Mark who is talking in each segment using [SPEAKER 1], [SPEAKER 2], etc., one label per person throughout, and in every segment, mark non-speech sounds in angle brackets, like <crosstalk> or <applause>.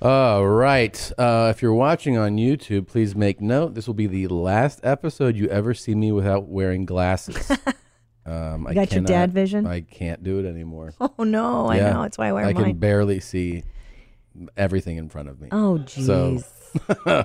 [SPEAKER 1] All right. Uh, if you're watching on YouTube, please make note this will be the last episode you ever see me without wearing
[SPEAKER 2] <laughs>
[SPEAKER 1] glasses. Um, I
[SPEAKER 2] You got your dad vision?
[SPEAKER 1] I can't do it anymore.
[SPEAKER 2] <laughs> Oh, no, I know. That's why I wear
[SPEAKER 1] I
[SPEAKER 2] mine.
[SPEAKER 1] can barely see everything in front of me.
[SPEAKER 2] Oh,
[SPEAKER 1] So, <laughs>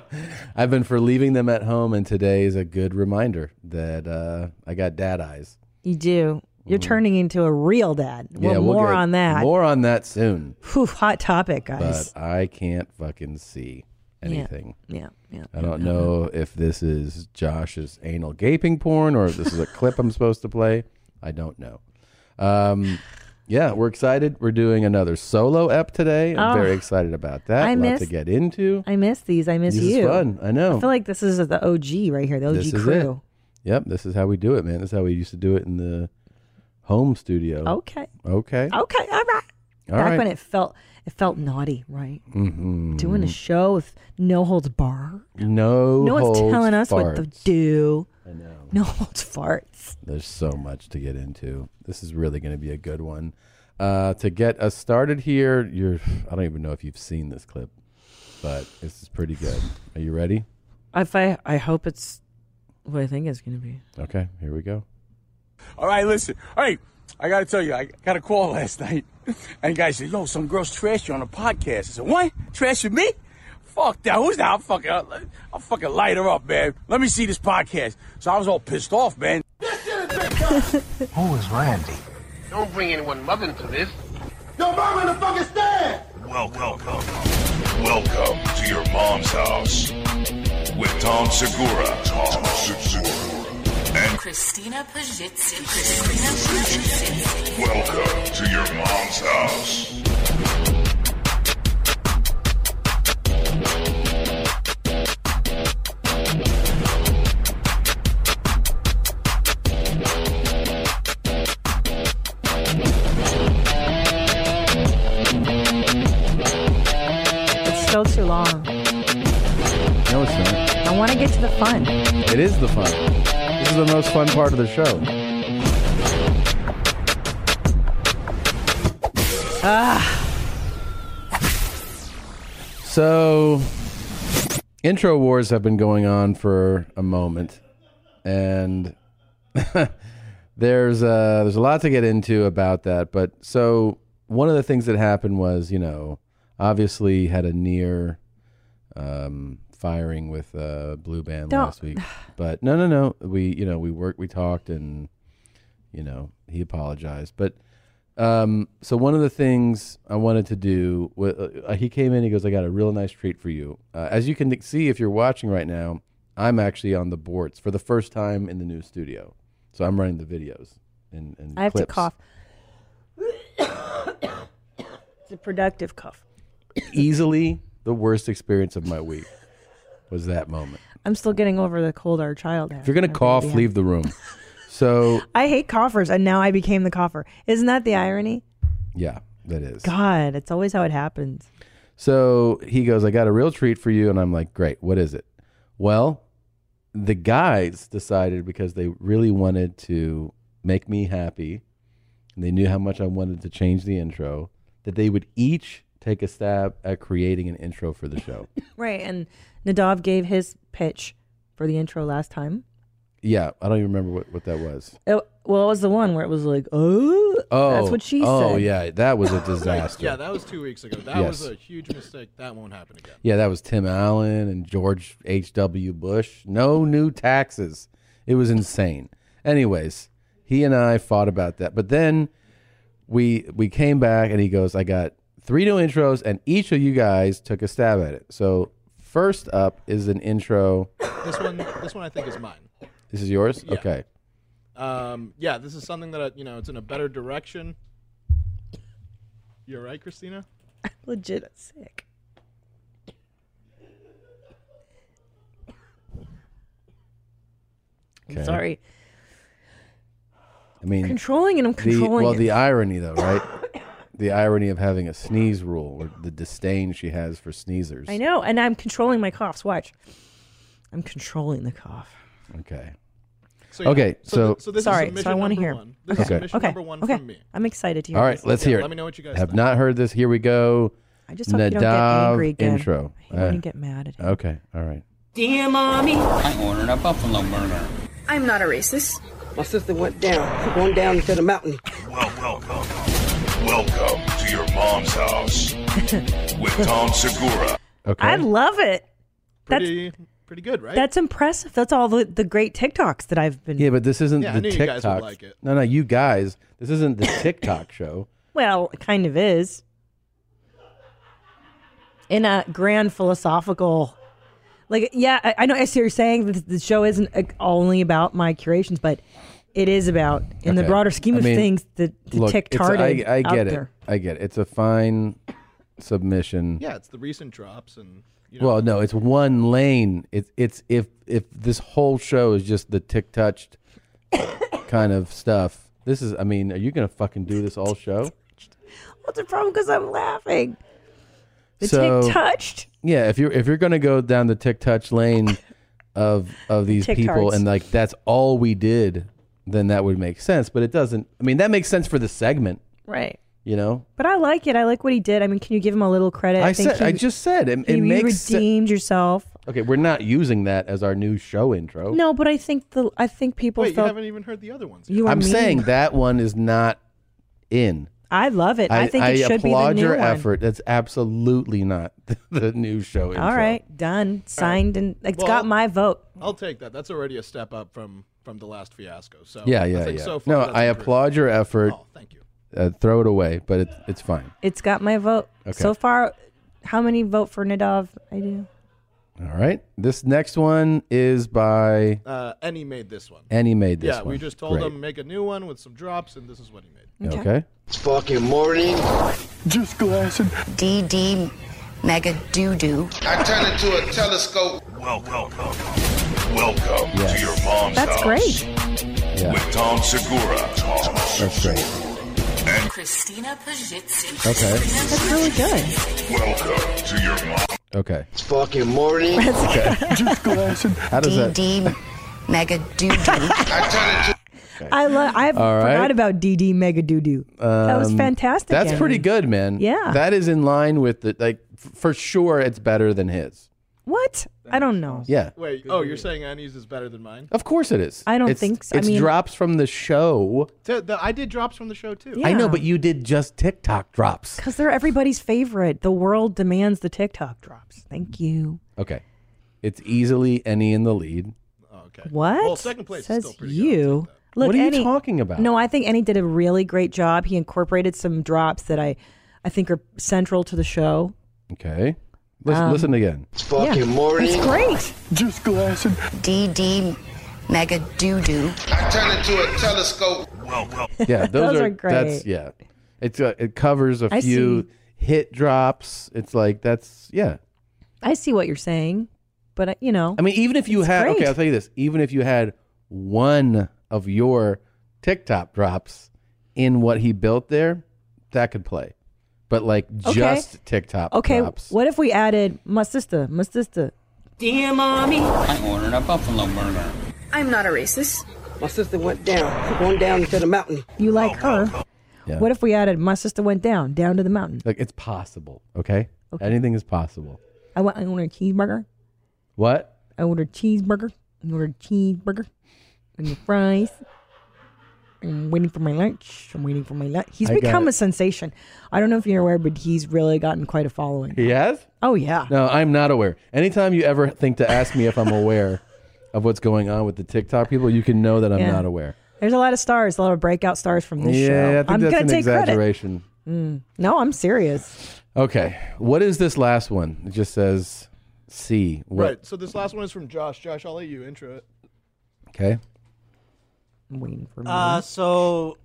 [SPEAKER 1] I've been for leaving them at home, and today is a good reminder that uh, I got dad eyes.
[SPEAKER 2] You do. You're turning into a real dad. well,
[SPEAKER 1] Mm-hmm. we'll
[SPEAKER 2] more
[SPEAKER 1] get
[SPEAKER 2] on that.
[SPEAKER 1] More on that soon.
[SPEAKER 2] Whew, hot topic, guys.
[SPEAKER 1] But I can't fucking see
[SPEAKER 2] Yeah.
[SPEAKER 1] anything.
[SPEAKER 2] Yeah, yeah.
[SPEAKER 1] I don't know if this is Josh's anal gaping porn or if this is a clip I'm supposed to play. I don't know. Um, yeah, we're excited. We're doing another solo ep today. I'm
[SPEAKER 2] Oh.
[SPEAKER 1] very excited about that.
[SPEAKER 2] I
[SPEAKER 1] Lot
[SPEAKER 2] miss-
[SPEAKER 1] to get into.
[SPEAKER 2] I miss these. I miss
[SPEAKER 1] This is
[SPEAKER 2] you.
[SPEAKER 1] fun. I know.
[SPEAKER 2] I feel like this is the OG right here, the OG
[SPEAKER 1] this is
[SPEAKER 2] crew.
[SPEAKER 1] it. Yep, this is how we do it, man. This is how we used to do it in the home studio.
[SPEAKER 2] Okay.
[SPEAKER 1] Okay.
[SPEAKER 2] Okay. All right.
[SPEAKER 1] All
[SPEAKER 2] Back
[SPEAKER 1] right.
[SPEAKER 2] when it felt it felt naughty, right?
[SPEAKER 1] Mhm.
[SPEAKER 2] Doing a show with no holds bar.
[SPEAKER 1] No.
[SPEAKER 2] no one's
[SPEAKER 1] holds
[SPEAKER 2] telling us what to
[SPEAKER 1] barred.
[SPEAKER 2] do.
[SPEAKER 1] I know.
[SPEAKER 2] No holds farts.
[SPEAKER 1] There's so much to get into. This is really going to be a good one. Uh, to get us started here, you're I don't even know if you've seen this clip, but this is pretty good. Are you ready?
[SPEAKER 3] If I, I hope it's what I think it's going to be.
[SPEAKER 1] Okay, here we go.
[SPEAKER 4] All right, listen. All right, I gotta tell you, I got a call last night, and the guy said, "Yo, some girls trashed you on a podcast." I said, "What? Trashing me? Fuck that! Who's that? I'll fucking, I'll, I'll fucking light her up, man. Let me see this podcast." So I was all pissed off, man.
[SPEAKER 5] Who is Randy?
[SPEAKER 6] <laughs> Don't bring anyone mother into this.
[SPEAKER 7] Yo, mom in the fucking stand!
[SPEAKER 8] Welcome. Welcome to your mom's house with Tom Segura. Tom Segura. And
[SPEAKER 9] Christina Pajitsi. Christina Pajitsi.
[SPEAKER 8] welcome to your mom's house.
[SPEAKER 2] It's still too long.
[SPEAKER 1] No, it's not.
[SPEAKER 2] I want to get to the fun.
[SPEAKER 1] It is the fun. This is the most fun part of the show. So, intro wars have been going on for a moment, and <laughs> there's uh, there's a lot to get into about that. But so one of the things that happened was, you know, obviously had a near um, firing with uh, Blue Band
[SPEAKER 2] Don't-
[SPEAKER 1] last week, but no, no, no, we you know we worked, we talked, and you know he apologized, but. Um, so one of the things I wanted to do, wa- uh, he came in, he goes, I got a real nice treat for you. Uh, as you can see, if you're watching right now, I'm actually on the boards for the first time in the new studio. So I'm running the videos and, and
[SPEAKER 2] I have to
[SPEAKER 1] clips.
[SPEAKER 2] cough. it's a productive cough.
[SPEAKER 1] Easily the worst experience of my week was that moment.
[SPEAKER 2] I'm still getting over the cold our child had.
[SPEAKER 1] If you're going
[SPEAKER 2] I
[SPEAKER 1] to
[SPEAKER 2] really
[SPEAKER 1] cough,
[SPEAKER 2] am.
[SPEAKER 1] leave the room. So
[SPEAKER 2] I hate coughers, and now I became the cougher. Isn't that the irony?
[SPEAKER 1] yeah, that is.
[SPEAKER 2] God, it's always how it happens.
[SPEAKER 1] So he goes, I got a real treat for you. And I'm like, great, what is it? Well, the guys decided because they really wanted to make me happy and they knew how much I wanted to change the intro that they would each take a stab at creating an intro for
[SPEAKER 2] <laughs>
[SPEAKER 1] the show.
[SPEAKER 2] Right, and Nadav gave his pitch for the intro last time.
[SPEAKER 1] yeah, I don't even remember what, what that was.
[SPEAKER 2] It, well, it was the one where it was like, oh,
[SPEAKER 1] Oh,
[SPEAKER 2] that's what she
[SPEAKER 1] oh,
[SPEAKER 2] said.
[SPEAKER 1] yeah,
[SPEAKER 2] <laughs>
[SPEAKER 1] that was a disaster.
[SPEAKER 10] <laughs> Yeah, that was two weeks ago. That
[SPEAKER 1] Yes.
[SPEAKER 10] was a huge mistake. That won't happen again.
[SPEAKER 1] Yeah, that was Tim Allen and George H.W. Bush. No new taxes. It was insane. Anyways, he and I fought about that. But then we we came back and he goes, I got three new intros and each of you guys took a stab at it. So first up is an intro.
[SPEAKER 10] This one, this one, I think is mine.
[SPEAKER 1] This is yours? Okay.
[SPEAKER 10] Um, yeah, this is something that uh, you know it's in a better direction. You're right, Christina.
[SPEAKER 2] Legit sick.
[SPEAKER 1] okay.
[SPEAKER 2] I'm sorry.
[SPEAKER 1] I mean
[SPEAKER 2] Controlling and I'm
[SPEAKER 1] the
[SPEAKER 2] controlling.
[SPEAKER 1] well
[SPEAKER 2] it.
[SPEAKER 1] the irony
[SPEAKER 2] <coughs>
[SPEAKER 1] though, right? the irony of having a sneeze rule or the disdain she has for sneezers.
[SPEAKER 2] I know, and I'm controlling my coughs. Watch. I'm controlling the cough.
[SPEAKER 1] Okay.
[SPEAKER 10] So, yeah,
[SPEAKER 1] Okay, so-
[SPEAKER 10] th- so this
[SPEAKER 2] Sorry, so
[SPEAKER 10] is submission
[SPEAKER 2] I wanna
[SPEAKER 10] number
[SPEAKER 2] hear.
[SPEAKER 10] one. This
[SPEAKER 1] Okay.
[SPEAKER 10] is submission
[SPEAKER 2] Okay.
[SPEAKER 10] number one
[SPEAKER 2] okay.
[SPEAKER 10] from me.
[SPEAKER 2] I'm excited to hear
[SPEAKER 1] All right,
[SPEAKER 2] this.
[SPEAKER 1] let's
[SPEAKER 10] Yeah,
[SPEAKER 1] hear it.
[SPEAKER 10] let me know what you guys
[SPEAKER 1] Have
[SPEAKER 10] think.
[SPEAKER 1] not heard this. Here we go.
[SPEAKER 3] I just hope you don't get angry again.
[SPEAKER 1] Intro.
[SPEAKER 3] I hate when you get mad at him.
[SPEAKER 1] Okay. All right.
[SPEAKER 11] Dear mommy.
[SPEAKER 1] I'm ordering a buffalo burger.
[SPEAKER 11] I'm not a racist.
[SPEAKER 12] My sister went down. We're going down to the mountain.
[SPEAKER 8] Well, welcome. Welcome to your mom's
[SPEAKER 1] <laughs>
[SPEAKER 8] house with Tom Segura.
[SPEAKER 1] Okay.
[SPEAKER 2] I love it.
[SPEAKER 10] Pretty, pretty good, right?
[SPEAKER 2] That's impressive. That's all the, the great TikToks that I've been.
[SPEAKER 1] Yeah, but this isn't
[SPEAKER 10] Yeah, I
[SPEAKER 1] the
[SPEAKER 10] knew you
[SPEAKER 1] TikTok.
[SPEAKER 10] guys would like it.
[SPEAKER 1] No, no, you guys. This isn't the TikTok <laughs> show.
[SPEAKER 2] Well, it kind of is. In a grand philosophical, like, yeah, I, I know. I see what you're saying. The, the show isn't uh, only about my curations, but it is about, in the
[SPEAKER 1] Okay.
[SPEAKER 2] broader scheme
[SPEAKER 1] I
[SPEAKER 2] of
[SPEAKER 1] mean,
[SPEAKER 2] things, the, the
[SPEAKER 1] look, it's-
[SPEAKER 2] TikTarded
[SPEAKER 1] I, I
[SPEAKER 2] out
[SPEAKER 1] get it.
[SPEAKER 2] there.
[SPEAKER 1] I get it. It's a fine submission.
[SPEAKER 10] Yeah, it's the recent drops and
[SPEAKER 1] Mm. Well, no, it's one lane. It's it's if if this whole show is just the tick touched <coughs> kind of stuff. This is. I mean, are you gonna fucking do this all show?
[SPEAKER 2] What's the problem? Because I'm laughing. The
[SPEAKER 1] So-
[SPEAKER 2] tick touched.
[SPEAKER 1] Yeah, if you're if you're gonna go down the tick
[SPEAKER 2] <laughs>
[SPEAKER 1] touch lane of of these
[SPEAKER 2] Tick
[SPEAKER 1] people
[SPEAKER 2] tarts.
[SPEAKER 1] and like that's all we did, then that would make sense. But it doesn't. I mean, that makes sense for the segment.
[SPEAKER 2] Right.
[SPEAKER 1] You know,
[SPEAKER 2] But I like it. I like what he did. I mean, can you give him a little credit?
[SPEAKER 1] I said-
[SPEAKER 2] he-
[SPEAKER 1] I just said it- it
[SPEAKER 2] you- you
[SPEAKER 1] makes se-
[SPEAKER 2] redeemed yourself.
[SPEAKER 1] okay, we're not using that as our new show intro.
[SPEAKER 2] No, but I think the I think people
[SPEAKER 10] Wait, you
[SPEAKER 2] felt
[SPEAKER 10] haven't even heard the other ones.
[SPEAKER 2] You are
[SPEAKER 1] I'm
[SPEAKER 2] mean.
[SPEAKER 1] saying that one is not in.
[SPEAKER 2] I love it. I, think it should be the
[SPEAKER 1] applaud
[SPEAKER 2] new
[SPEAKER 1] your
[SPEAKER 2] one.
[SPEAKER 1] effort. That's absolutely not <laughs> the, new show.
[SPEAKER 2] All right, done, signed, and it's
[SPEAKER 10] Well-
[SPEAKER 2] got my vote.
[SPEAKER 10] I'll take that. That's already a step up from from the last fiasco. So
[SPEAKER 1] yeah,
[SPEAKER 10] I
[SPEAKER 1] yeah,
[SPEAKER 10] think
[SPEAKER 1] yeah.
[SPEAKER 10] So far
[SPEAKER 1] no,
[SPEAKER 10] that's
[SPEAKER 1] I
[SPEAKER 10] improved.
[SPEAKER 1] applaud your effort. Oh, thank you. Uh, throw it away, but it, it's fine.
[SPEAKER 2] It's got my vote.
[SPEAKER 1] Okay.
[SPEAKER 2] So far, how many vote for Nadav? I do.
[SPEAKER 1] All right. This next one is by
[SPEAKER 10] Uh, and he made this one.
[SPEAKER 1] Any made this
[SPEAKER 10] yeah,
[SPEAKER 1] one.
[SPEAKER 10] we just told
[SPEAKER 1] Great.
[SPEAKER 10] him make a new one with some drops, and this is what he made.
[SPEAKER 1] Okay.
[SPEAKER 10] It's fucking morning.
[SPEAKER 5] Just glassing.
[SPEAKER 9] DD mega doo doo.
[SPEAKER 8] I turn into a telescope. Welcome. Welcome
[SPEAKER 1] Yes.
[SPEAKER 8] to your mom's
[SPEAKER 9] That's
[SPEAKER 8] house.
[SPEAKER 9] great.
[SPEAKER 1] Yeah.
[SPEAKER 8] With Tom Segura. Tom.
[SPEAKER 1] That's great.
[SPEAKER 8] And
[SPEAKER 9] Christina Pajitsin.
[SPEAKER 1] Okay.
[SPEAKER 9] That's really good.
[SPEAKER 8] welcome to your mom.
[SPEAKER 1] Okay.
[SPEAKER 8] It's fucking morning.
[SPEAKER 1] Just glassing. How does that?
[SPEAKER 9] DD mega doo doo.
[SPEAKER 2] I love. I
[SPEAKER 1] All right.
[SPEAKER 2] forgot about DD Mega Doo Doo. that was
[SPEAKER 1] Um,
[SPEAKER 2] fantastic.
[SPEAKER 1] That's
[SPEAKER 2] Andy.
[SPEAKER 1] pretty good, man.
[SPEAKER 2] Yeah.
[SPEAKER 1] That is in line with the like f- for sure. It's better than his.
[SPEAKER 2] What? I don't know.
[SPEAKER 1] Yeah.
[SPEAKER 10] Wait, oh, you're saying Annie's is better than mine?
[SPEAKER 1] Of course it is.
[SPEAKER 10] I don't
[SPEAKER 1] It's-
[SPEAKER 10] think so. I
[SPEAKER 1] It's
[SPEAKER 10] mean-
[SPEAKER 1] drops from the show.
[SPEAKER 10] T- the- I did drops from the show too.
[SPEAKER 1] I know, but you did just TikTok drops.
[SPEAKER 2] Because they're everybody's favorite. The world demands the TikTok drops. Thank you.
[SPEAKER 1] Okay. It's easily any in the lead.
[SPEAKER 10] Oh,
[SPEAKER 2] What?
[SPEAKER 10] Well, second place is
[SPEAKER 2] says
[SPEAKER 10] still
[SPEAKER 2] you. Look,
[SPEAKER 1] What are you
[SPEAKER 2] Annie-
[SPEAKER 1] talking about?
[SPEAKER 2] No, I think Annie did a really great job. He incorporated some drops that I, I think are central to the show.
[SPEAKER 1] Okay. Listen,
[SPEAKER 2] Um, <laughs>
[SPEAKER 1] listen again.
[SPEAKER 2] Yeah. It's great.
[SPEAKER 9] Just glassing. DD mega doo doo.
[SPEAKER 8] I turn into a telescope. Welcome.
[SPEAKER 1] Yeah, those,
[SPEAKER 9] Those
[SPEAKER 1] are,
[SPEAKER 9] are great.
[SPEAKER 1] That's yeah. It's uh, it covers a
[SPEAKER 2] I
[SPEAKER 1] few
[SPEAKER 2] see.
[SPEAKER 1] hit drops. It's like that's yeah.
[SPEAKER 2] I see what you're saying, but uh, you know,
[SPEAKER 1] I mean, even if you
[SPEAKER 2] it's
[SPEAKER 1] had
[SPEAKER 2] great.
[SPEAKER 1] okay, I'll tell you this. Even if you had one of your TikTok drops in what he built there, that could play. But like
[SPEAKER 2] Okay.
[SPEAKER 1] just TikTok
[SPEAKER 2] okay,
[SPEAKER 1] drops.
[SPEAKER 2] what if we added my sister, my sister?
[SPEAKER 11] Dear mommy.
[SPEAKER 13] I ordered a buffalo burger.
[SPEAKER 11] I'm not a racist.
[SPEAKER 12] My sister went down. We're going down to the mountain.
[SPEAKER 2] You like her?
[SPEAKER 1] Yeah.
[SPEAKER 2] What if we added my sister went down, down to the mountain?
[SPEAKER 1] Like it's possible. Okay? Anything is possible.
[SPEAKER 2] I want, I want a cheeseburger.
[SPEAKER 1] What?
[SPEAKER 2] I ordered cheeseburger. I ordered cheeseburger and the fries. I'm waiting for my lunch. I'm waiting for my lunch. He's
[SPEAKER 1] I got
[SPEAKER 2] become
[SPEAKER 1] it.
[SPEAKER 2] a sensation. I don't know if you're aware, but he's really gotten quite a following.
[SPEAKER 1] He has?
[SPEAKER 2] Oh yeah.
[SPEAKER 1] <laughs> No, I'm not aware. Anytime you ever think to ask me if
[SPEAKER 2] <laughs>
[SPEAKER 1] I'm aware of what's going on with the TikTok people, you can know that I'm
[SPEAKER 2] Yeah.
[SPEAKER 1] not aware.
[SPEAKER 2] There's a lot of stars, a lot of breakout stars from this show.
[SPEAKER 1] yeah, I think
[SPEAKER 2] am
[SPEAKER 1] that's
[SPEAKER 2] gonna
[SPEAKER 1] an
[SPEAKER 2] take credit.
[SPEAKER 1] exaggeration.
[SPEAKER 2] Mm. No, I'm serious.
[SPEAKER 1] Okay. What is this last one? It just says C. What?
[SPEAKER 10] Right. So this last one is from Josh. Josh, I'll let you intro it.
[SPEAKER 1] Okay.
[SPEAKER 2] I'm waiting for
[SPEAKER 14] Uh, so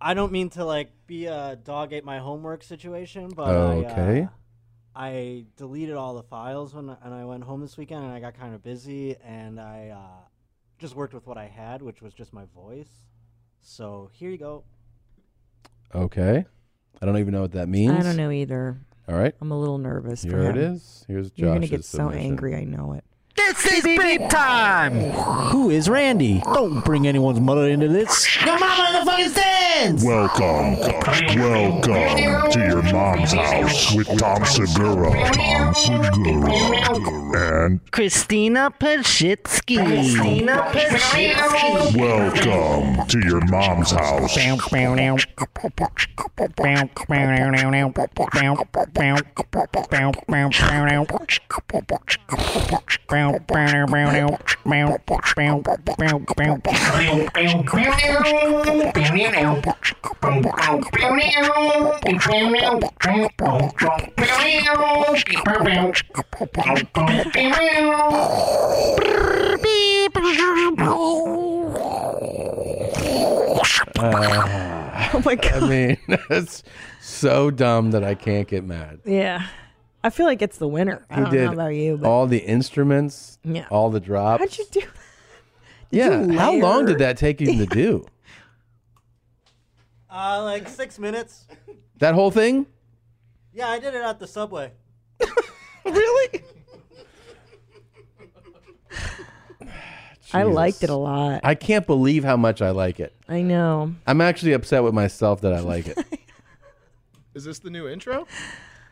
[SPEAKER 14] I don't mean to like be a dog ate my homework situation, but I,
[SPEAKER 1] Okay.
[SPEAKER 14] uh, I deleted all the files when and I went home this weekend, and I got kind of busy, and I uh, just worked with what I had, which was just my voice. So here you go.
[SPEAKER 1] Okay. I don't even know what that means.
[SPEAKER 2] I don't know either.
[SPEAKER 1] All right.
[SPEAKER 2] I'm a little nervous.
[SPEAKER 1] Here
[SPEAKER 2] for
[SPEAKER 1] it
[SPEAKER 2] him.
[SPEAKER 1] is. Here's
[SPEAKER 2] You're gonna get
[SPEAKER 1] Josh's
[SPEAKER 2] so
[SPEAKER 1] submission.
[SPEAKER 2] angry. I know it.
[SPEAKER 15] This is big time. Who is Randy? Don't bring anyone's mother into this. Your mama in the fucking stands.
[SPEAKER 16] Welcome, welcome to your mom's house with Tom Segura, Tom Segura, and
[SPEAKER 15] Christina Pashitsky.
[SPEAKER 16] Christina
[SPEAKER 15] Pashitsky.
[SPEAKER 16] welcome to your mom's house.
[SPEAKER 2] <laughs>
[SPEAKER 1] oh
[SPEAKER 2] my
[SPEAKER 1] god! I mean, <laughs> that's so dumb that I can't get mad.
[SPEAKER 2] Yeah. I feel like it's the winner. I
[SPEAKER 1] He
[SPEAKER 2] don't
[SPEAKER 1] did
[SPEAKER 2] know about you, but
[SPEAKER 1] all the instruments,
[SPEAKER 2] Yeah.
[SPEAKER 1] all the drops.
[SPEAKER 2] how'd you do that?
[SPEAKER 1] yeah,
[SPEAKER 2] you
[SPEAKER 1] how long did
[SPEAKER 2] layer?
[SPEAKER 1] that take
[SPEAKER 2] <laughs>
[SPEAKER 1] him to do?
[SPEAKER 14] Uh, like six minutes.
[SPEAKER 1] That whole thing?
[SPEAKER 14] Yeah, I did it at the subway.
[SPEAKER 2] really? I
[SPEAKER 1] Jesus.
[SPEAKER 2] liked it a lot.
[SPEAKER 1] I can't believe how much I like it.
[SPEAKER 2] I know.
[SPEAKER 1] I'm actually upset with myself that I
[SPEAKER 2] <laughs>
[SPEAKER 1] like it.
[SPEAKER 10] Is this the new intro?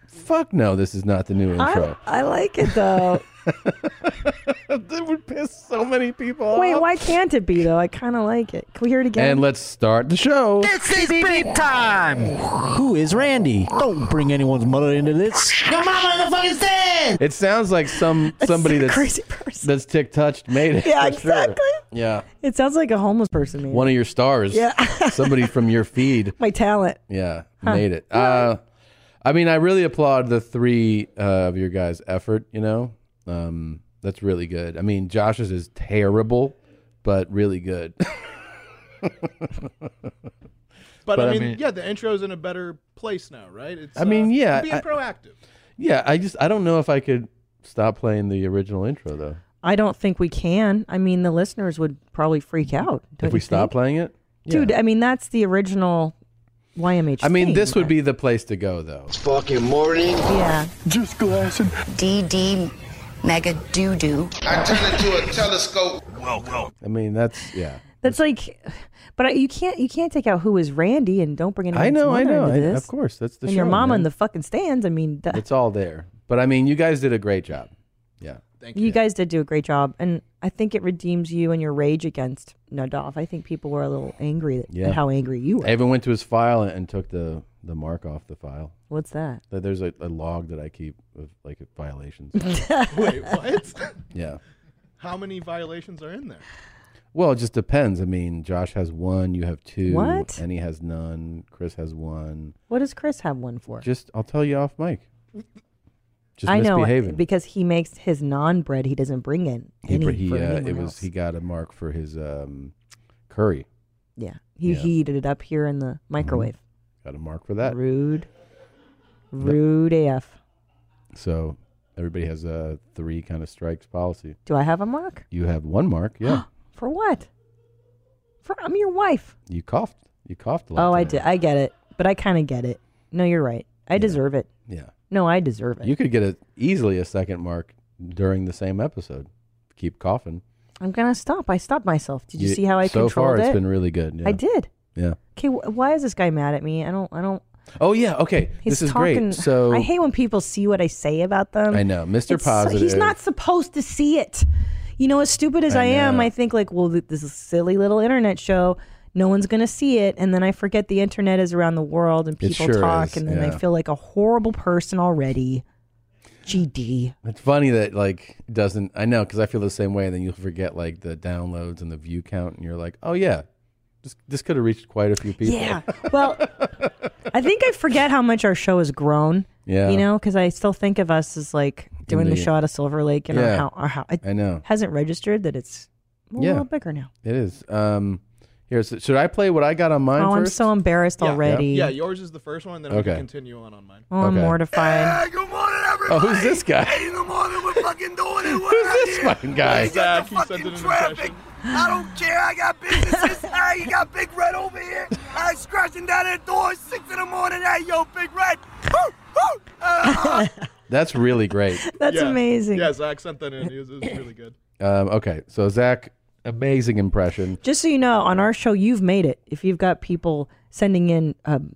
[SPEAKER 1] Fuck no, this is not the new intro.
[SPEAKER 2] I like it
[SPEAKER 10] <laughs>
[SPEAKER 2] though.
[SPEAKER 1] that would piss so many people
[SPEAKER 2] Wait, why can't it be though? I kind of like it. Can we hear it again?
[SPEAKER 1] <laughs> and let's start the show.
[SPEAKER 15] This is big time. Who is Randy? Don't bring anyone's mother into this. Your mama in the fucking stands.
[SPEAKER 1] It sounds
[SPEAKER 2] <laughs>
[SPEAKER 1] like some somebody that's
[SPEAKER 2] crazy
[SPEAKER 1] that's tick touched made it.
[SPEAKER 2] Yeah,
[SPEAKER 1] for sure. Yeah,
[SPEAKER 2] it sounds like a homeless person. Maybe. <laughs>
[SPEAKER 1] one of your stars.
[SPEAKER 2] Yeah.
[SPEAKER 1] somebody from your feed.
[SPEAKER 2] My talent.
[SPEAKER 1] Yeah,
[SPEAKER 2] Huh.
[SPEAKER 1] made it. Uh, I mean, I really applaud the three uh, of your guys' effort. You know, um, that's really good. I mean, Josh's is terrible, but really
[SPEAKER 10] <laughs>
[SPEAKER 1] good.
[SPEAKER 10] But, I, mean, yeah, the intro's in a better place now, right? It's,
[SPEAKER 1] I mean,
[SPEAKER 10] uh,
[SPEAKER 1] yeah,
[SPEAKER 10] being
[SPEAKER 1] I-
[SPEAKER 10] proactive.
[SPEAKER 1] yeah. I just I don't know if I could stop playing the original intro though.
[SPEAKER 2] I don't think we can. I mean, the listeners would probably freak out. don't
[SPEAKER 1] if we
[SPEAKER 2] you
[SPEAKER 1] stop playing it,
[SPEAKER 2] think? dude. I mean, that's the original YMH.
[SPEAKER 1] I mean,
[SPEAKER 2] theme.
[SPEAKER 1] this would be the place to go though.
[SPEAKER 7] Fucking morning.
[SPEAKER 2] Yeah.
[SPEAKER 7] Just glassing.
[SPEAKER 9] DD Mega Doo Doo.
[SPEAKER 6] I turn into a telescope.
[SPEAKER 8] Welcome.
[SPEAKER 1] I mean, that's yeah.
[SPEAKER 2] That's like, but I, you can't you can't take out who is Randy and don't bring anyone.
[SPEAKER 1] I know, I know. I,
[SPEAKER 2] Into this.
[SPEAKER 1] of course, that's the
[SPEAKER 2] and
[SPEAKER 1] show.
[SPEAKER 2] your mama
[SPEAKER 1] man.
[SPEAKER 2] in the fucking stands. I mean, duh.
[SPEAKER 1] It's all there. But I mean, you guys did a great job. Yeah.
[SPEAKER 2] you guys did do a great job, and I think it redeems you and your rage against Nadav. I think people were a little angry at,
[SPEAKER 1] Yeah.
[SPEAKER 2] at how angry you were.
[SPEAKER 1] I even went to his file and, and took the the mark off the file.
[SPEAKER 2] What's that?
[SPEAKER 1] That There's a, a log that I keep of like
[SPEAKER 2] <laughs>
[SPEAKER 1] violations. <laughs>
[SPEAKER 10] Wait, what?
[SPEAKER 1] yeah.
[SPEAKER 10] How many violations are in there?
[SPEAKER 1] Well, it just depends. I mean, Josh has one, you have two,
[SPEAKER 2] What?
[SPEAKER 1] and he has none. Chris has one.
[SPEAKER 2] What does Chris have one for?
[SPEAKER 1] Just I'll tell you off mic. Just
[SPEAKER 2] I know
[SPEAKER 1] misbehaving.
[SPEAKER 2] because he makes his non bread. He doesn't bring in
[SPEAKER 1] he
[SPEAKER 2] any
[SPEAKER 1] br- he,
[SPEAKER 2] for
[SPEAKER 1] uh,
[SPEAKER 2] anyone
[SPEAKER 1] it was
[SPEAKER 2] else.
[SPEAKER 1] he got a mark for his um, curry.
[SPEAKER 2] yeah, he
[SPEAKER 1] Yeah. Mm-hmm.
[SPEAKER 2] heated it up here in the microwave.
[SPEAKER 1] Got a mark for that.
[SPEAKER 2] Rude. Rude AF.
[SPEAKER 1] So everybody has a three kind of strikes policy.
[SPEAKER 2] Do I have a mark
[SPEAKER 1] You have one mark.
[SPEAKER 2] <gasps>
[SPEAKER 1] Yeah.
[SPEAKER 2] for what? For I'm your wife.
[SPEAKER 1] you coughed. You coughed a lot.
[SPEAKER 2] Oh, I
[SPEAKER 1] today.
[SPEAKER 2] did. I get it, but I kind of get it. No, you're right. I deserve it.
[SPEAKER 1] Yeah.
[SPEAKER 2] No, I deserve it.
[SPEAKER 1] You could get a, easily a second mark during the same episode. Keep coughing.
[SPEAKER 2] I'm gonna stop. I stopped myself. Did you,
[SPEAKER 1] You-
[SPEAKER 2] see how I
[SPEAKER 1] so
[SPEAKER 2] controlled
[SPEAKER 1] far,
[SPEAKER 2] it?
[SPEAKER 1] it's been really good, yeah.
[SPEAKER 2] I did.
[SPEAKER 1] Yeah.
[SPEAKER 2] Okay, wh- why is this guy mad at me? I don't. I don't.
[SPEAKER 1] Oh yeah. Okay.
[SPEAKER 2] He's
[SPEAKER 1] this is
[SPEAKER 2] talking.
[SPEAKER 1] great. So
[SPEAKER 2] I hate when people see what I say about them.
[SPEAKER 1] I know, Mr.
[SPEAKER 2] It's so- he's
[SPEAKER 1] Positive.
[SPEAKER 2] not supposed to see it. You know, as stupid as
[SPEAKER 1] I
[SPEAKER 2] I, am,
[SPEAKER 1] know.
[SPEAKER 2] I think like, well, th- this is a silly little internet show. No one's gonna see it, and then I forget the internet is around the world, and
[SPEAKER 1] It
[SPEAKER 2] people
[SPEAKER 1] sure
[SPEAKER 2] talk,
[SPEAKER 1] is,
[SPEAKER 2] and then I
[SPEAKER 1] yeah.
[SPEAKER 2] feel like a horrible person already. GD.
[SPEAKER 1] It's funny that like doesn't I know because I feel the same way. And then you'll forget like the downloads and the view count, and you're like, oh yeah, this this could have reached quite a few people.
[SPEAKER 2] Yeah. Well, I think I forget how much our show has grown.
[SPEAKER 1] Yeah.
[SPEAKER 2] You know, because I still think of us as like doing the,
[SPEAKER 1] the-
[SPEAKER 2] show out of Silver Lake and our
[SPEAKER 1] Yeah.
[SPEAKER 2] how our how it
[SPEAKER 1] I know.
[SPEAKER 2] hasn't registered that it's a
[SPEAKER 1] Yeah.
[SPEAKER 2] little bigger now.
[SPEAKER 1] It is. Um, here, so should I play what I got on mine?
[SPEAKER 2] Oh, I'm
[SPEAKER 1] first?
[SPEAKER 2] so embarrassed
[SPEAKER 1] Yeah.
[SPEAKER 2] already.
[SPEAKER 10] Yeah, yours is the first one, then we
[SPEAKER 1] Okay.
[SPEAKER 10] can continue on on mine.
[SPEAKER 2] Oh, I'm
[SPEAKER 1] Okay.
[SPEAKER 2] mortified.
[SPEAKER 1] Oh, who's this guy? Who's this fucking guy?
[SPEAKER 10] Zach, he sent an impression.
[SPEAKER 7] I don't care. I
[SPEAKER 2] <laughs>
[SPEAKER 7] got businesses. hey, you got Big Red over here. I
[SPEAKER 1] <laughs>
[SPEAKER 7] scratching down that door at six in the morning. Hey, yo, Big Red. Woo, woo. Uh,
[SPEAKER 1] That's really great.
[SPEAKER 2] <laughs> That's amazing.
[SPEAKER 10] Yeah, Zach sent that in. It was, it was really good.
[SPEAKER 1] Um, okay, so Zach, amazing impression.
[SPEAKER 2] Just so you know, on our show, you've made it. If you've got people sending in um,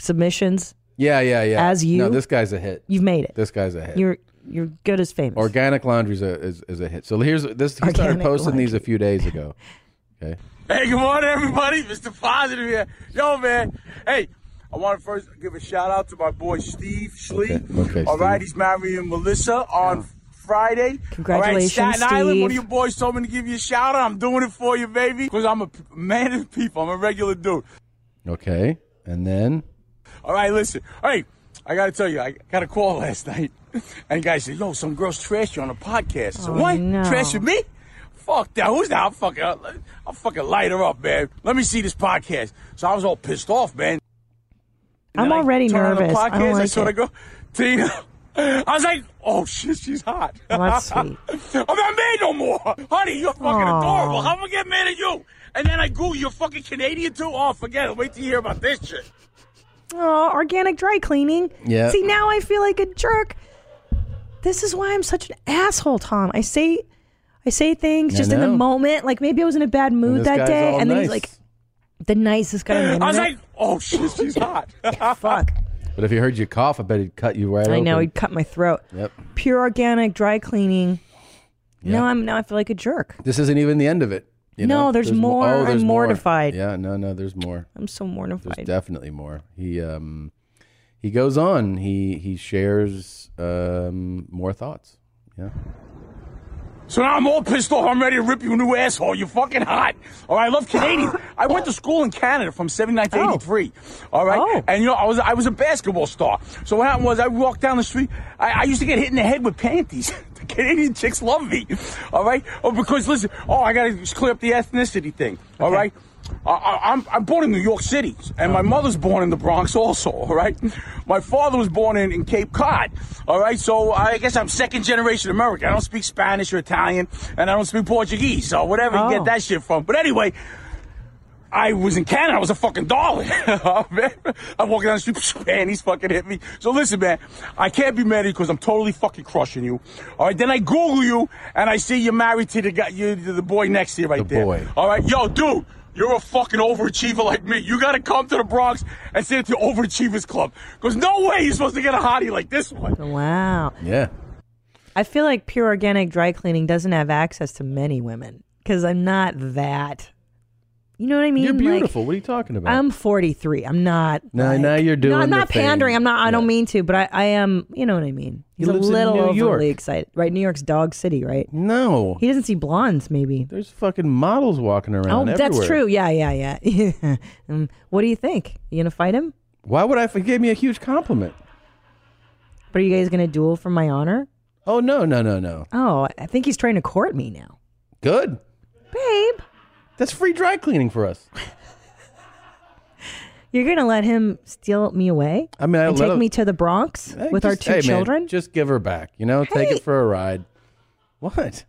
[SPEAKER 2] submissions,
[SPEAKER 1] Yeah, yeah, yeah.
[SPEAKER 2] As you?
[SPEAKER 1] no, this guy's a hit.
[SPEAKER 2] you've made it.
[SPEAKER 1] This guy's a hit.
[SPEAKER 2] You're you're good as famous.
[SPEAKER 1] Organic laundry's a, is is a hit. So here's this. He started
[SPEAKER 2] Organic
[SPEAKER 1] posting these a few days
[SPEAKER 2] <laughs>
[SPEAKER 1] ago. Okay.
[SPEAKER 4] Hey, good morning, everybody. Mr. Positive here. Yo, man. Hey, I want to first give a shout out to my boy Steve Schlee.
[SPEAKER 1] Okay.
[SPEAKER 4] All right, he's marrying Melissa on Friday.
[SPEAKER 2] Congratulations,
[SPEAKER 4] All right, Staten Island, one of
[SPEAKER 2] Steve.
[SPEAKER 4] your boys told me to give you a shout out. I'm doing it for you, baby, because I'm a p- man of the people. I'm a regular dude.
[SPEAKER 1] Okay. And then
[SPEAKER 4] All right, listen. Hey, I got to tell you, I got a call last night, and guys said, yo, some girl's trash you on a podcast. I said,
[SPEAKER 7] Oh,
[SPEAKER 4] what?
[SPEAKER 7] no.
[SPEAKER 4] Trash with me? Fuck that. Who's that? I'll fucking, I'll, I'll fucking light her up, man. Let me see this podcast. So I was all pissed off, man.
[SPEAKER 2] I'm
[SPEAKER 4] then I
[SPEAKER 2] already
[SPEAKER 4] turned on the
[SPEAKER 2] nervous. I
[SPEAKER 4] podcast,
[SPEAKER 2] don't like
[SPEAKER 4] saw
[SPEAKER 2] it.
[SPEAKER 4] the girl, Tina. <laughs> I was like, oh shit, she's hot.
[SPEAKER 2] Well,
[SPEAKER 4] <laughs>
[SPEAKER 2] that's sweet.
[SPEAKER 4] I'm not mad no more. Honey, you're fucking
[SPEAKER 2] Aw.
[SPEAKER 4] adorable. How am I get mad at you? And then I Google, you're fucking Canadian too? Oh, forget it. Wait till you hear about this shit.
[SPEAKER 2] Oh, organic dry cleaning.
[SPEAKER 4] Yeah.
[SPEAKER 2] See, now I feel like a jerk. This is why I'm such an asshole, Tom. I say, I say things
[SPEAKER 4] I
[SPEAKER 2] just in the
[SPEAKER 4] know.
[SPEAKER 2] moment. Like maybe I was in a bad mood
[SPEAKER 4] this
[SPEAKER 2] that
[SPEAKER 4] guy's
[SPEAKER 2] day,
[SPEAKER 4] all
[SPEAKER 2] and then he's
[SPEAKER 1] nice.
[SPEAKER 2] like, the nicest guy. on the
[SPEAKER 4] <gasps> I was like,
[SPEAKER 2] internet.
[SPEAKER 4] oh shit, she's hot.
[SPEAKER 2] <laughs> fuck.
[SPEAKER 4] <laughs>
[SPEAKER 1] But if he heard you cough, I bet he'd cut you right
[SPEAKER 2] I know
[SPEAKER 1] open.
[SPEAKER 2] he'd cut my throat.
[SPEAKER 1] Yep.
[SPEAKER 2] Pure organic dry cleaning. Now I'm now I feel like a jerk.
[SPEAKER 1] This isn't even the end of it. You
[SPEAKER 2] No,
[SPEAKER 1] know?
[SPEAKER 2] there's more.
[SPEAKER 1] Oh,
[SPEAKER 2] I'm
[SPEAKER 1] there's
[SPEAKER 2] mortified.
[SPEAKER 1] More. Yeah, no, no, there's more.
[SPEAKER 2] I'm so mortified.
[SPEAKER 1] There's definitely more. He um he goes on. He he shares um more thoughts. Yeah.
[SPEAKER 4] So now I'm all pissed off. I'm ready to rip you a new asshole. You're fucking hot. All right, I love Canadians. I went to school in Canada from 79 to 83. All right. And you know, I was I was a basketball star. So what happened was I walked down the street. I, I used to get hit in the head with panties. <laughs> the Canadian chicks love me. All right. Oh, because listen, oh, I gotta just clear up the ethnicity thing. All right. I, I, I'm, I'm born in New York City, and my mother's born in the Bronx also, <laughs> all right? My father was born in, in Cape Cod, all right? So I guess I'm second generation American. I don't speak Spanish or Italian, and I don't speak Portuguese, so whatever you get that shit from. But anyway, I was in Canada. I was a fucking dollar. <laughs> I'm walking down the street, <laughs> panties fucking hit me. So listen, man, I can't be mad at you because I'm totally fucking crushing you. All right, then I Google you and I see you're married to the guy, you, the boy next to you right there.
[SPEAKER 1] boy.
[SPEAKER 4] All right, yo, dude. You're a fucking overachiever like me. You gotta come to the Bronx and sit at the Overachievers Club. Cause no way you're supposed to get a hottie like this one.
[SPEAKER 2] Wow.
[SPEAKER 1] Yeah.
[SPEAKER 2] I feel like pure organic dry cleaning doesn't have access to many women because I'm not that. You know what I mean?
[SPEAKER 1] You're
[SPEAKER 2] Like,
[SPEAKER 1] beautiful. what are you talking about?
[SPEAKER 2] I'm 43. I'm not.
[SPEAKER 1] now, now you're doing.
[SPEAKER 2] No, I'm not
[SPEAKER 1] the thing.
[SPEAKER 2] pandering. I'm not. I don't mean to, but I, I am. You know what I mean.
[SPEAKER 1] He
[SPEAKER 2] He's a
[SPEAKER 1] lives in
[SPEAKER 2] little
[SPEAKER 1] New
[SPEAKER 2] overly
[SPEAKER 1] York.
[SPEAKER 2] excited, right? New York's dog city, right?
[SPEAKER 1] No,
[SPEAKER 2] he doesn't see blondes. Maybe
[SPEAKER 1] there's fucking models walking
[SPEAKER 2] Oh,
[SPEAKER 1] around.
[SPEAKER 2] that's
[SPEAKER 1] everywhere.
[SPEAKER 2] true. Yeah, yeah, yeah. <laughs> Um, what do you think? You gonna fight him?
[SPEAKER 1] Why would I? He gave me a huge compliment.
[SPEAKER 2] But are you guys gonna duel for my honor?
[SPEAKER 1] Oh no, no, no, no.
[SPEAKER 2] Oh, I think he's trying to court me now.
[SPEAKER 1] Good.
[SPEAKER 2] Babe.
[SPEAKER 1] That's free dry cleaning for us.
[SPEAKER 2] <laughs> You're gonna let him steal me away?
[SPEAKER 1] I mean, I
[SPEAKER 2] and
[SPEAKER 1] let
[SPEAKER 2] take
[SPEAKER 1] him-
[SPEAKER 2] me to the Bronx
[SPEAKER 1] Hey,
[SPEAKER 2] with our
[SPEAKER 1] just-
[SPEAKER 2] two
[SPEAKER 1] hey, man,
[SPEAKER 2] children.
[SPEAKER 1] just give her back. You know, take
[SPEAKER 2] Hey.
[SPEAKER 1] it for a ride. What?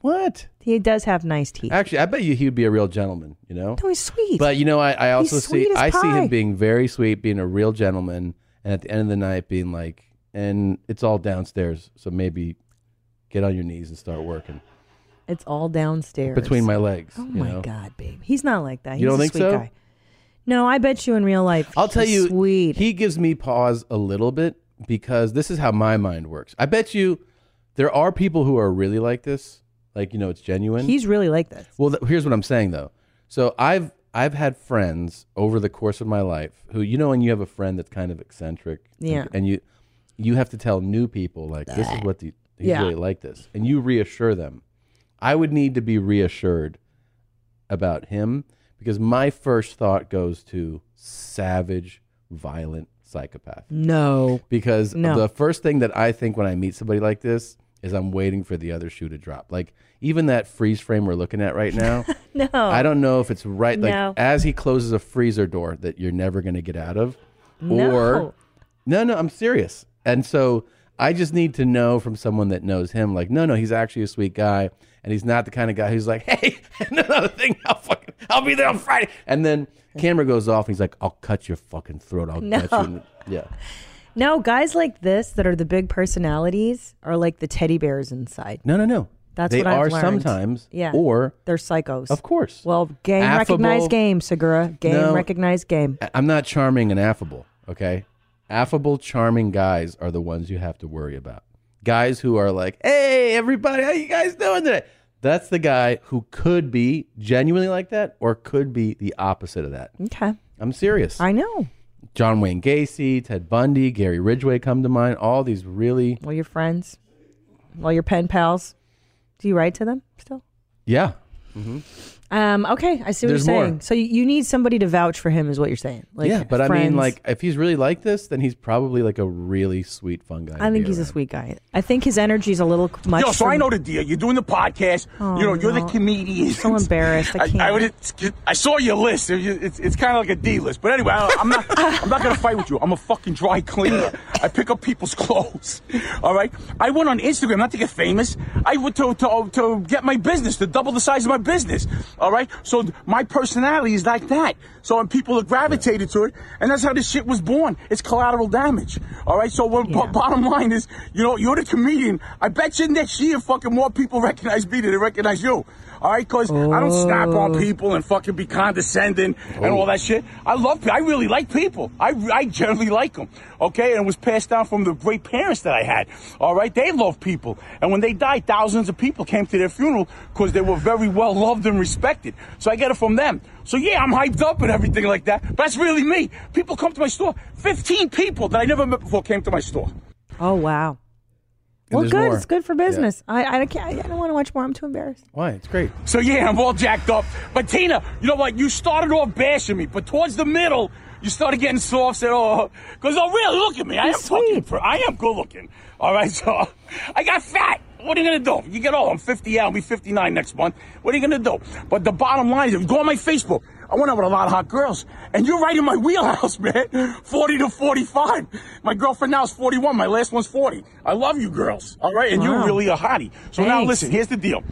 [SPEAKER 1] What?
[SPEAKER 2] He does have nice teeth.
[SPEAKER 1] Actually, I bet you he'd be a real gentleman. You know.
[SPEAKER 2] No, he's sweet.
[SPEAKER 1] But you know, I, I also see
[SPEAKER 2] sweet as
[SPEAKER 1] I see
[SPEAKER 2] pie.
[SPEAKER 1] him being very sweet, being a real gentleman, and at the end of the night being like, and it's all downstairs, so maybe get on your knees and start working
[SPEAKER 2] It's all downstairs
[SPEAKER 1] between my legs.
[SPEAKER 2] Oh
[SPEAKER 1] you
[SPEAKER 2] my
[SPEAKER 1] know?
[SPEAKER 2] god, babe. He's not like that. He's
[SPEAKER 1] You don't
[SPEAKER 2] a
[SPEAKER 1] think
[SPEAKER 2] sweet
[SPEAKER 1] so?
[SPEAKER 2] guy. No, I bet you in real life.
[SPEAKER 1] I'll tell
[SPEAKER 2] he's
[SPEAKER 1] you,
[SPEAKER 2] sweet.
[SPEAKER 1] he gives me pause a little bit because this is how my mind works. I bet you there are people who are really like this, like you know, it's genuine.
[SPEAKER 2] He's really like this.
[SPEAKER 1] Well, th- here's what I'm saying though. So I've I've had friends over the course of my life who you know, and you have a friend that's kind of eccentric, and-
[SPEAKER 2] Yeah.
[SPEAKER 1] and, you you have to tell new people like this is what the he's
[SPEAKER 2] Yeah.
[SPEAKER 1] really like this, and you reassure them. I would need to be reassured about him because my first thought goes to savage, violent psychopath.
[SPEAKER 2] No.
[SPEAKER 1] Because
[SPEAKER 2] No.
[SPEAKER 1] the first thing that I think when I meet somebody like this is I'm waiting for the other shoe to drop. Like even that freeze frame we're looking at right now.
[SPEAKER 2] <laughs> No.
[SPEAKER 1] I don't know if it's right like
[SPEAKER 2] No.
[SPEAKER 1] as he closes a freezer door that you're never going to get out of
[SPEAKER 2] No.
[SPEAKER 1] or No, no, I'm serious. And so I just need to know from someone that knows him like no, no, he's actually a sweet guy and he's not the kind of guy who's like, <laughs> "Hey, another thing, I'll fucking I'll be there on Friday." And then camera goes off and he's like, "I'll cut your fucking throat. I'll
[SPEAKER 2] <laughs> No.
[SPEAKER 1] cut you." in the-" Yeah.
[SPEAKER 2] No, guys like this that are the big personalities are like the teddy bears inside.
[SPEAKER 1] No, no, no.
[SPEAKER 2] That's
[SPEAKER 1] They
[SPEAKER 2] what I've
[SPEAKER 1] are
[SPEAKER 2] learned.
[SPEAKER 1] sometimes,
[SPEAKER 2] Yeah.
[SPEAKER 1] or-
[SPEAKER 2] they're psychos.
[SPEAKER 1] Of course.
[SPEAKER 2] Well, game
[SPEAKER 1] Affable-
[SPEAKER 2] recognized game, Segura. Game
[SPEAKER 1] No.
[SPEAKER 2] recognized game.
[SPEAKER 1] I- I'm not charming and affable, okay? Affable, charming guys are the ones you have to worry about. Guys who are like, hey, everybody, how you guys doing today? That's the guy who could be genuinely like that or could be the opposite of that.
[SPEAKER 2] Okay.
[SPEAKER 1] I'm serious.
[SPEAKER 2] I know.
[SPEAKER 1] John Wayne Gacy, Ted Bundy, Gary Ridgway come to mind. All these really,
[SPEAKER 2] Well, your friends, well, your pen pals. Do you write to them still?
[SPEAKER 1] yeah. Mm-hmm.
[SPEAKER 2] Um, okay, I see what
[SPEAKER 1] There's
[SPEAKER 2] you're
[SPEAKER 1] more.
[SPEAKER 2] saying. So you, you need somebody to vouch for him, is what you're saying. Like,
[SPEAKER 1] yeah, but I mean,
[SPEAKER 2] friends.
[SPEAKER 1] like, if he's really like this, then he's probably like a really sweet, fun guy. to
[SPEAKER 2] I think
[SPEAKER 1] be
[SPEAKER 2] he's a
[SPEAKER 1] around.
[SPEAKER 2] sweet guy. I think his energy's a little much.
[SPEAKER 4] Yo, so
[SPEAKER 2] for
[SPEAKER 4] I
[SPEAKER 2] me.
[SPEAKER 4] know the deal. You're doing the podcast.
[SPEAKER 2] Oh,
[SPEAKER 4] you know, you're
[SPEAKER 2] no.
[SPEAKER 4] the comedian.
[SPEAKER 2] I'm so embarrassed. I can't.
[SPEAKER 4] I, would, I saw your list. It- It's, it's kind of like a D list. But anyway, I, I'm not. I'm not gonna fight with you. I'm a fucking dry cleaner. I pick up people's <laughs> clothes. All right. I went on Instagram not to get famous. I went to to to get my business to double the size of my business. All right. So my personality is like that. So and people are gravitated to it, and that's how this shit was born. It's collateral damage. All right. So when, bo- bottom line is, you know, you're the comedian. I bet you next year, fucking more people recognize me than they recognize you. All right, because I don't snap on people and fucking be condescending and all that shit. I love, I really like people. I, I generally like them. Okay, and it was passed down from the great parents that I had. All right, they love people, and when they died, thousands of people came to their funeral because they were very well loved and respected. So I get it from them. So yeah, I'm hyped up and everything like that. But that's really me. People come to my store. Fifteen people that I never met before came to my store.
[SPEAKER 2] Oh wow. Well,
[SPEAKER 4] there's
[SPEAKER 2] good.
[SPEAKER 4] more.
[SPEAKER 2] It's good for business. I I can't. I don't want to watch more. I'm too embarrassed.
[SPEAKER 1] Why? It's great.
[SPEAKER 4] So yeah, I'm all jacked up. But Tina, you know what? You started off bashing me, but towards the middle, you started getting soft. Said, "Oh, because oh, really? Look at me. I am fucking. Pr- I am good looking. All right, <laughs> so I got fat. What are you gonna do? You get old. I'm 50. I'll be 59 next month. What are you gonna do? But the bottom line is, go on my Facebook. I went out with a lot of hot girls, and you're right in my wheelhouse, <laughs> man. 40 to 45. My girlfriend now is 41. My last one's 40. I love you girls. All right, and you're
[SPEAKER 17] Wow.
[SPEAKER 4] really a hottie. So now
[SPEAKER 17] Thanks.
[SPEAKER 4] listen. Here's the deal.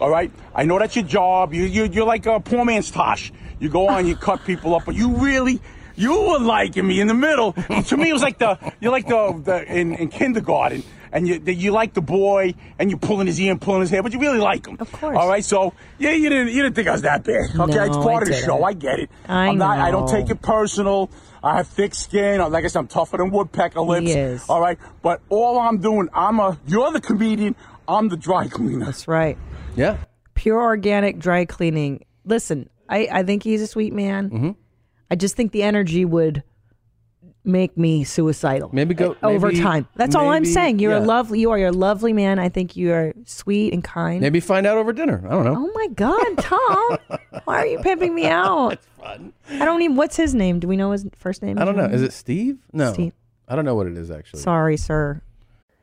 [SPEAKER 4] All right, I know that's your job. You, you, you're like a poor man's Tosh. You go on, you cut people up, but you really, you were liking me in the middle. to me, it was like the, you're like the, the in, in kindergarten, and you, the, you like the boy, and you're pulling his ear and pulling his hair, but you really like him. Of course. All right, so yeah, you didn't, you didn't think I was that bad. Okay,
[SPEAKER 17] No,
[SPEAKER 4] it's part
[SPEAKER 17] I
[SPEAKER 4] of the
[SPEAKER 17] didn't.
[SPEAKER 4] show. I get it.
[SPEAKER 17] I
[SPEAKER 4] am not. I don't
[SPEAKER 17] know.
[SPEAKER 4] take it personal. I have thick skin. Like I said, I'm tougher than woodpecker lips.
[SPEAKER 17] is.
[SPEAKER 4] All right, but all I'm doing, I'm a. You're the comedian. I'm the dry cleaner.
[SPEAKER 2] That's right.
[SPEAKER 1] Yeah.
[SPEAKER 2] Pure organic dry cleaning. Listen, I I think he's a sweet man.
[SPEAKER 1] Mhm.
[SPEAKER 2] I just think the energy would make me suicidal.
[SPEAKER 1] Maybe go-
[SPEAKER 2] uh, over
[SPEAKER 1] maybe-
[SPEAKER 2] time. That's all I'm
[SPEAKER 1] maybe-
[SPEAKER 2] saying. You're a
[SPEAKER 1] yeah.
[SPEAKER 2] lovely. You are a lovely man. I think you are sweet and kind.
[SPEAKER 1] Maybe find out over dinner. I don't know.
[SPEAKER 2] Oh my God,
[SPEAKER 1] <laughs>
[SPEAKER 2] Tom! why are you pimping me out? It's
[SPEAKER 1] fun.
[SPEAKER 2] I don't even. What's his name? Do we know his first name?
[SPEAKER 1] I don't know. Is it Steve? No.
[SPEAKER 2] Steve.
[SPEAKER 1] I don't know what it is actually.
[SPEAKER 2] Sorry, sir.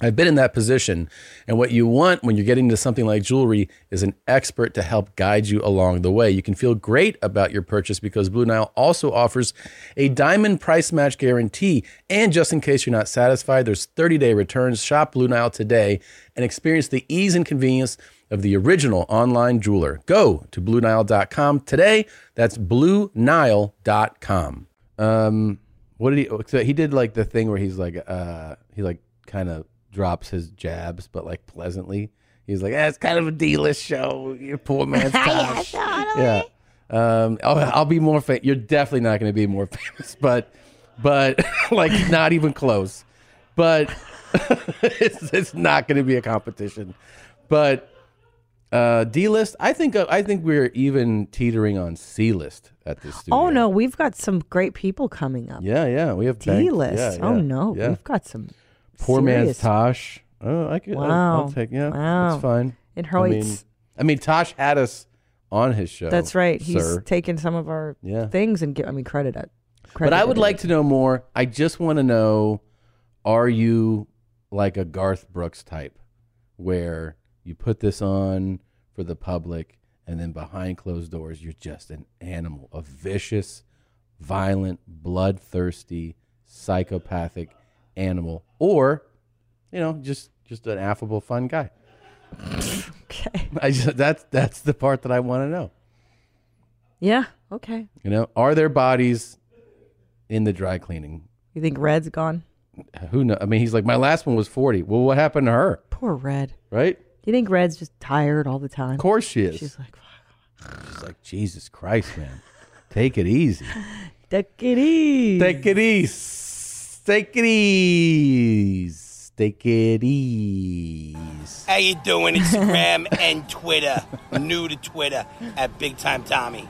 [SPEAKER 1] I've been in that position. And what you want when you're getting into something like jewelry is an expert to help guide you along the way. You can feel great about your purchase because Blue Nile also offers a diamond price match guarantee. And just in case you're not satisfied, there's 30 day returns. Shop Blue Nile today and experience the ease and convenience of the original online jeweler. Go to BlueNile.com today. That's BlueNile.com. Um, what did he? So he did like the thing where he's like, uh, he like kind of drops his jabs, but like pleasantly. He's like, eh, it's kind of a D-list show. Your poor man's trash. yeah. Um, I'll, I'll be more famous. You're definitely not going to be more <laughs> famous, but, but <laughs> like not even close. But <laughs> it's, it's not going to be a competition. But uh, D-list, I think I think we're even teetering on C-list at this studio.
[SPEAKER 2] Oh no, we've got some great people coming up.
[SPEAKER 1] Yeah, yeah, we have bank-
[SPEAKER 2] D list.
[SPEAKER 1] yeah,
[SPEAKER 2] Oh
[SPEAKER 1] yeah,
[SPEAKER 2] no,
[SPEAKER 1] yeah.
[SPEAKER 2] we've got some.
[SPEAKER 1] Poor man's
[SPEAKER 2] serious-
[SPEAKER 1] Tosh. Oh, I could. I'll-
[SPEAKER 2] Wow.
[SPEAKER 1] I'll, take. Yeah,
[SPEAKER 2] Wow.
[SPEAKER 1] that's fine.
[SPEAKER 2] It
[SPEAKER 1] I mean,
[SPEAKER 2] hurts.
[SPEAKER 1] I mean, Tosh had us on his show.
[SPEAKER 2] That's right. He's
[SPEAKER 1] sir.
[SPEAKER 2] taken some of our
[SPEAKER 1] Yeah.
[SPEAKER 2] things and give, I mean credit it.
[SPEAKER 1] But I
[SPEAKER 2] credited
[SPEAKER 1] would
[SPEAKER 2] it.
[SPEAKER 1] like to know more. I just want to know: Are you like a Garth Brooks type, where you put this on for the public, and then behind closed doors, you're just an animal, a vicious, violent, bloodthirsty, psychopathic animal, or you know, just just an affable, fun guy? okay. I just that's that's the part that I want to know.
[SPEAKER 2] Yeah. Okay.
[SPEAKER 1] You know, are there bodies in the dry cleaning?
[SPEAKER 2] You think Red's gone?
[SPEAKER 1] Who knows? I mean, he's like, my last one was 40. Well, what happened to her?
[SPEAKER 2] Poor Red.
[SPEAKER 1] Right?
[SPEAKER 2] You think Red's just tired all the time? Of
[SPEAKER 1] course she is.
[SPEAKER 2] She's like,
[SPEAKER 1] She's like, Jesus Christ, man. Take it easy.
[SPEAKER 2] <laughs> take it easy.
[SPEAKER 1] Take it easy. Take it easy. Take it easy.
[SPEAKER 7] How you doing? Instagram and Twitter. New to Twitter at Big Time Tommy.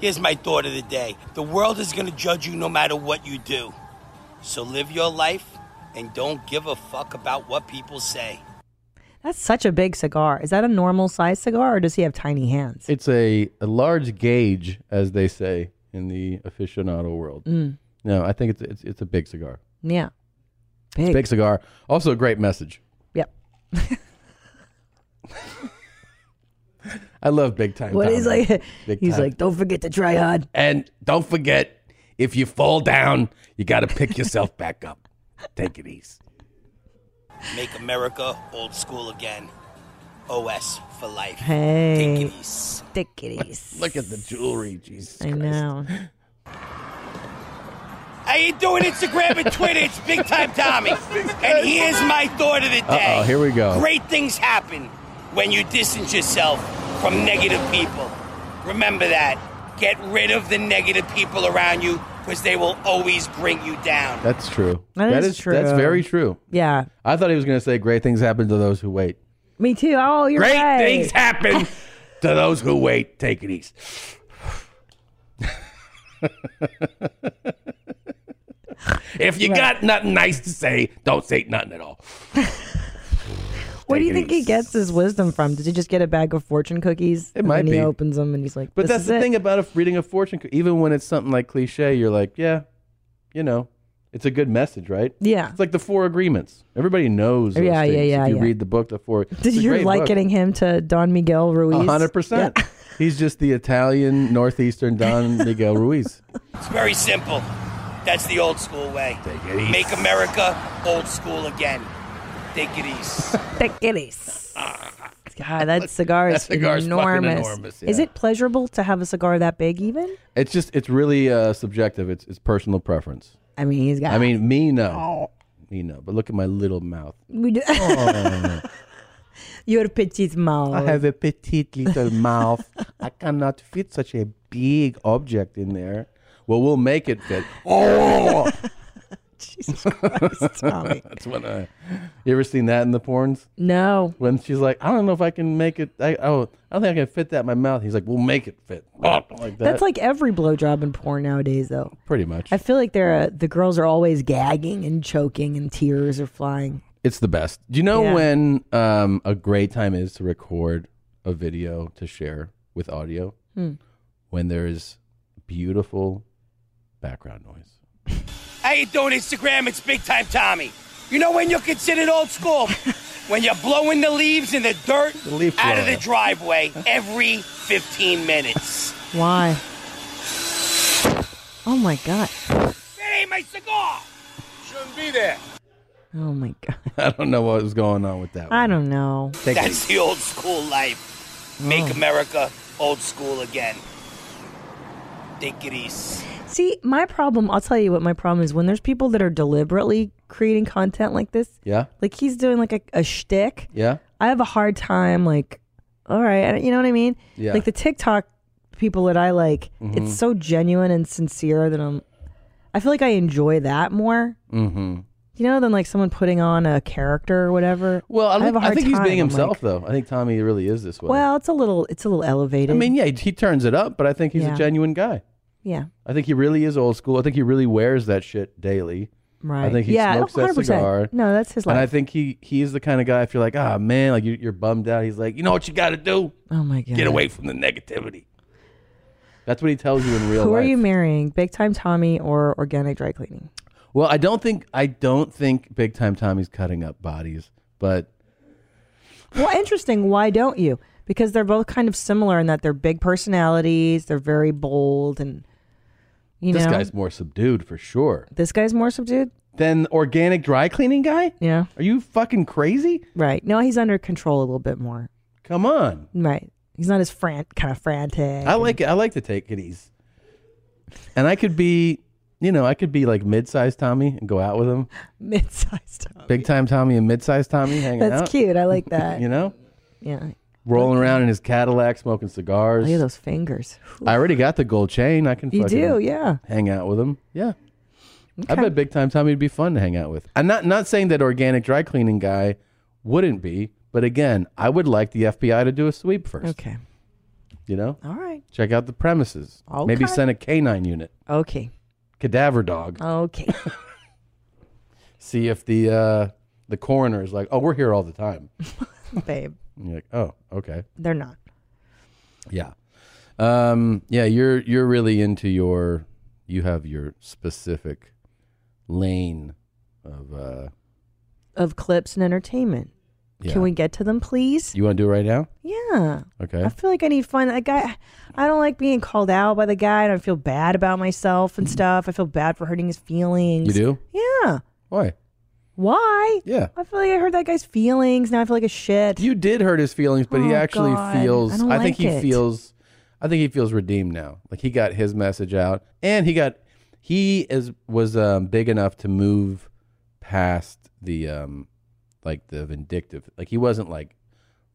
[SPEAKER 7] Here's my thought of the day. The world is gonna judge you no matter what you do. So live your life and don't give a fuck about what people say.
[SPEAKER 2] That's such a big cigar. Is that a normal size cigar, or does he have tiny hands?
[SPEAKER 1] It's a, a large gauge, as they say in the aficionado world.
[SPEAKER 2] Mm.
[SPEAKER 1] No, I think it's, it's, it's a big cigar.
[SPEAKER 2] Yeah.
[SPEAKER 1] It's a
[SPEAKER 2] Big.
[SPEAKER 1] big cigar. Also, a great message.
[SPEAKER 2] Yep.
[SPEAKER 1] I love big time.
[SPEAKER 2] What
[SPEAKER 1] Tommy.
[SPEAKER 2] he's like,
[SPEAKER 1] Big
[SPEAKER 2] <laughs> he's
[SPEAKER 1] Time.
[SPEAKER 2] like, don't forget to try <laughs> hard.
[SPEAKER 1] And don't forget, if you fall down, you got to pick yourself back up. Take it easy.
[SPEAKER 7] Make America old school again. OS for life.
[SPEAKER 2] Hey.
[SPEAKER 1] Look at the jewelry, Jesus
[SPEAKER 2] I know.
[SPEAKER 7] How you doing? Instagram and Twitter. It's Big Time
[SPEAKER 1] <laughs>
[SPEAKER 7] Tommy. And here's my thought of the day.
[SPEAKER 1] Uh-oh, here we go.
[SPEAKER 7] Great things happen when you distance yourself from negative people. Remember that. Get rid of the negative people around you because they will always bring you down.
[SPEAKER 1] That's true.
[SPEAKER 2] That is true.
[SPEAKER 1] That's very true.
[SPEAKER 2] Yeah.
[SPEAKER 1] I thought he was going to say, "Great things happen to those who wait."
[SPEAKER 2] Me too. Oh, you're
[SPEAKER 1] Great
[SPEAKER 2] right.
[SPEAKER 1] things happen to those who wait. Take it easy. if you got nothing nice to say, don't say nothing at all.
[SPEAKER 2] <laughs> Where do you
[SPEAKER 1] Take it
[SPEAKER 2] think he gets his wisdom from? Did he just get a bag of fortune cookies? It and
[SPEAKER 1] might
[SPEAKER 2] then He
[SPEAKER 1] be.
[SPEAKER 2] opens them and he's like,
[SPEAKER 1] But
[SPEAKER 2] "This
[SPEAKER 1] that's
[SPEAKER 2] is
[SPEAKER 1] the
[SPEAKER 2] it."
[SPEAKER 1] thing about a, reading a fortune cookie. Even when it's something like cliche, you're like, yeah, you know, it's a good message, right?
[SPEAKER 2] Yeah.
[SPEAKER 1] It's like the Four Agreements. Everybody knows. Those
[SPEAKER 2] Yeah, yeah,
[SPEAKER 1] things.
[SPEAKER 2] yeah,
[SPEAKER 1] If you
[SPEAKER 2] yeah.
[SPEAKER 1] read the book,
[SPEAKER 2] <laughs>
[SPEAKER 1] the Four.
[SPEAKER 2] <laughs> Did you like getting him to Don Miguel Ruiz?
[SPEAKER 1] hundred
[SPEAKER 2] <laughs>
[SPEAKER 1] percent. He's just the Italian northeastern Don Miguel Ruiz.
[SPEAKER 7] It's very simple. That's the old school way.
[SPEAKER 1] it easy.
[SPEAKER 7] Make America old school again. Take it easy.
[SPEAKER 2] Take it easy. God, Ah, that cigar
[SPEAKER 1] that
[SPEAKER 2] is
[SPEAKER 1] cigar's fucking
[SPEAKER 2] enormous.
[SPEAKER 1] enormous,
[SPEAKER 2] Is
[SPEAKER 1] yeah.
[SPEAKER 2] it pleasurable to have a cigar that big? Even
[SPEAKER 1] It's just it's really uh, subjective. It's it's personal preference.
[SPEAKER 2] I mean, he's got.
[SPEAKER 1] I mean, me no, me no. But look at my little mouth.
[SPEAKER 2] Oh. we do- <laughs>
[SPEAKER 1] Oh.
[SPEAKER 2] your petite mouth.
[SPEAKER 1] I have a petite
[SPEAKER 2] <laughs>
[SPEAKER 1] little mouth. I cannot fit such a big object in there. Well, we'll make it
[SPEAKER 2] <laughs>
[SPEAKER 1] fit. <laughs> Oh!
[SPEAKER 2] Jesus Christ, Tommy.
[SPEAKER 1] <laughs> That's when I. You ever seen that in the porns?
[SPEAKER 2] No.
[SPEAKER 1] When she's like, I don't know if I can make it. I oh, I don't think I can fit that in my mouth. He's like, We'll make it fit. Like that.
[SPEAKER 2] That's like every blowjob in porn nowadays, though.
[SPEAKER 1] pretty much.
[SPEAKER 2] I feel like they're uh, the girls are always gagging and choking, and tears are flying.
[SPEAKER 1] It's the best. Do you know
[SPEAKER 2] Yeah.
[SPEAKER 1] when um, a great time is to record a video to share with audio?
[SPEAKER 7] Hmm.
[SPEAKER 1] When there is beautiful background noise.
[SPEAKER 7] How you doing, Instagram? It's Big Time Tommy. You know when you're considered old
[SPEAKER 1] <laughs>
[SPEAKER 7] school? when you're blowing the leaves and the dirt
[SPEAKER 1] leaf
[SPEAKER 7] out of
[SPEAKER 1] blower.
[SPEAKER 7] the driveway every 15 minutes.
[SPEAKER 3] Why? Oh my god.
[SPEAKER 7] That ain't my cigar. Shouldn't be there.
[SPEAKER 1] <laughs>
[SPEAKER 3] Oh my god.
[SPEAKER 1] I don't know what was going on with that.
[SPEAKER 3] I don't know.
[SPEAKER 1] Take Mm.
[SPEAKER 7] That's the old school life. Make
[SPEAKER 3] Oh.
[SPEAKER 7] America old school again. Take it easy.
[SPEAKER 2] See, my problem, I'll tell you what my problem is when there's people that are deliberately creating content like this,
[SPEAKER 1] Yeah.
[SPEAKER 2] like he's doing like a, a shtick.
[SPEAKER 1] Yeah.
[SPEAKER 2] I have a hard time, like, all right, I- you know what I mean?
[SPEAKER 1] Yeah.
[SPEAKER 2] Like the TikTok people that I like,
[SPEAKER 1] Mhm.
[SPEAKER 2] it's so genuine and sincere that I'm, I feel like I enjoy that more,
[SPEAKER 1] Mm-hmm.
[SPEAKER 2] you know, than like someone putting on a character or whatever.
[SPEAKER 1] Well, I,
[SPEAKER 2] have
[SPEAKER 1] think,
[SPEAKER 2] a
[SPEAKER 1] I
[SPEAKER 2] hard
[SPEAKER 1] think he's
[SPEAKER 2] time.
[SPEAKER 1] being
[SPEAKER 2] I'm
[SPEAKER 1] himself,
[SPEAKER 2] like,
[SPEAKER 1] though. I think Tommy really is this way.
[SPEAKER 2] well, it's a little, it's a little elevated.
[SPEAKER 1] I mean, yeah, he turns it up, but I think he's
[SPEAKER 2] Yeah.
[SPEAKER 1] a genuine guy.
[SPEAKER 2] yeah.
[SPEAKER 1] I think he really is old school. I think he really wears that shit daily.
[SPEAKER 2] Right.
[SPEAKER 1] I think he
[SPEAKER 2] Yeah,
[SPEAKER 1] smokes that
[SPEAKER 2] 100%.
[SPEAKER 1] cigar.
[SPEAKER 2] No, that's his
[SPEAKER 1] And I
[SPEAKER 2] life.
[SPEAKER 1] think he he is the kind of guy. If you're like, ah, man, like you, you're bummed out. He's like, you know what you got to do?
[SPEAKER 3] Oh my god.
[SPEAKER 1] Get away from the negativity. That's what he tells you in real
[SPEAKER 2] Who
[SPEAKER 1] life.
[SPEAKER 2] are you marrying, Big Time Tommy or Organic Dry Cleaning?
[SPEAKER 1] Well, I don't think I don't think big time Tommy's cutting up bodies, but
[SPEAKER 2] Well, interesting. Why don't you? Because they're both kind of similar in that they're big personalities, they're very bold, and you
[SPEAKER 1] this
[SPEAKER 2] know,
[SPEAKER 1] guy's more subdued for sure.
[SPEAKER 2] this guy's more subdued.
[SPEAKER 1] Then organic dry cleaning guy?
[SPEAKER 2] Yeah.
[SPEAKER 1] Are you fucking crazy?
[SPEAKER 2] Right. No, he's under control a little bit more.
[SPEAKER 1] Come on.
[SPEAKER 2] Right. He's not as frant kind of frantic.
[SPEAKER 1] I like I like to take it easy. And I could be, you know, I could be like mid-sized Tommy and go out with him.
[SPEAKER 2] <laughs> mid-sized.
[SPEAKER 1] Big time Tommy and mid-sized Tommy hanging out.
[SPEAKER 2] That's cute. I like that.
[SPEAKER 1] you know,
[SPEAKER 2] Yeah.
[SPEAKER 1] rolling around in his Cadillac smoking cigars.
[SPEAKER 2] Look at those fingers.
[SPEAKER 1] I already got the gold chain. I can
[SPEAKER 2] You
[SPEAKER 1] fucking
[SPEAKER 2] do, yeah.
[SPEAKER 1] Hang out with him. Yeah. I
[SPEAKER 2] Okay.
[SPEAKER 1] bet big time Tommy would be fun to hang out with. I'm not not saying that organic dry cleaning guy wouldn't be, but again, I would like the FBI to do a sweep first.
[SPEAKER 2] Okay.
[SPEAKER 1] You know?
[SPEAKER 2] All right.
[SPEAKER 1] Check out the premises. Maybe
[SPEAKER 2] Okay.
[SPEAKER 1] send a canine unit.
[SPEAKER 2] Okay.
[SPEAKER 1] Cadaver dog.
[SPEAKER 2] Okay.
[SPEAKER 1] <laughs> See if the uh the coroner is like, Oh, we're here all
[SPEAKER 2] <laughs>
[SPEAKER 1] the time.
[SPEAKER 2] Babe.
[SPEAKER 1] And you're like, Oh, okay.
[SPEAKER 2] They're not.
[SPEAKER 1] Yeah. Um yeah, you're you're really into your you have your specific lane of uh
[SPEAKER 2] Of clips and entertainment.
[SPEAKER 1] Yeah.
[SPEAKER 2] Can we get to them, please?
[SPEAKER 1] you want to do it right now?
[SPEAKER 2] Yeah.
[SPEAKER 1] Okay.
[SPEAKER 2] I feel like I need to find that guy. I don't like being called out by the guy, and I feel bad about myself and stuff. I feel bad for hurting his feelings.
[SPEAKER 1] You do?
[SPEAKER 2] Yeah.
[SPEAKER 1] Why?
[SPEAKER 2] Why?
[SPEAKER 1] Yeah.
[SPEAKER 2] I feel like I hurt that guy's feelings. Now I feel like a shit.
[SPEAKER 1] You did hurt his feelings, but he
[SPEAKER 2] Oh,
[SPEAKER 1] actually
[SPEAKER 2] God.
[SPEAKER 1] feels
[SPEAKER 2] I don't
[SPEAKER 1] think
[SPEAKER 2] like
[SPEAKER 1] he
[SPEAKER 2] it.
[SPEAKER 1] feels I think he feels redeemed now. Like he got his message out and he got he is was um big enough to move past the um like the vindictive. Like he wasn't like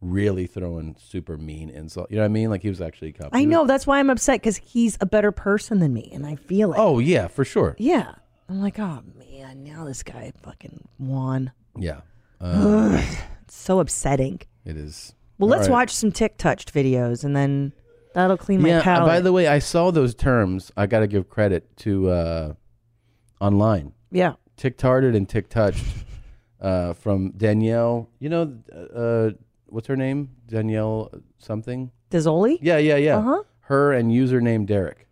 [SPEAKER 1] really throwing super mean insult. You know what I mean? Like he was actually cop-
[SPEAKER 2] I
[SPEAKER 1] he was-
[SPEAKER 2] know. That's why I'm upset because he's a better person than me, and I feel it.
[SPEAKER 1] Oh yeah, for sure.
[SPEAKER 2] Yeah. I'm like, oh, man, now this guy fucking won.
[SPEAKER 1] Yeah.
[SPEAKER 2] <sighs>
[SPEAKER 1] <sighs>
[SPEAKER 2] Ugh.
[SPEAKER 1] Um,
[SPEAKER 2] It's so upsetting.
[SPEAKER 1] it is.
[SPEAKER 2] Well,
[SPEAKER 1] All
[SPEAKER 2] let's
[SPEAKER 1] right.
[SPEAKER 2] watch some tick touched videos, and then that'll clean my
[SPEAKER 1] yeah, uh,
[SPEAKER 2] palate.
[SPEAKER 1] By the way, I saw those terms. I got to give credit to uh, online.
[SPEAKER 2] Yeah.
[SPEAKER 1] tick tarted and tick touched uh, from Danielle. You know, uh, what's her name? Danielle something.
[SPEAKER 2] Dizoli?
[SPEAKER 1] Yeah, yeah, yeah.
[SPEAKER 2] Uh-huh.
[SPEAKER 1] Her and username Derek.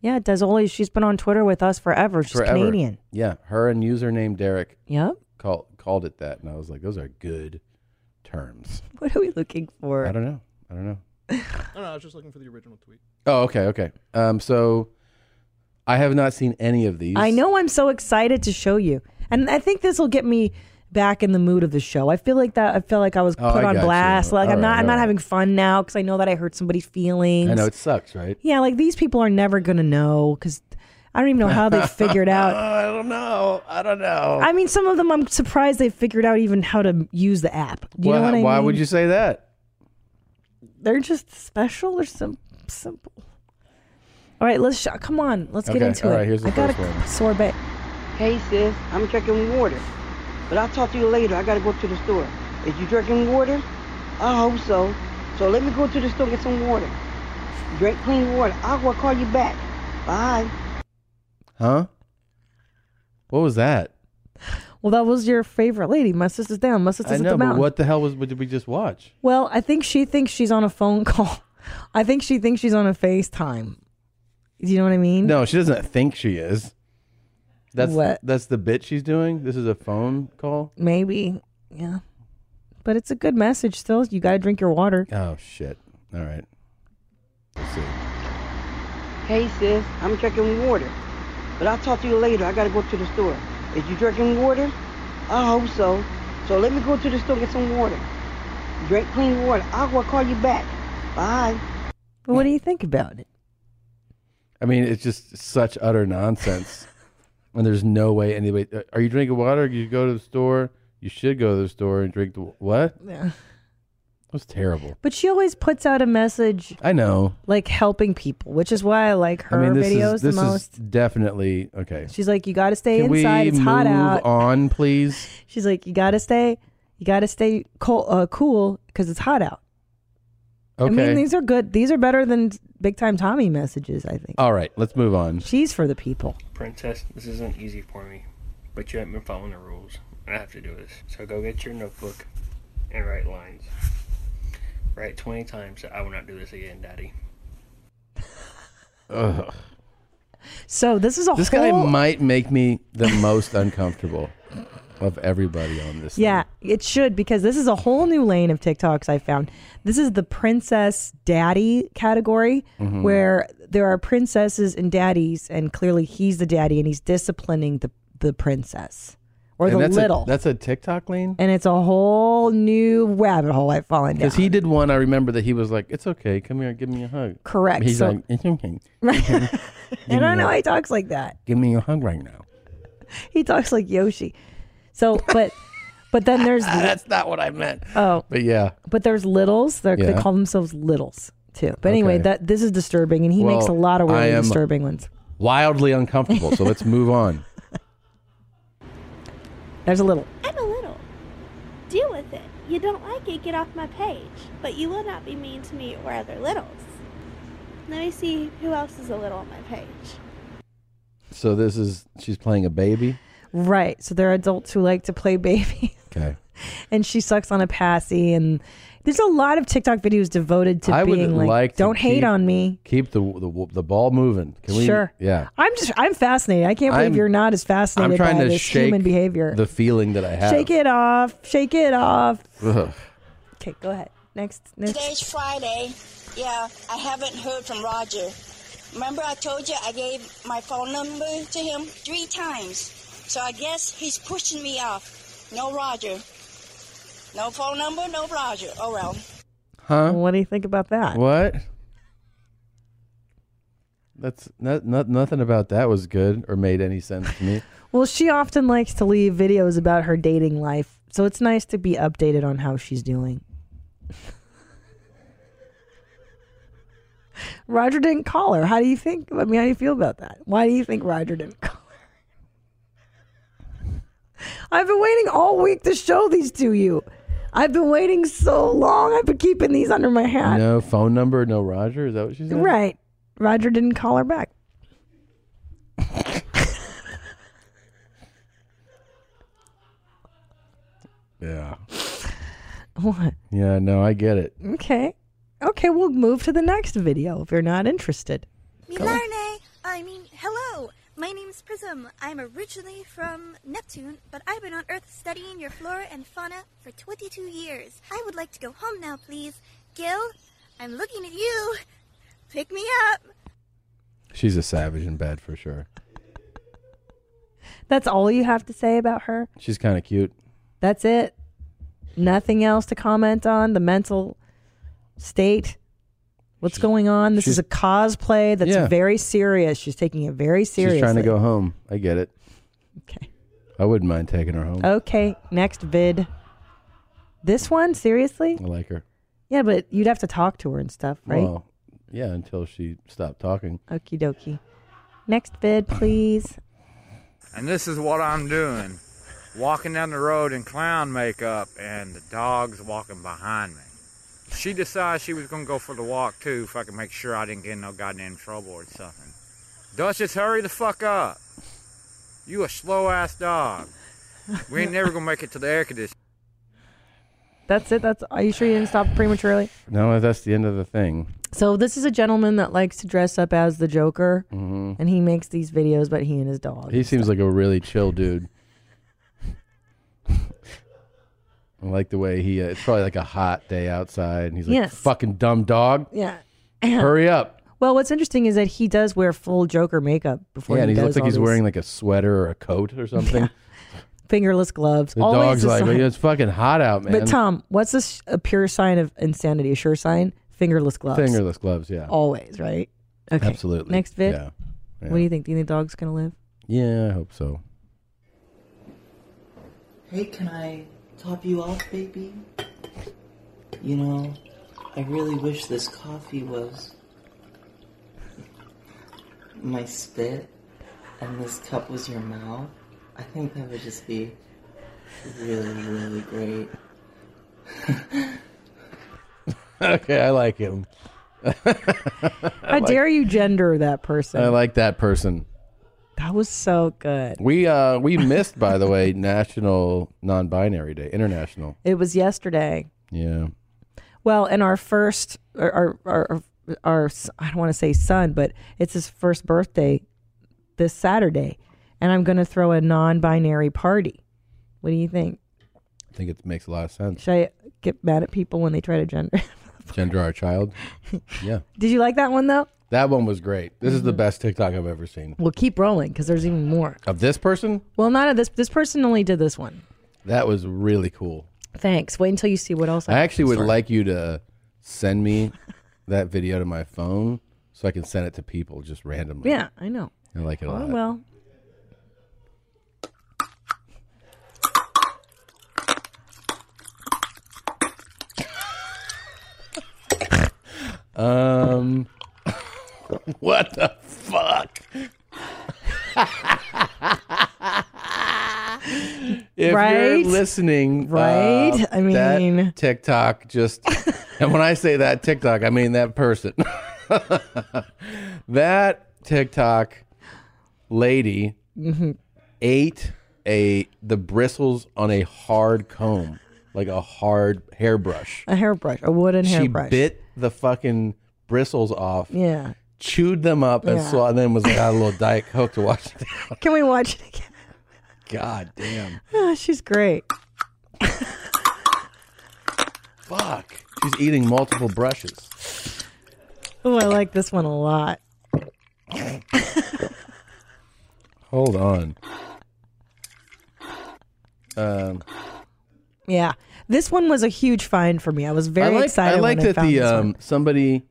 [SPEAKER 2] Yeah, Dezoli, she's been on Twitter with us forever. She's
[SPEAKER 1] forever.
[SPEAKER 2] Canadian.
[SPEAKER 1] Yeah, her and username Derek.
[SPEAKER 2] Yep.
[SPEAKER 1] Called called it that, and I was like, those are good terms.
[SPEAKER 2] <laughs> What are we looking for?
[SPEAKER 1] I don't know. I don't know.
[SPEAKER 10] I don't know. I was just looking for the original tweet.
[SPEAKER 1] Oh, okay, okay. Um, so I have not seen any of these.
[SPEAKER 2] I know I'm so excited to show you. And I think this will get me back in the mood of the show. I feel like that I feel like I was
[SPEAKER 1] Oh,
[SPEAKER 2] put
[SPEAKER 1] I
[SPEAKER 2] on
[SPEAKER 1] got you.
[SPEAKER 2] blast. Like
[SPEAKER 1] All
[SPEAKER 2] I'm not
[SPEAKER 1] right,
[SPEAKER 2] I'm
[SPEAKER 1] all
[SPEAKER 2] not
[SPEAKER 1] right.
[SPEAKER 2] having fun now cuz I know that I hurt somebody's feelings.
[SPEAKER 1] I know it sucks, right?
[SPEAKER 2] Yeah, like these people are never going to know cuz I don't even know how they
[SPEAKER 1] <laughs>
[SPEAKER 2] figured out.
[SPEAKER 1] I don't know. I don't know.
[SPEAKER 2] I mean, some of them I'm surprised they figured out even how to use the app. You
[SPEAKER 1] Why-
[SPEAKER 2] know what I
[SPEAKER 1] why
[SPEAKER 2] mean?
[SPEAKER 1] would you say that?
[SPEAKER 2] They're just special. They're sim- simple. All right, let's sh- come on. Let's get
[SPEAKER 1] Okay,
[SPEAKER 2] into
[SPEAKER 1] all
[SPEAKER 2] it.
[SPEAKER 1] right, here's the
[SPEAKER 2] I got
[SPEAKER 1] first
[SPEAKER 2] a
[SPEAKER 1] one.
[SPEAKER 2] sorbet.
[SPEAKER 12] Hey sis, I'm drinking water. But I'll talk to you later. I gotta go to the store. Is you drinking water? I hope so. So let me go to the store and get some water. Drink clean water. I'll go call you back. Bye.
[SPEAKER 1] Huh? What was that?
[SPEAKER 2] Well, that was your favorite lady. My sister's down. My sister's
[SPEAKER 1] I
[SPEAKER 2] at
[SPEAKER 1] know,
[SPEAKER 2] the
[SPEAKER 1] but
[SPEAKER 2] mountain.
[SPEAKER 1] what the hell was what did we just watch?
[SPEAKER 2] Well, I think she thinks she's on a phone <laughs> call. I think she thinks she's on a FaceTime. Do you know what I mean?
[SPEAKER 1] No, she doesn't think she is. That's
[SPEAKER 2] What?
[SPEAKER 1] that's the bit she's doing. This is a phone call.
[SPEAKER 2] Maybe. Yeah. But it's a good message still. You got to drink your water.
[SPEAKER 1] Oh shit! All right. Let's see.
[SPEAKER 12] Hey sis, I'm drinking water. But I'll talk to you later. I gotta go to the store. Is you drinking water? I hope so. So let me go to the store and get some water. Drink clean water. I'll go call you back. Bye.
[SPEAKER 2] But what do you think about it?
[SPEAKER 1] I mean, it's just such utter
[SPEAKER 2] <laughs>
[SPEAKER 1] nonsense. and there's no way anybody. uh, Are you drinking water? You go to the store. You should go to the store and drink the what?
[SPEAKER 2] Yeah.
[SPEAKER 1] That was terrible.
[SPEAKER 2] But she always puts out a message
[SPEAKER 1] I know.
[SPEAKER 2] like helping people, which is why I like her
[SPEAKER 1] I mean, this
[SPEAKER 2] videos
[SPEAKER 1] is this
[SPEAKER 2] the most.
[SPEAKER 1] is definitely okay.
[SPEAKER 2] She's like, you got to stay
[SPEAKER 1] Can we
[SPEAKER 2] inside. It's
[SPEAKER 1] move
[SPEAKER 2] hot out. <laughs>
[SPEAKER 1] on, please?
[SPEAKER 2] She's like, you got to stay, you got to stay cool, uh, cool because it's hot out. I
[SPEAKER 1] Okay.
[SPEAKER 2] mean, these are good. These are better than big time Tommy messages. I think
[SPEAKER 1] All right, let's move on.
[SPEAKER 2] she's for the people.
[SPEAKER 17] Princess, this isn't easy for me, but you haven't been following the rules. I have to do this. So go get your notebook and write lines. Write 20 times. I will not do this again, Daddy.
[SPEAKER 1] Ugh.
[SPEAKER 2] So this is a
[SPEAKER 1] This
[SPEAKER 2] whole.
[SPEAKER 1] guy might make me the most uncomfortable of everybody on this.
[SPEAKER 2] yeah, it should because this is a whole new lane of TikToks I found. This is the princess daddy category
[SPEAKER 1] Mhm.
[SPEAKER 2] where there are princesses and daddies, and clearly he's the daddy and he's disciplining the the princess or
[SPEAKER 1] And
[SPEAKER 2] the
[SPEAKER 1] that's a-
[SPEAKER 2] little.
[SPEAKER 1] that's a TikTok lane,
[SPEAKER 2] and it's a whole new rabbit hole I've fallen down.
[SPEAKER 1] Because he did one, I remember that he was like, "It's okay, come here, give me a hug."
[SPEAKER 2] Correct,
[SPEAKER 1] He's
[SPEAKER 2] so-
[SPEAKER 1] like,
[SPEAKER 2] <laughs>
[SPEAKER 1] "It's okay,
[SPEAKER 2] <laughs> and I don't know
[SPEAKER 1] Yeah.
[SPEAKER 2] why he talks like that.
[SPEAKER 1] give me a hug right now."
[SPEAKER 2] He talks like Yoshi. So, but <laughs> but then there's
[SPEAKER 1] <laughs> that's not what I meant.
[SPEAKER 2] Oh,
[SPEAKER 1] But yeah,
[SPEAKER 2] but there's littles. They're, They
[SPEAKER 1] Yeah.
[SPEAKER 2] call themselves littles too. But anyway,
[SPEAKER 1] Okay.
[SPEAKER 2] that this is disturbing, and he makes a
[SPEAKER 1] Well,
[SPEAKER 2] lot of
[SPEAKER 1] I
[SPEAKER 2] really
[SPEAKER 1] am
[SPEAKER 2] disturbing ones.
[SPEAKER 1] Wildly uncomfortable. So
[SPEAKER 2] <laughs>
[SPEAKER 1] let's move on.
[SPEAKER 2] There's a little.
[SPEAKER 18] I'm a little. Deal with it. You don't like it, get off my page. But you will not be mean to me or other littles. Let me see who else is a little on my page.
[SPEAKER 1] So this is she's playing a baby.
[SPEAKER 2] Right. So they're adults who like to play <laughs> baby.
[SPEAKER 1] Okay.
[SPEAKER 2] and she sucks on a passy, and there's a lot of TikTok videos devoted to
[SPEAKER 1] I would
[SPEAKER 2] being like,
[SPEAKER 1] like to
[SPEAKER 2] "Don't hate
[SPEAKER 1] keep-
[SPEAKER 2] on me."
[SPEAKER 1] Keep the the, the ball moving. Can we?
[SPEAKER 2] Sure.
[SPEAKER 1] Yeah.
[SPEAKER 2] I'm just I'm fascinated. I can't believe
[SPEAKER 1] I'm-
[SPEAKER 2] you're not as
[SPEAKER 1] I'm
[SPEAKER 2] fascinated
[SPEAKER 1] trying
[SPEAKER 2] by
[SPEAKER 1] to
[SPEAKER 2] this
[SPEAKER 1] shake
[SPEAKER 2] human behavior.
[SPEAKER 1] the feeling that I have.
[SPEAKER 2] Shake it off. Shake it off.
[SPEAKER 1] Ugh.
[SPEAKER 2] Okay, go ahead. Next.
[SPEAKER 19] Today's Friday. Yeah, I haven't heard from Roger. Remember I told you I gave my phone number to him three times. So I guess he's pushing me off. No Roger. No phone number, no Roger. Oh well.
[SPEAKER 1] Huh?
[SPEAKER 2] What do you think about that?
[SPEAKER 1] What? That's not, not nothing about that was good or made any sense
[SPEAKER 2] <laughs>
[SPEAKER 1] to me.
[SPEAKER 2] Well, she often likes to leave videos about her dating life, so it's nice to be updated on how she's doing. <laughs> Roger didn't call her. How do you think? I mean, how do you feel about that? Why do you think Roger didn't call her? I've been waiting all week to show these to you. I've been waiting so long. I've been keeping these under my hat.
[SPEAKER 1] No phone number, no Roger. Is that what she said?
[SPEAKER 2] Right. Roger didn't call her back.
[SPEAKER 1] Yeah.
[SPEAKER 2] What?
[SPEAKER 1] Yeah. No, I get it.
[SPEAKER 2] Okay. Okay, we'll move to the next video if you're not interested.
[SPEAKER 18] Milarne, I mean, hello. My name's Prism. I'm originally from Neptune, but I've been on Earth studying your flora and fauna for 22 years. I would like to go home now, please. Gil, I'm looking at you. Pick me up.
[SPEAKER 1] She's a savage in bed for sure.
[SPEAKER 2] That's all you have to say about her.
[SPEAKER 1] She's kind of cute.
[SPEAKER 2] That's it. Nothing else to comment on. The mental state. What's going on? This is a cosplay that's
[SPEAKER 1] Yeah.
[SPEAKER 2] very serious. She's taking it very seriously.
[SPEAKER 1] She's trying to go home. I get it. Okay. I wouldn't mind taking her home.
[SPEAKER 2] Okay, next vid. This one, seriously?
[SPEAKER 1] I like her.
[SPEAKER 2] Yeah, but you'd have to talk to her and stuff, right?
[SPEAKER 1] Well, yeah, until she stopped talking.
[SPEAKER 2] Okie dokie. Next vid, please.
[SPEAKER 20] And this is what I'm doing walking down the road in clown makeup, and the dog's walking behind me. She decided she was going to go for the walk too, if I could make sure I didn't get in no goddamn trouble or something. Duchess, hurry the fuck up. You a slow ass dog. We ain't never gonna make it to the air conditioning.
[SPEAKER 2] That's it. That's are you sure you didn't stop prematurely?
[SPEAKER 1] No, that's the end of the thing.
[SPEAKER 2] So this is a gentleman that likes to dress up as the Joker,
[SPEAKER 1] Mhm.
[SPEAKER 2] and he makes these videos. But he and his dog.
[SPEAKER 1] He seems like a really chill dude. <laughs> I like the way he. Uh, it's probably like a hot day outside, and he's like,
[SPEAKER 2] Yes.
[SPEAKER 1] "Fucking dumb dog,
[SPEAKER 2] Yeah.
[SPEAKER 1] <laughs> hurry up!"
[SPEAKER 2] <coughs> Well, what's interesting is that he does wear full Joker makeup <laughs> before.
[SPEAKER 1] yeah, and
[SPEAKER 2] he
[SPEAKER 1] he
[SPEAKER 2] does
[SPEAKER 1] looks like
[SPEAKER 2] all
[SPEAKER 1] he's
[SPEAKER 2] these
[SPEAKER 1] wearing like a sweater or a coat
[SPEAKER 2] <laughs>
[SPEAKER 1] or something.
[SPEAKER 2] fingerless gloves.
[SPEAKER 1] The
[SPEAKER 2] always
[SPEAKER 1] dog's
[SPEAKER 2] a
[SPEAKER 1] like,
[SPEAKER 2] sign-
[SPEAKER 1] "It's fucking hot out, man."
[SPEAKER 2] But Tom, what's this a pure sign of insanity? A sure sign? Fingerless gloves.
[SPEAKER 1] fingerless gloves, yeah,
[SPEAKER 2] Always, right? Okay.
[SPEAKER 1] absolutely.
[SPEAKER 2] Next vid.
[SPEAKER 1] yeah, yeah.
[SPEAKER 2] What do you think? Do you think the dog's gonna live?
[SPEAKER 1] Yeah, I
[SPEAKER 2] <laughs>
[SPEAKER 1] hope so.
[SPEAKER 6] Hey, can I top you off, baby? You know, I really wish this coffee was my spit and this cup was your mouth. I think that would just be really, really great.
[SPEAKER 1] okay, I like <laughs> him.
[SPEAKER 2] How dare you gender that person?
[SPEAKER 1] I like that person.
[SPEAKER 2] that was so good.
[SPEAKER 1] We uh we missed, by the way, <laughs> National Non-Binary Day, International.
[SPEAKER 2] It was yesterday.
[SPEAKER 1] Yeah.
[SPEAKER 2] Well, and our first, our our our, our s- I don't want to say son, but it's his first birthday this Saturday, and I'm going to throw a non-binary party. What do you think?
[SPEAKER 1] I think it makes a lot of sense.
[SPEAKER 2] Should I get mad at people when they try to gender? <laughs>
[SPEAKER 1] Gender our child. Yeah.
[SPEAKER 2] Did you like that one though?
[SPEAKER 1] That one was great. This is the
[SPEAKER 2] Mhm.
[SPEAKER 1] best TikTok I've ever seen.
[SPEAKER 2] Well, keep rolling because there's even more.
[SPEAKER 1] Of this person,
[SPEAKER 2] Well, not of this. This person only did this one.
[SPEAKER 1] that was really cool.
[SPEAKER 2] Thanks. Wait until you see what else.
[SPEAKER 1] I actually would
[SPEAKER 2] Sorry.
[SPEAKER 1] like you to send me <laughs> that video to my phone so I can send it to people just randomly.
[SPEAKER 2] Yeah, I know.
[SPEAKER 1] I like it a
[SPEAKER 2] Oh
[SPEAKER 1] lot.
[SPEAKER 2] well.
[SPEAKER 1] Um, <laughs> what the fuck? if
[SPEAKER 2] Right?
[SPEAKER 1] you're listening, uh,
[SPEAKER 2] Right? I
[SPEAKER 1] that
[SPEAKER 2] mean-
[SPEAKER 1] TikTok
[SPEAKER 2] <laughs>
[SPEAKER 1] just, and when I say that TikTok, I mean that person. that TikTok lady
[SPEAKER 2] Mhm.
[SPEAKER 1] ate a the bristles on a hard comb, like a hard hairbrush.
[SPEAKER 2] A hairbrush, a wooden
[SPEAKER 1] she
[SPEAKER 2] hairbrush.
[SPEAKER 1] bit the fucking bristles off.
[SPEAKER 2] Yeah.
[SPEAKER 1] Chewed them up and
[SPEAKER 2] Yeah.
[SPEAKER 1] swallowed, and then was like, "I had a
[SPEAKER 2] <laughs>
[SPEAKER 1] little Diet Coke to watch." it."
[SPEAKER 2] Can we watch it again? <laughs>
[SPEAKER 1] God damn,
[SPEAKER 2] Oh, she's great.
[SPEAKER 1] fuck! She's eating multiple brushes.
[SPEAKER 2] Oh, I like this one a lot. <laughs>
[SPEAKER 1] Hold on. Um,
[SPEAKER 2] Yeah. This one was a huge find for me. I was very
[SPEAKER 1] I like,
[SPEAKER 2] excited.
[SPEAKER 1] I like
[SPEAKER 2] when
[SPEAKER 1] that
[SPEAKER 2] I found
[SPEAKER 1] the
[SPEAKER 2] this one.
[SPEAKER 1] um somebody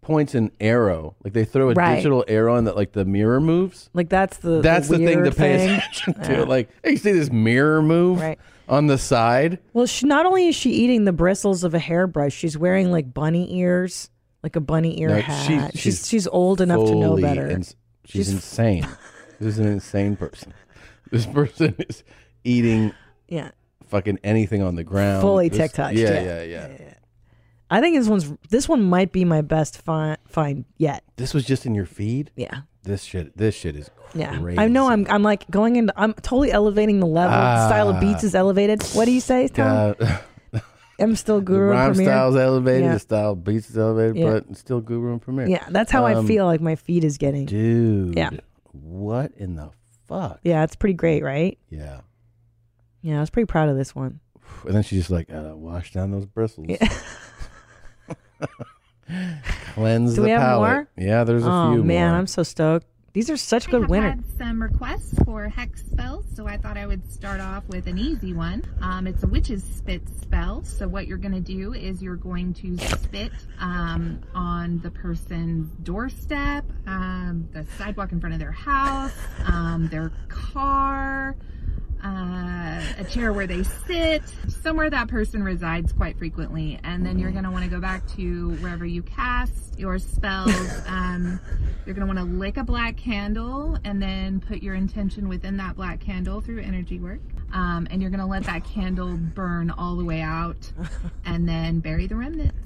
[SPEAKER 1] points an arrow, like they throw a
[SPEAKER 2] Right.
[SPEAKER 1] digital arrow, and that like the mirror moves.
[SPEAKER 2] like that's the
[SPEAKER 1] That's the thing to
[SPEAKER 2] weird
[SPEAKER 1] pay
[SPEAKER 2] thing.
[SPEAKER 1] attention to.
[SPEAKER 2] Yeah.
[SPEAKER 1] Like, hey, you see this mirror move
[SPEAKER 2] Right.
[SPEAKER 1] on the side?
[SPEAKER 2] well, she not only is she eating the bristles of a hairbrush, she's wearing like bunny ears, like a bunny ear
[SPEAKER 1] No,
[SPEAKER 2] hat.
[SPEAKER 1] she-
[SPEAKER 2] she's, she's old enough to know
[SPEAKER 1] fully
[SPEAKER 2] better.
[SPEAKER 1] ins-
[SPEAKER 2] <laughs>
[SPEAKER 1] she's, insane. this is an insane person. This person is eating
[SPEAKER 2] Yeah.
[SPEAKER 1] fucking anything on the ground.
[SPEAKER 2] Fully
[SPEAKER 1] This-
[SPEAKER 2] tech-touched,
[SPEAKER 1] Yeah,
[SPEAKER 2] yeah.
[SPEAKER 1] yeah, yeah,
[SPEAKER 2] I think this one's this one might be my best find find yet.
[SPEAKER 1] This was just in your feed.
[SPEAKER 2] Yeah.
[SPEAKER 1] This shit. This shit is
[SPEAKER 2] Yeah,
[SPEAKER 1] crazy.
[SPEAKER 2] I know. I'm I'm like going into. I'm totally elevating the level. The style of beats
[SPEAKER 1] Ah.
[SPEAKER 2] is elevated. What do you say, Tom?
[SPEAKER 1] God.
[SPEAKER 2] <laughs> I'm still
[SPEAKER 1] the
[SPEAKER 2] guru.
[SPEAKER 1] <laughs> rhyme
[SPEAKER 2] and Premier.
[SPEAKER 1] style's elevated.
[SPEAKER 2] Yeah.
[SPEAKER 1] The style of beats is elevated,
[SPEAKER 2] Yeah.
[SPEAKER 1] but it's still Guru and Premier.
[SPEAKER 2] Yeah, that's how I
[SPEAKER 1] Um,
[SPEAKER 2] feel. Like my feet is getting.
[SPEAKER 1] dude.
[SPEAKER 2] Yeah.
[SPEAKER 1] What in the fuck?
[SPEAKER 2] Yeah, it's pretty great, right?
[SPEAKER 1] Yeah.
[SPEAKER 2] Yeah, I was pretty proud of this one.
[SPEAKER 1] And then she's just like, uh, wash down those bristles. <laughs> Cleanse
[SPEAKER 2] Do
[SPEAKER 1] the
[SPEAKER 2] we have
[SPEAKER 1] palate.
[SPEAKER 2] more?
[SPEAKER 1] Yeah, there's a
[SPEAKER 2] oh,
[SPEAKER 1] few
[SPEAKER 2] man,
[SPEAKER 1] more.
[SPEAKER 2] I'm so stoked. These are such good winners.
[SPEAKER 21] had some requests for hex spells, so I thought I would start off with an easy one. Um, it's a witch's spit spell. So what you're going to do is you're going to spit um, on the person's doorstep, um, the sidewalk in front of their house, um, their car. Uh, a chair where they sit, somewhere that person resides quite frequently, and then you're gonna want to go back to wherever you cast your spells. Um, you're going to want to lick a black candle and then put your intention within that black candle through energy work. Um, and you're going to let that candle burn all the way out and then bury the remnants.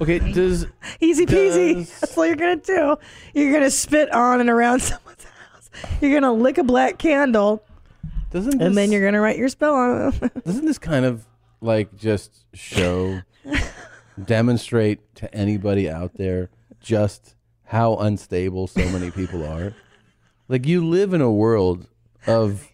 [SPEAKER 1] Okay, does
[SPEAKER 2] <laughs> easy peasy? <laughs> That's all you're gonna do. <laughs> You're gonna spit on and around someone's house. You're gonna lick a black candle,
[SPEAKER 1] Doesn't
[SPEAKER 2] and then
[SPEAKER 1] this-
[SPEAKER 2] you're gonna write your spell on it. <laughs>
[SPEAKER 1] Doesn't this kind of like just show, demonstrate to anybody out there just how unstable so many people are? Like you live in a world of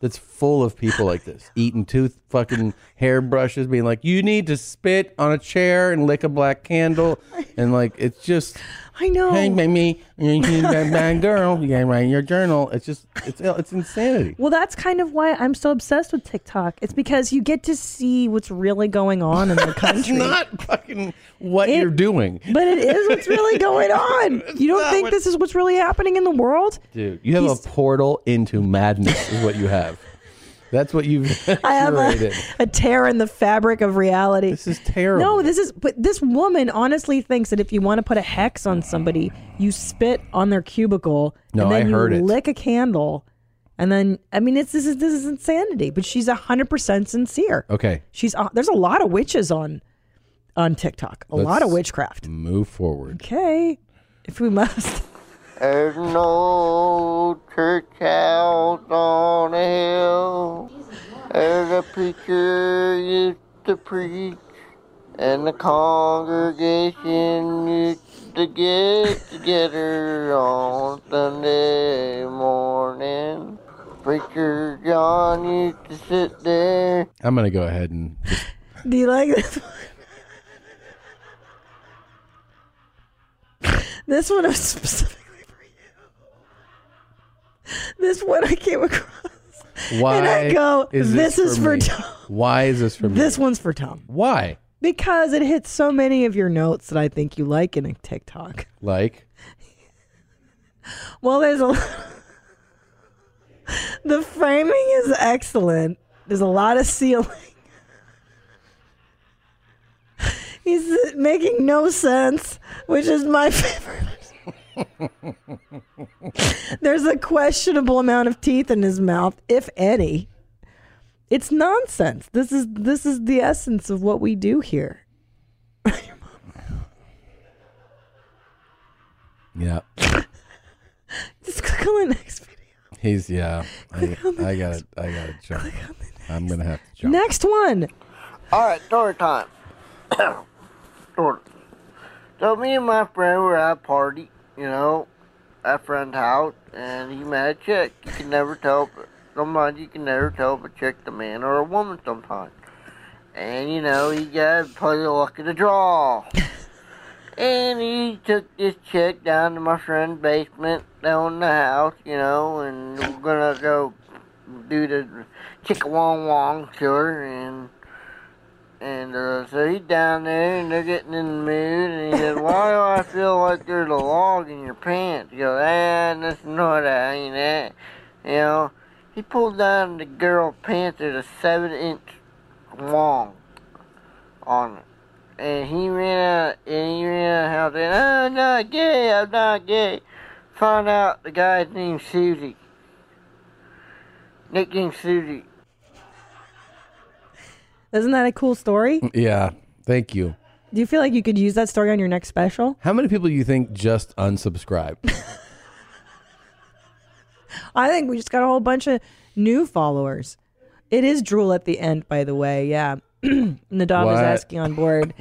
[SPEAKER 1] that's full of people like this, eating tooth fucking hairbrushes, being like, you need to spit on a chair and lick a black candle, and like it's just.
[SPEAKER 2] I know.
[SPEAKER 1] Hey, baby, you bad, bad girl. You gotta write in your journal. It's just, it's it's insanity.
[SPEAKER 2] Well, that's kind of why I'm so obsessed with TikTok. It's because you get to see what's really going on
[SPEAKER 1] <laughs>
[SPEAKER 2] in the country.
[SPEAKER 1] not fucking what you're doing,
[SPEAKER 2] But it is what's really
[SPEAKER 1] <laughs>
[SPEAKER 2] going on. You don't
[SPEAKER 1] not
[SPEAKER 2] think
[SPEAKER 1] what-
[SPEAKER 2] this is what's really happening in the world?
[SPEAKER 1] Dude, you have a portal into madness, is what you have. <laughs> That's what you've
[SPEAKER 2] <laughs> I have a,
[SPEAKER 1] curated.
[SPEAKER 2] a tear in the fabric of reality. This
[SPEAKER 1] is terrible.
[SPEAKER 2] No, this is. But this woman honestly thinks that if you want to put a hex on somebody, you spit on their cubicle.
[SPEAKER 1] No,
[SPEAKER 2] and then
[SPEAKER 1] I
[SPEAKER 2] you
[SPEAKER 1] heard it.
[SPEAKER 2] Lick a candle, and then I mean, it's this is this is insanity. But she's hundred percent sincere.
[SPEAKER 1] Okay.
[SPEAKER 2] She's uh, there's a lot of witches on on TikTok. A lot of
[SPEAKER 1] Let's
[SPEAKER 2] witchcraft.
[SPEAKER 1] Move forward.
[SPEAKER 2] Okay, if we must. <laughs>
[SPEAKER 11] There's an old church house on a hill. There's a preacher used to preach, and the congregation used to get together on Sunday morning. Preacher John used to sit there
[SPEAKER 1] I'm gonna go ahead and just,
[SPEAKER 2] Do you like this? one? this one is specifically for you. This one I came across. <laughs>
[SPEAKER 1] why
[SPEAKER 2] And I go,
[SPEAKER 1] is
[SPEAKER 2] this, is for
[SPEAKER 1] me?
[SPEAKER 2] Tom.
[SPEAKER 1] Why is this for me?
[SPEAKER 2] This one's for Tom.
[SPEAKER 1] Why?
[SPEAKER 2] Because it hits so many of your notes that I think you like in a TikTok.
[SPEAKER 1] Like
[SPEAKER 2] Well, there's a. <laughs> the framing is excellent. There's a lot of ceiling. <laughs> He's making no sense, which is my <laughs> favorite. There's a questionable amount of teeth in his mouth, if any. It's nonsense. This is this is the essence of what we do here.
[SPEAKER 1] Yeah.
[SPEAKER 2] Just click on the next <laughs> video.
[SPEAKER 1] He's yeah. I, I gotta I gotta jump. I'm gonna have to jump.
[SPEAKER 2] Next one.
[SPEAKER 11] All right, story time. <coughs> story. So me and my friend were at a party, you know, at a friend's house, and he met a chick. You can never tell. if- Sometimes you can never tell if a chick's a man or a woman. Sometimes, and you know, he got play the luck of the
[SPEAKER 2] <laughs>
[SPEAKER 11] draw. And he took this chick down to my friend's basement down in the house, you know, and we're gonna go do the chick wong wong to her and and uh, so he's down there and they're getting in the mood and he said, Why do I feel like there's a log in your pants? He goes, Ah, that's not that ain't that you know. He pulled down the girl pants at a seven inch long on it. And he ran out and he ran out of the house and "Oh, I'm not gay, I'm not gay. Found out the guy's named Susie. Nicknamed Susie.
[SPEAKER 2] Isn't that a cool story?
[SPEAKER 1] <laughs> Yeah. Thank you.
[SPEAKER 2] Do you feel like you could use that story on your next special?
[SPEAKER 1] How many people do you think
[SPEAKER 2] <laughs>
[SPEAKER 1] just unsubscribe?
[SPEAKER 2] I think we just got a whole bunch of new followers. It is drool at the end, by the way. Yeah. <clears throat> Nadav is
[SPEAKER 1] What?
[SPEAKER 2] asking on board.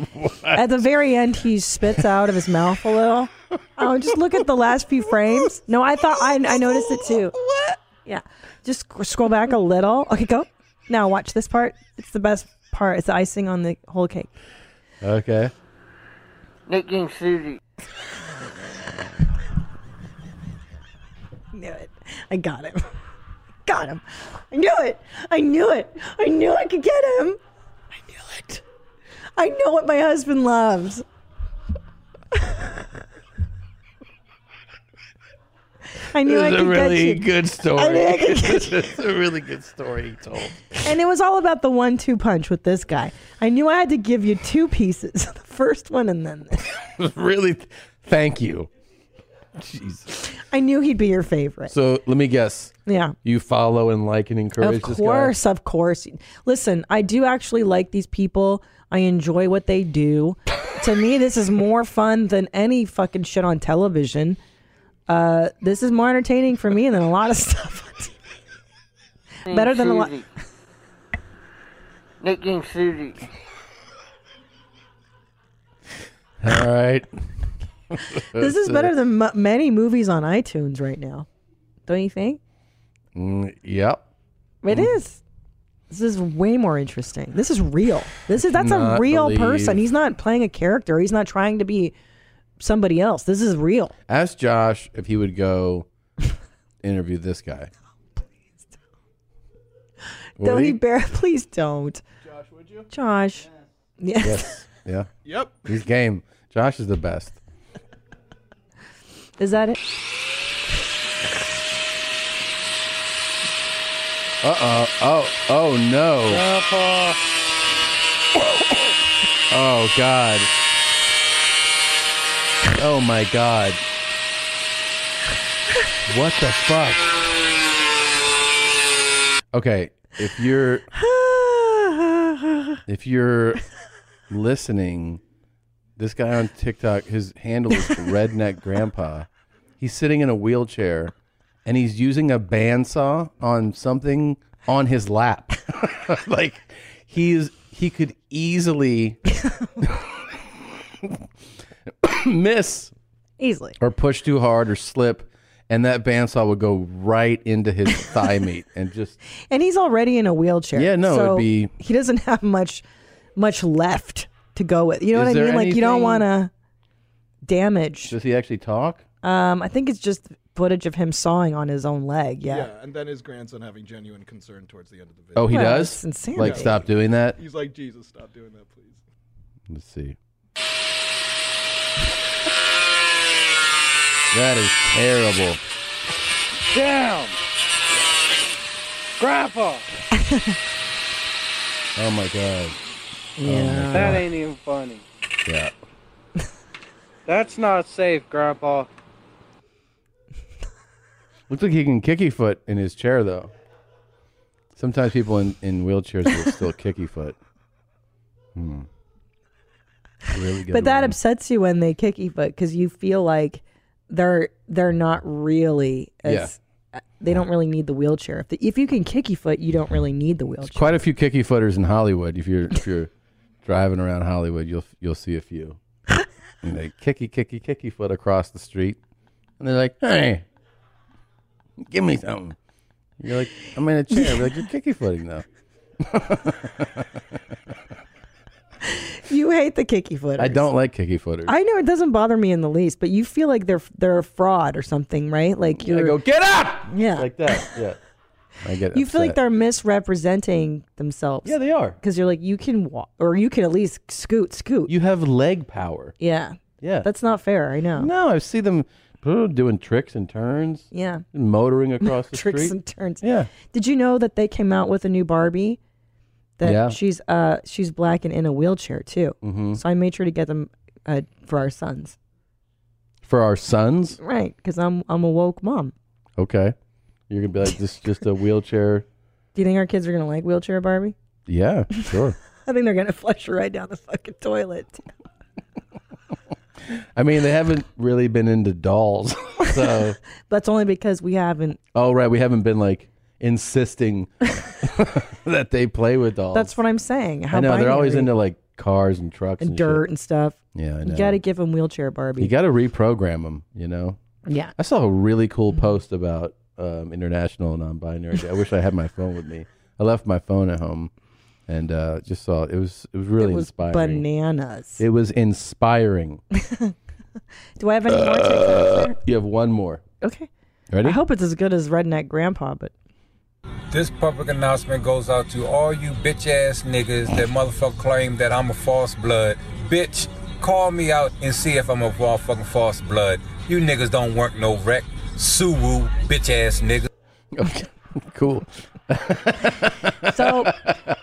[SPEAKER 2] At the very end, he spits out of his mouth a little. Oh, just look at the last few frames. No, I thought I, I noticed it too. What? Yeah. Just sc- scroll back a little. Okay, go. Now watch this part. It's the best part. It's the icing on the whole cake.
[SPEAKER 1] okay.
[SPEAKER 11] Nicknamed Susie.
[SPEAKER 2] Knew it. I got him. <laughs> Got him. I knew it. I knew it. I knew I could get him. I knew it. I know what my husband loves. <laughs> I knew I
[SPEAKER 1] This is
[SPEAKER 2] could
[SPEAKER 1] a really
[SPEAKER 2] get you.
[SPEAKER 1] good story.
[SPEAKER 2] I knew I could
[SPEAKER 1] <laughs>
[SPEAKER 2] get you.
[SPEAKER 1] It's a really good story he told.
[SPEAKER 2] And it was all about the one-two punch with this guy. I knew I had to give you two pieces: <laughs> the first one and then. This.
[SPEAKER 1] <laughs> really, thank you. Jesus.
[SPEAKER 2] I knew he'd be your favorite.
[SPEAKER 1] So let me guess.
[SPEAKER 2] Yeah.
[SPEAKER 1] You follow and like and encourage
[SPEAKER 2] Of
[SPEAKER 1] this
[SPEAKER 2] course, of course. Listen, I do actually like these people. I enjoy what they do. to me, this is more fun than any fucking shit on television. Uh, this is more entertaining for me than a lot of stuff. on TV. Better than a lot.
[SPEAKER 11] Susie. Nick and Susie.
[SPEAKER 1] All right.
[SPEAKER 2] <laughs> <laughs> This is better than m- many movies on iTunes right now, don't you think?
[SPEAKER 1] <laughs> Mm, yep.
[SPEAKER 2] It
[SPEAKER 1] Mm.
[SPEAKER 2] is. This is way more interesting. This is real. This is that's a
[SPEAKER 1] Not
[SPEAKER 2] real
[SPEAKER 1] believe-
[SPEAKER 2] person. He's not playing a character. He's not trying to be somebody else. This is real.
[SPEAKER 1] Ask Josh if he would go interview
[SPEAKER 2] <laughs>
[SPEAKER 1] this guy. Would
[SPEAKER 2] Don't
[SPEAKER 1] he?
[SPEAKER 2] he bear? <laughs> Please don't. Josh, would you? Josh. Yes.
[SPEAKER 1] Yes. Yeah.
[SPEAKER 10] Yep.
[SPEAKER 1] He's game. Josh is the best.
[SPEAKER 2] <laughs> Is that it?
[SPEAKER 1] Uh oh. Oh. Oh no. Oh god. Oh my god. What the fuck? Okay, if you're if you're listening, this guy on TikTok, his handle is Redneck Grandpa. He's sitting in a wheelchair and he's using a bandsaw on something on his lap. <laughs> like he is he could easily <coughs> miss
[SPEAKER 2] Easily.
[SPEAKER 1] or push too hard or slip and that bandsaw would go right into his thigh meat and just
[SPEAKER 2] And he's already in a wheelchair.
[SPEAKER 1] Yeah, no, it'd
[SPEAKER 2] so
[SPEAKER 1] be-
[SPEAKER 2] He doesn't <laughs> have much, much left to go with. You know
[SPEAKER 1] Is
[SPEAKER 2] what I
[SPEAKER 1] there
[SPEAKER 2] mean? Like you don't
[SPEAKER 1] anything-
[SPEAKER 2] want to damage.
[SPEAKER 1] does he actually talk?
[SPEAKER 2] Um, I think it's just footage of him sawing on his own leg. Yeah.
[SPEAKER 10] and then his grandson having genuine concern towards the end of the video.
[SPEAKER 1] Oh, he
[SPEAKER 2] Well,
[SPEAKER 1] does?
[SPEAKER 2] it's insanity.
[SPEAKER 1] Like stop doing that?
[SPEAKER 10] He's like, Jesus, stop doing that, please.
[SPEAKER 1] Let's see. That is terrible.
[SPEAKER 13] Down. Grandpa.
[SPEAKER 1] Oh my god. Oh
[SPEAKER 13] Yeah. That ain't even funny.
[SPEAKER 1] Yeah.
[SPEAKER 13] That's not safe, Grandpa.
[SPEAKER 1] Looks like he can kicky foot in his chair though. Sometimes people in, in wheelchairs will still kicky foot. Hmm. Really good.
[SPEAKER 2] but that
[SPEAKER 1] one.
[SPEAKER 2] upsets you when they kick you, but because you feel like they're they're not really as uh, they don't really need the wheelchair. If the, if you can kick your foot, you don't really need the wheelchair.
[SPEAKER 1] quite a few kicky footers in Hollywood. If you're if you're driving around Hollywood, you'll you'll see a few. and they kicky kicky kicky foot across the street, and they're like, "Hey, give me something." You're like, "I'm in a chair." They're like, "You're kicky footing though."
[SPEAKER 2] You hate the kicky footers.
[SPEAKER 1] I don't like kicky footers.
[SPEAKER 2] I know it doesn't bother me in the least, but you feel like they're they're a fraud or something, right? Like
[SPEAKER 1] Yeah, I
[SPEAKER 2] you're
[SPEAKER 1] go, "Get up!"
[SPEAKER 2] Yeah,
[SPEAKER 1] like <laughs> that. Yeah, I get.
[SPEAKER 2] you feel like
[SPEAKER 1] upset.
[SPEAKER 2] they're misrepresenting themselves.
[SPEAKER 1] Yeah, they are.
[SPEAKER 2] Because you're like you can walk, or you can at least scoot, scoot.
[SPEAKER 1] You have leg power.
[SPEAKER 2] Yeah,
[SPEAKER 1] Yeah.
[SPEAKER 2] That's not fair. I know.
[SPEAKER 1] No, I see them uh, doing tricks and turns.
[SPEAKER 2] Yeah. <laughs>
[SPEAKER 1] motoring across the
[SPEAKER 2] tricks
[SPEAKER 1] street.
[SPEAKER 2] and turns.
[SPEAKER 1] Yeah.
[SPEAKER 2] Did you know that they came out with a new Barbie? That
[SPEAKER 1] Yeah.
[SPEAKER 2] she's uh she's black and in a wheelchair too.
[SPEAKER 1] Mhm.
[SPEAKER 2] So I made sure to get them uh, for our sons,
[SPEAKER 1] For our sons,
[SPEAKER 2] right? Because I'm I'm a woke mom.
[SPEAKER 1] okay, you're gonna be like this, just a wheelchair.
[SPEAKER 2] Do you think our kids are gonna like wheelchair Barbie?
[SPEAKER 1] Yeah, sure.
[SPEAKER 2] <laughs> I think they're gonna flush her right down the fucking toilet.
[SPEAKER 1] I mean, they haven't really been into dolls, <laughs> so
[SPEAKER 2] That's only because we haven't.
[SPEAKER 1] oh right, we haven't been like insisting <laughs> that they play with dolls.
[SPEAKER 2] That's what I'm saying. How
[SPEAKER 1] I know they're always
[SPEAKER 2] binary.
[SPEAKER 1] into like cars and trucks and,
[SPEAKER 2] and dirt and stuff.
[SPEAKER 1] shit. Yeah, I know.
[SPEAKER 2] You gotta give them wheelchair Barbie.
[SPEAKER 1] You got to reprogram them, you know?
[SPEAKER 2] Yeah. Mm-hmm.
[SPEAKER 1] I saw a really cool post about um, international non binary. I wish I had my phone with me. I left my phone at home and uh, just saw it was it was really
[SPEAKER 2] was
[SPEAKER 1] inspiring.
[SPEAKER 2] bananas.
[SPEAKER 1] It was inspiring.
[SPEAKER 2] Do I <laughs> have any more? TikToks there?
[SPEAKER 1] <laughs> you have one Uh, more.
[SPEAKER 2] Okay.
[SPEAKER 1] Ready?
[SPEAKER 2] I hope it's as good as Redneck Grandpa, but
[SPEAKER 16] This public announcement goes out to all you bitch ass niggas that motherfucker claim that I'm a false blood. Bitch, call me out and see if I'm a motherfucking false blood. You niggas don't work no wreck. Suwu, bitch ass niggas.
[SPEAKER 1] Okay, <laughs> cool.
[SPEAKER 2] So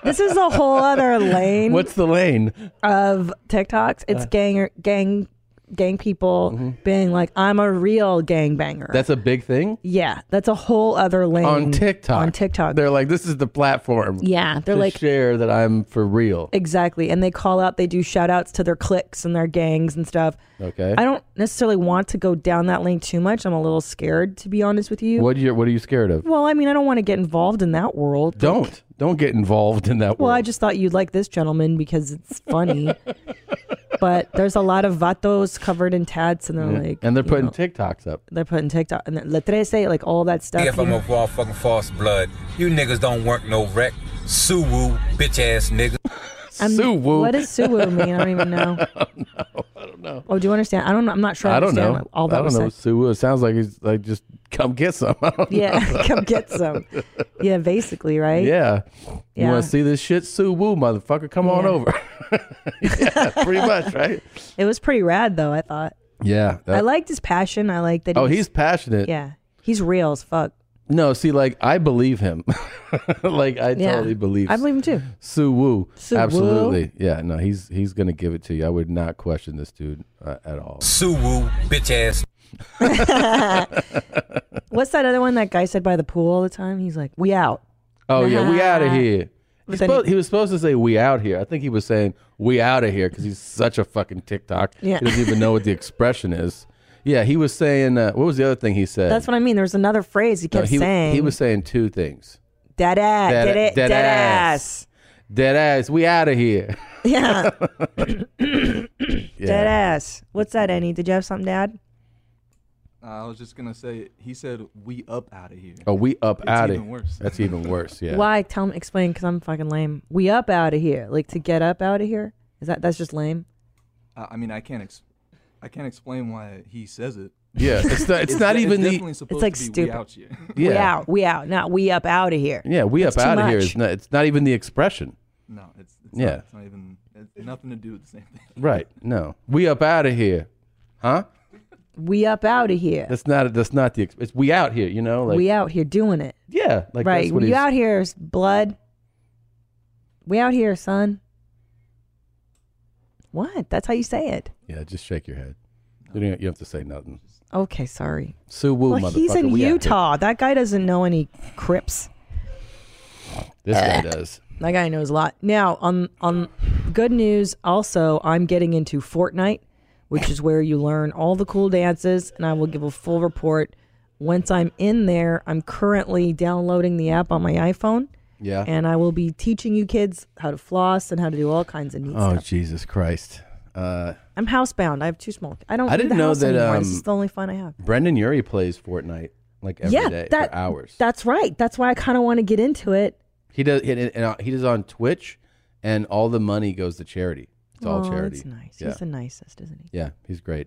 [SPEAKER 2] this is
[SPEAKER 1] <laughs>
[SPEAKER 2] a whole other lane
[SPEAKER 1] What's the lane?
[SPEAKER 2] of TikToks. It's
[SPEAKER 1] Uh. Mm-hmm.
[SPEAKER 2] gang gang gang people being like, I'm a real gangbanger.
[SPEAKER 1] That's a big thing
[SPEAKER 2] yeah, that's a whole other lane
[SPEAKER 1] on TikTok.
[SPEAKER 2] On TikTok.
[SPEAKER 1] they're like, this is the platform.
[SPEAKER 2] Yeah, they're
[SPEAKER 1] to
[SPEAKER 2] like-
[SPEAKER 1] share that I'm for real.
[SPEAKER 2] Exactly. And they call out, they do shout outs to their cliques and their gangs and stuff.
[SPEAKER 1] Okay.
[SPEAKER 2] I don't necessarily want to go down that lane too much. I'm a little scared, to be honest with you.
[SPEAKER 1] What you What are you scared of?
[SPEAKER 2] Well, I mean, I don't want to get involved in that world.
[SPEAKER 1] Don't don't get involved in that.
[SPEAKER 2] Well,
[SPEAKER 1] world.
[SPEAKER 2] I just thought you'd like this gentleman because it's
[SPEAKER 1] <laughs>
[SPEAKER 2] funny. but there's a lot of vatos covered in tats and they're
[SPEAKER 1] Yeah.
[SPEAKER 2] like,
[SPEAKER 1] and they're
[SPEAKER 2] you
[SPEAKER 1] putting
[SPEAKER 2] know,
[SPEAKER 1] TikToks up.
[SPEAKER 2] they're putting TikTok and then Letrese, like all that stuff.
[SPEAKER 16] if I'm
[SPEAKER 2] you
[SPEAKER 16] a motherfucking false blood, you niggas don't work no wreck. Suwu, bitch ass niggas.
[SPEAKER 2] I'm- What does suwu mean? I don't
[SPEAKER 1] <laughs>
[SPEAKER 2] even know.
[SPEAKER 1] I don't know.
[SPEAKER 2] Oh, do you understand? I don't. know. I'm not sure. I,
[SPEAKER 1] I don't
[SPEAKER 2] understand
[SPEAKER 1] know.
[SPEAKER 2] All that
[SPEAKER 1] I don't
[SPEAKER 2] was
[SPEAKER 1] know.
[SPEAKER 2] said.
[SPEAKER 1] Sue, it sounds like he's like just come get some. <laughs> I don't know.
[SPEAKER 2] Yeah, <laughs> come get some. Yeah, basically, right?
[SPEAKER 1] Yeah. You
[SPEAKER 2] Yeah.
[SPEAKER 1] want to see this shit? Sue Woo, motherfucker. Come on
[SPEAKER 2] Yeah.
[SPEAKER 1] over. <laughs> yeah, pretty much, right?
[SPEAKER 2] <laughs> It was pretty rad, though. I thought.
[SPEAKER 1] Yeah. that-
[SPEAKER 2] I liked his passion. I liked that.
[SPEAKER 1] Oh, he's passionate.
[SPEAKER 2] Yeah, he's real as fuck.
[SPEAKER 1] No, see, like, I believe him. <laughs> like, I
[SPEAKER 2] Yeah.
[SPEAKER 1] totally believe
[SPEAKER 2] I believe him
[SPEAKER 1] <laughs>
[SPEAKER 2] too.
[SPEAKER 1] Sue Woo.
[SPEAKER 2] Sue Woo.
[SPEAKER 1] Absolutely. Yeah, no, he's he's going to give it to you. I would not question this dude uh, at all.
[SPEAKER 16] Suwu, bitch ass.
[SPEAKER 2] What's that other one that guy said by the pool all the time? He's like, "We out."
[SPEAKER 1] Oh, yeah, we out of here.
[SPEAKER 2] But
[SPEAKER 1] He's
[SPEAKER 2] then
[SPEAKER 1] supposed- he was supposed to say "we out here." I think he was saying "we out of here" because he's such a fucking TikTok.
[SPEAKER 2] Yeah.
[SPEAKER 1] He doesn't even
[SPEAKER 2] <laughs>
[SPEAKER 1] know what the expression is. Yeah, he was saying uh, what was the other thing he said?
[SPEAKER 2] That's what I mean. There was another phrase he
[SPEAKER 1] No,
[SPEAKER 2] kept
[SPEAKER 1] he,
[SPEAKER 2] saying.
[SPEAKER 1] he was saying two things.
[SPEAKER 2] dead ass, dead, a- dead ass.
[SPEAKER 1] dead ass. We out of here.
[SPEAKER 2] <laughs> Yeah.
[SPEAKER 1] <coughs> Yeah.
[SPEAKER 2] dead ass. What's that, Annie? Did you have something, Dad?
[SPEAKER 14] I was just gonna say he said we up out of here.
[SPEAKER 1] Oh, we up
[SPEAKER 14] It's
[SPEAKER 1] out of.
[SPEAKER 14] even worse.
[SPEAKER 1] That's e even worse. Yeah.
[SPEAKER 2] Why? Tell me. Explain, because I'm fucking lame. We up out of here. Like to get up out of here. Is that that's just lame?
[SPEAKER 14] I, I mean, I can't ex- I can't explain why he says it.
[SPEAKER 1] Yeah,
[SPEAKER 14] <laughs>
[SPEAKER 1] it's not- it's not even the-
[SPEAKER 14] definitely
[SPEAKER 1] It's
[SPEAKER 14] supposed
[SPEAKER 2] like
[SPEAKER 14] to be
[SPEAKER 2] stupid.
[SPEAKER 14] We out
[SPEAKER 1] <laughs>
[SPEAKER 14] here.
[SPEAKER 2] We
[SPEAKER 1] Yeah.
[SPEAKER 2] out. We out. Not we up out of here.
[SPEAKER 1] Yeah, we
[SPEAKER 2] That's
[SPEAKER 1] up
[SPEAKER 2] too
[SPEAKER 1] out of here.
[SPEAKER 2] much.
[SPEAKER 1] Is not, it's not even the expression.
[SPEAKER 14] No, it's, it's
[SPEAKER 1] Yeah.
[SPEAKER 14] Not, it's not even it's nothing to do with the same thing.
[SPEAKER 1] Right. No. We up out of here. Huh?
[SPEAKER 2] We up out of here.
[SPEAKER 1] That's not. That's not the. ex- It's we out here. You know. Like.
[SPEAKER 2] we out here doing it.
[SPEAKER 1] Yeah. Like
[SPEAKER 2] right.
[SPEAKER 1] That's what
[SPEAKER 2] you
[SPEAKER 1] he's,
[SPEAKER 2] out here is blood. We out here, son. What? That's how you say it.
[SPEAKER 1] Yeah. Just shake your head. You don't. You don't have to say <laughs> nothing.
[SPEAKER 2] Okay, sorry.
[SPEAKER 1] Sue Woo,
[SPEAKER 2] well, he's
[SPEAKER 1] motherfucker,
[SPEAKER 2] in
[SPEAKER 1] we out here.
[SPEAKER 2] Utah. That guy doesn't know any Crips.
[SPEAKER 1] This guy does.
[SPEAKER 2] That guy knows a lot. Now, on on good news, also, I'm getting into Fortnite, which is where you learn all the cool dances, and I will give a full report once I'm in there. I'm currently downloading the app on my iPhone.
[SPEAKER 1] Yeah.
[SPEAKER 2] And I will be teaching you kids how to floss and how to do all kinds of neat
[SPEAKER 1] Oh
[SPEAKER 2] stuff.
[SPEAKER 1] Jesus Christ. Uh,
[SPEAKER 2] I'm housebound. I have two small. I don't.
[SPEAKER 1] I
[SPEAKER 2] leave
[SPEAKER 1] didn't
[SPEAKER 2] the
[SPEAKER 1] know
[SPEAKER 2] house
[SPEAKER 1] that,
[SPEAKER 2] Anymore. this
[SPEAKER 1] um,
[SPEAKER 2] is the only fun I have.
[SPEAKER 1] Brendan Urie plays Fortnite like every day
[SPEAKER 2] yeah, that
[SPEAKER 1] for hours.
[SPEAKER 2] That's right. That's why I kind of want to get into it.
[SPEAKER 1] He does. He, and uh, he does on Twitch, and all the money goes to charity. It's all
[SPEAKER 2] Oh,
[SPEAKER 1] charity.
[SPEAKER 2] That's nice.
[SPEAKER 1] Yeah.
[SPEAKER 2] He's the nicest, isn't he?
[SPEAKER 1] yeah, he's great.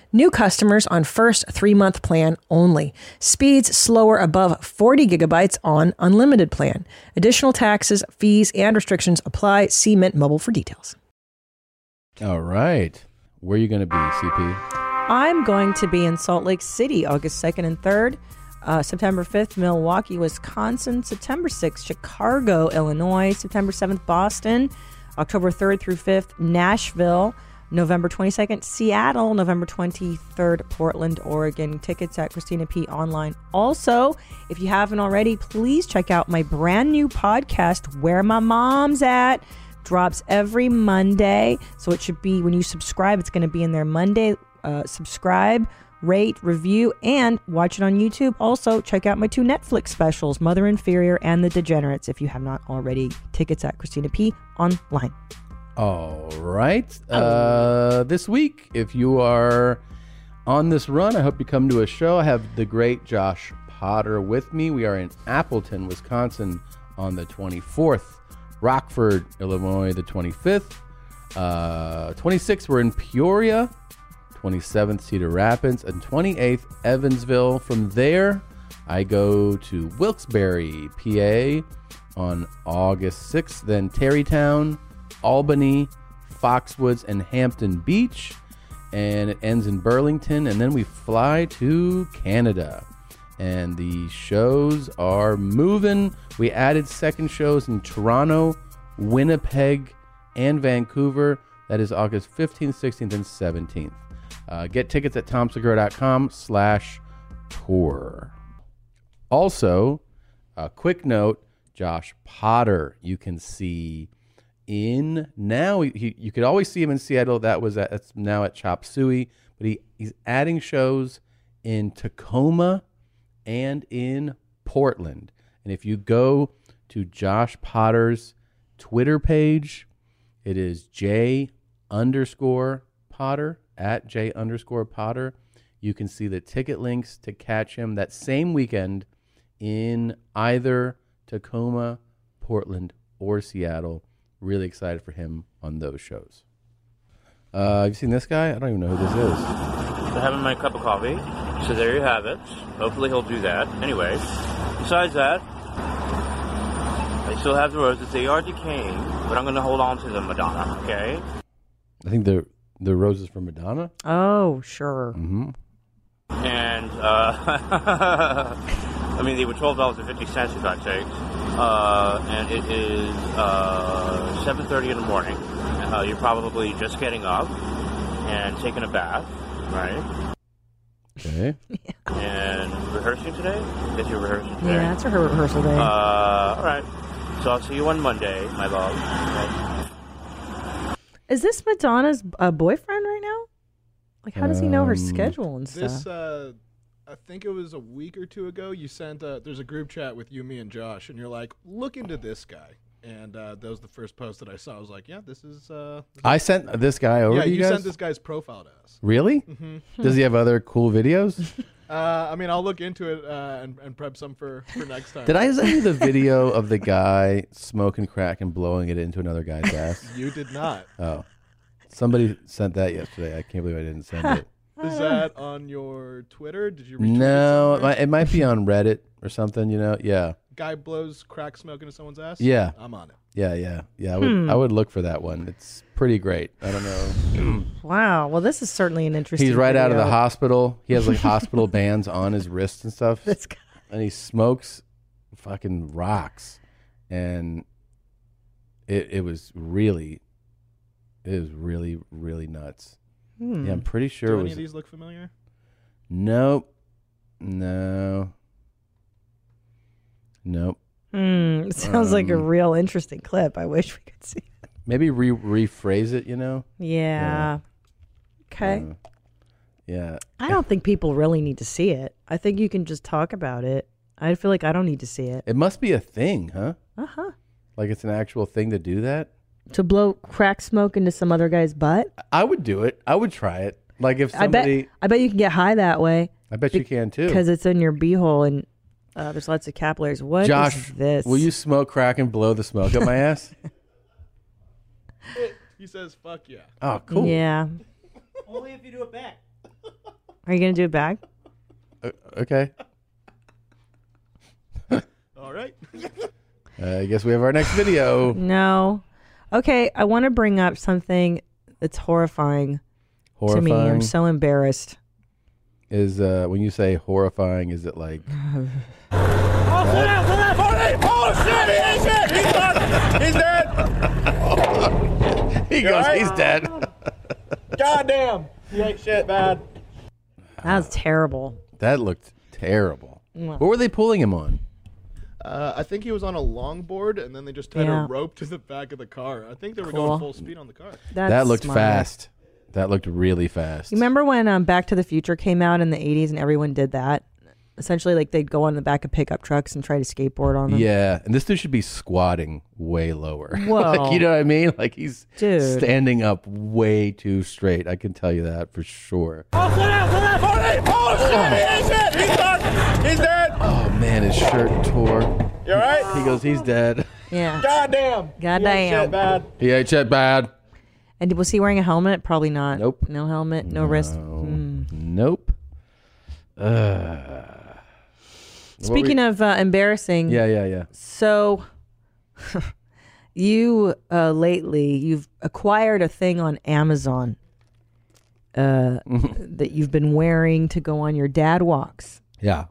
[SPEAKER 22] New customers on first three month plan only. Speeds slower above 40 gigabytes on unlimited plan. Additional taxes, fees, and restrictions apply. See Mint Mobile for details.
[SPEAKER 1] All right. Where are you going to be, CP?
[SPEAKER 2] I'm going to be in Salt Lake City August 2nd and 3rd, uh, September 5th, Milwaukee, Wisconsin, September 6th, Chicago, Illinois, September 7th, Boston, October 3rd through 5th, Nashville, November 22nd, Seattle, November 23rd, Portland, Oregon. Tickets at Christina P. Online. Also, if you haven't already, please check out my brand new podcast, Where My Mom's At drops every Monday. So it should be when you subscribe, it's going to be in there Monday. Uh, subscribe, rate, review, and watch it on YouTube. Also, check out my two Netflix specials, Mother Inferior and The Degenerates, if you have not already. Tickets at Christina P. online.
[SPEAKER 1] All right. Uh, this week, if you are on this run, I hope you come to a show. I have the great Josh Potter with me. We are in Appleton, Wisconsin on the 24th, Rockford, Illinois, the 25th. Uh, 26th, we're in Peoria. 27th, Cedar Rapids. And 28th, Evansville. From there, I go to Wilkes-Barre, PA on August 6th. Then Tarrytown, Albany, Foxwoods, and Hampton Beach. And it ends in Burlington. And then we fly to Canada. And the shows are moving. We added second shows in Toronto, Winnipeg, and Vancouver. That is August 15th, 16th, and 17th. Uh, get tickets at tomsegura.com slash tour. Also, a quick note, Josh Potter, you can see in now. He, you could always see him in Seattle. That was at, that's now at Chop Suey. But he, he's adding shows in Tacoma and in Portland. And if you go to Josh Potter's Twitter page, it is J underscore Potter at J underscore Potter. You can see the ticket links to catch him that same weekend in either Tacoma, Portland, or Seattle. Really excited for him on those shows. Uh, have you seen this guy? I don't even know who this is.
[SPEAKER 9] for having my cup of coffee. So there you have it. Hopefully he'll do that. Anyway, besides that, I still have the roses. They are decaying, but I'm going to hold on to them, Madonna. Okay?
[SPEAKER 1] I think the the roses for Madonna.
[SPEAKER 2] Oh, sure.
[SPEAKER 1] Mm-hmm.
[SPEAKER 9] And uh, <laughs> I mean, they were twelve dollars and fifty cents, if I take. Uh, and it is uh, seven thirty in the morning. Uh, you're probably just getting up and taking a bath, right?
[SPEAKER 1] Okay.
[SPEAKER 9] And rehearsing today. I guess you're rehearsing today.
[SPEAKER 2] Yeah, that's her rehearsal day.
[SPEAKER 9] Uh, all right. So I'll see you on Monday, my love. Okay.
[SPEAKER 2] Is this Madonna's uh, boyfriend right now? Like, how does he know her
[SPEAKER 1] Um,
[SPEAKER 2] schedule and stuff?
[SPEAKER 10] This, uh, I think it was a week or two ago. You sent uh, there's a group chat with you, me, and Josh, and you're like, look into this guy. And uh, that was the first post that I saw. I was like, yeah, this is. Uh, this
[SPEAKER 1] I
[SPEAKER 10] is-
[SPEAKER 1] sent this guy over
[SPEAKER 10] Yeah,
[SPEAKER 1] to you
[SPEAKER 10] you sent
[SPEAKER 1] guys?
[SPEAKER 10] this guy's profile to us.
[SPEAKER 1] Really?
[SPEAKER 10] Mhm.
[SPEAKER 1] <laughs> Does he have other cool videos?
[SPEAKER 10] Uh, I mean, I'll look into it uh, and, and prep some for, for next time.
[SPEAKER 1] Did I send
[SPEAKER 2] <laughs>
[SPEAKER 10] <laughs>
[SPEAKER 1] you the video of the guy smoking crack and blowing it into another guy's ass?
[SPEAKER 10] <laughs> You did not.
[SPEAKER 1] Oh, somebody sent that yesterday. I can't believe I didn't send
[SPEAKER 2] Ah.
[SPEAKER 1] it.
[SPEAKER 10] Is that on your Twitter? Did <laughs> you retweet
[SPEAKER 1] No, it
[SPEAKER 10] it somewhere?
[SPEAKER 1] might, it might be on Reddit or something. You know? Yeah,
[SPEAKER 10] Guy blows crack smoke into someone's ass?
[SPEAKER 1] yeah.
[SPEAKER 10] I'm on it.
[SPEAKER 1] Yeah, yeah, yeah. I would,
[SPEAKER 2] Hmm.
[SPEAKER 1] I would look for that one. It's pretty great. I don't
[SPEAKER 10] <clears throat>
[SPEAKER 1] know.
[SPEAKER 2] wow. Well, this is certainly an interesting.
[SPEAKER 1] He's right out of the
[SPEAKER 2] video.
[SPEAKER 1] hospital.
[SPEAKER 2] <laughs>
[SPEAKER 1] He has like hospital bands on his wrists and stuff. And he smokes fucking rocks. And it it was really it was really, really nuts.
[SPEAKER 10] Hmm.
[SPEAKER 1] Yeah, I'm pretty sure
[SPEAKER 10] Do
[SPEAKER 1] it
[SPEAKER 10] any
[SPEAKER 1] was
[SPEAKER 10] of these look familiar?
[SPEAKER 1] Nope. No. Nope.
[SPEAKER 2] Hmm, it sounds like a
[SPEAKER 1] Um,
[SPEAKER 2] real interesting clip. I wish we could see.
[SPEAKER 1] maybe re rephrase it, you know?
[SPEAKER 2] Yeah. Okay.
[SPEAKER 1] Yeah.
[SPEAKER 2] I don't think people really need to see it. I think you can just talk about it. I feel like I don't need to see it.
[SPEAKER 1] It must be a thing, huh?
[SPEAKER 2] Uh huh.
[SPEAKER 1] Like it's an actual thing to do that.
[SPEAKER 2] To blow crack smoke into some other guy's butt.
[SPEAKER 1] I would do it. I would try it. Like if somebody,
[SPEAKER 2] I bet. I bet you can get high that way.
[SPEAKER 1] I bet you can, too.
[SPEAKER 2] Because it's in your beehole and uh, there's lots of capillaries. What is
[SPEAKER 1] Josh,
[SPEAKER 2] this?
[SPEAKER 1] will you smoke crack and blow the smoke up my
[SPEAKER 2] <laughs>
[SPEAKER 1] ass?
[SPEAKER 10] He says, "Fuck yeah."
[SPEAKER 1] Oh, cool.
[SPEAKER 2] Yeah.
[SPEAKER 6] Only if you do it back.
[SPEAKER 2] Are you gonna do it back?
[SPEAKER 1] O- okay.
[SPEAKER 10] All right.
[SPEAKER 1] Uh, I guess we have our next video.
[SPEAKER 2] No. Okay, I want to bring up something that's horrifying, to me.
[SPEAKER 1] Horrifying?
[SPEAKER 2] I'm so embarrassed.
[SPEAKER 1] Is uh, when you say horrifying, is it like?
[SPEAKER 6] Oh, slow down, slow down, hold it. Oh, shit, he is it. He's done. He's dead.
[SPEAKER 1] he goes, he's dead.
[SPEAKER 6] <laughs> Goddamn. You ain't shit, bad.
[SPEAKER 2] That was terrible.
[SPEAKER 1] That looked terrible.
[SPEAKER 2] Mm.
[SPEAKER 1] What were they pulling him on?
[SPEAKER 10] Uh, I think he was on a longboard, and then they just tied
[SPEAKER 2] Yeah.
[SPEAKER 10] a rope to the back of the car. I think they were
[SPEAKER 2] Cool.
[SPEAKER 10] going full speed on the car.
[SPEAKER 1] that looked
[SPEAKER 2] smart.
[SPEAKER 1] fast. That looked really fast.
[SPEAKER 2] You remember when um, Back to the Future came out in the 80s and everyone did that? Essentially, like they'd go on the back of pickup trucks and try to skateboard on them.
[SPEAKER 1] Yeah, and this dude should be squatting way lower. <laughs>
[SPEAKER 2] Whoa.
[SPEAKER 1] like, you know what I mean? Like he's
[SPEAKER 2] Dude.
[SPEAKER 1] standing up way too straight. I can tell you that for sure.
[SPEAKER 6] Oh, slow down, slow down, hold it. Oh, shit, he is it. He's done. He's dead.
[SPEAKER 1] Oh man, his shirt tore.
[SPEAKER 6] You all right?
[SPEAKER 1] He goes, he's dead. <laughs>
[SPEAKER 2] Yeah.
[SPEAKER 6] Goddamn.
[SPEAKER 2] Goddamn.
[SPEAKER 6] Shit, bad.
[SPEAKER 1] He ate shit bad.
[SPEAKER 2] And was he wearing a helmet? Probably not.
[SPEAKER 1] Nope.
[SPEAKER 2] No helmet, no, wrist. Mm.
[SPEAKER 1] Nope. Uh,
[SPEAKER 2] Speaking of uh, embarrassing.
[SPEAKER 1] Yeah, yeah, yeah.
[SPEAKER 2] So, <laughs> you uh, lately you've acquired a thing on Amazon
[SPEAKER 1] <laughs>
[SPEAKER 2] uh, that you've been wearing to go on your dad walks,
[SPEAKER 1] yeah.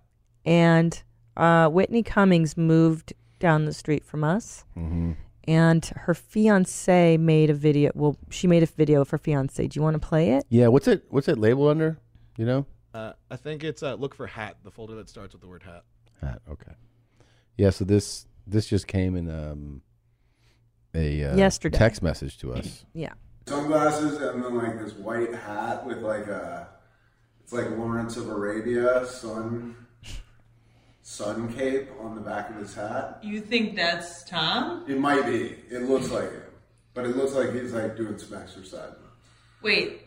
[SPEAKER 2] and uh, Whitney Cummings moved down the street from us,
[SPEAKER 1] Mhm.
[SPEAKER 2] Mm-hmm. and her fiance made a video. Well, she made a video of her fiance. Do you want to play it?
[SPEAKER 1] Yeah, what's it what's it labeled under? You know?
[SPEAKER 10] Uh, I think it's uh, look for hat, the folder that starts with the word hat.
[SPEAKER 1] Hat, okay. Yeah, so this this just came in um a uh,
[SPEAKER 2] Yesterday.
[SPEAKER 1] text message to us.
[SPEAKER 2] Yeah.
[SPEAKER 15] sunglasses and then like this white hat with like a it's like Lawrence of Arabia sun sun cape on the back of his hat.
[SPEAKER 23] You think that's Tom?
[SPEAKER 15] It might be. It looks like him, but it looks like he's like doing some exercise.
[SPEAKER 23] Wait,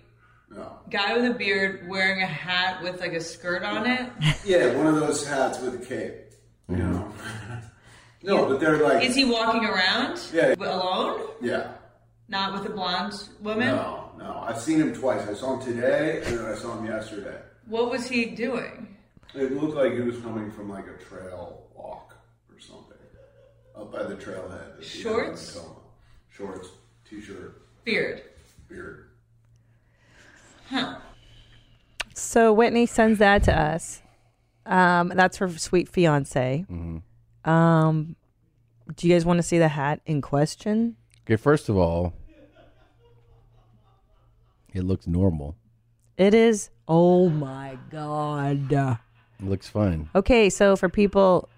[SPEAKER 15] No.
[SPEAKER 23] guy with a beard wearing a hat with like a skirt on it.
[SPEAKER 15] Yeah, one of those hats with a cape. You know. <laughs> no, but they're like.
[SPEAKER 23] Is he walking around?
[SPEAKER 15] Yeah.
[SPEAKER 23] Alone?
[SPEAKER 15] Yeah.
[SPEAKER 23] Not with a blonde woman?
[SPEAKER 15] No, no. I've seen him twice. I saw him today, and then I saw him yesterday.
[SPEAKER 23] What was he doing?
[SPEAKER 15] It looked like he was coming from like a trail walk or something, up by the trailhead. at the
[SPEAKER 23] Shorts?
[SPEAKER 15] end of Tacoma. shorts, t-shirt,
[SPEAKER 23] Beard.
[SPEAKER 15] beard.
[SPEAKER 23] Huh.
[SPEAKER 2] So Whitney sends that to us. Um, that's her sweet fiance.
[SPEAKER 15] Mm-hmm.
[SPEAKER 2] Um, do you guys want to see the hat in question?
[SPEAKER 1] Okay, first of all, it looks normal.
[SPEAKER 2] It is. Oh my god.
[SPEAKER 1] It looks fine.
[SPEAKER 2] Okay, so for people,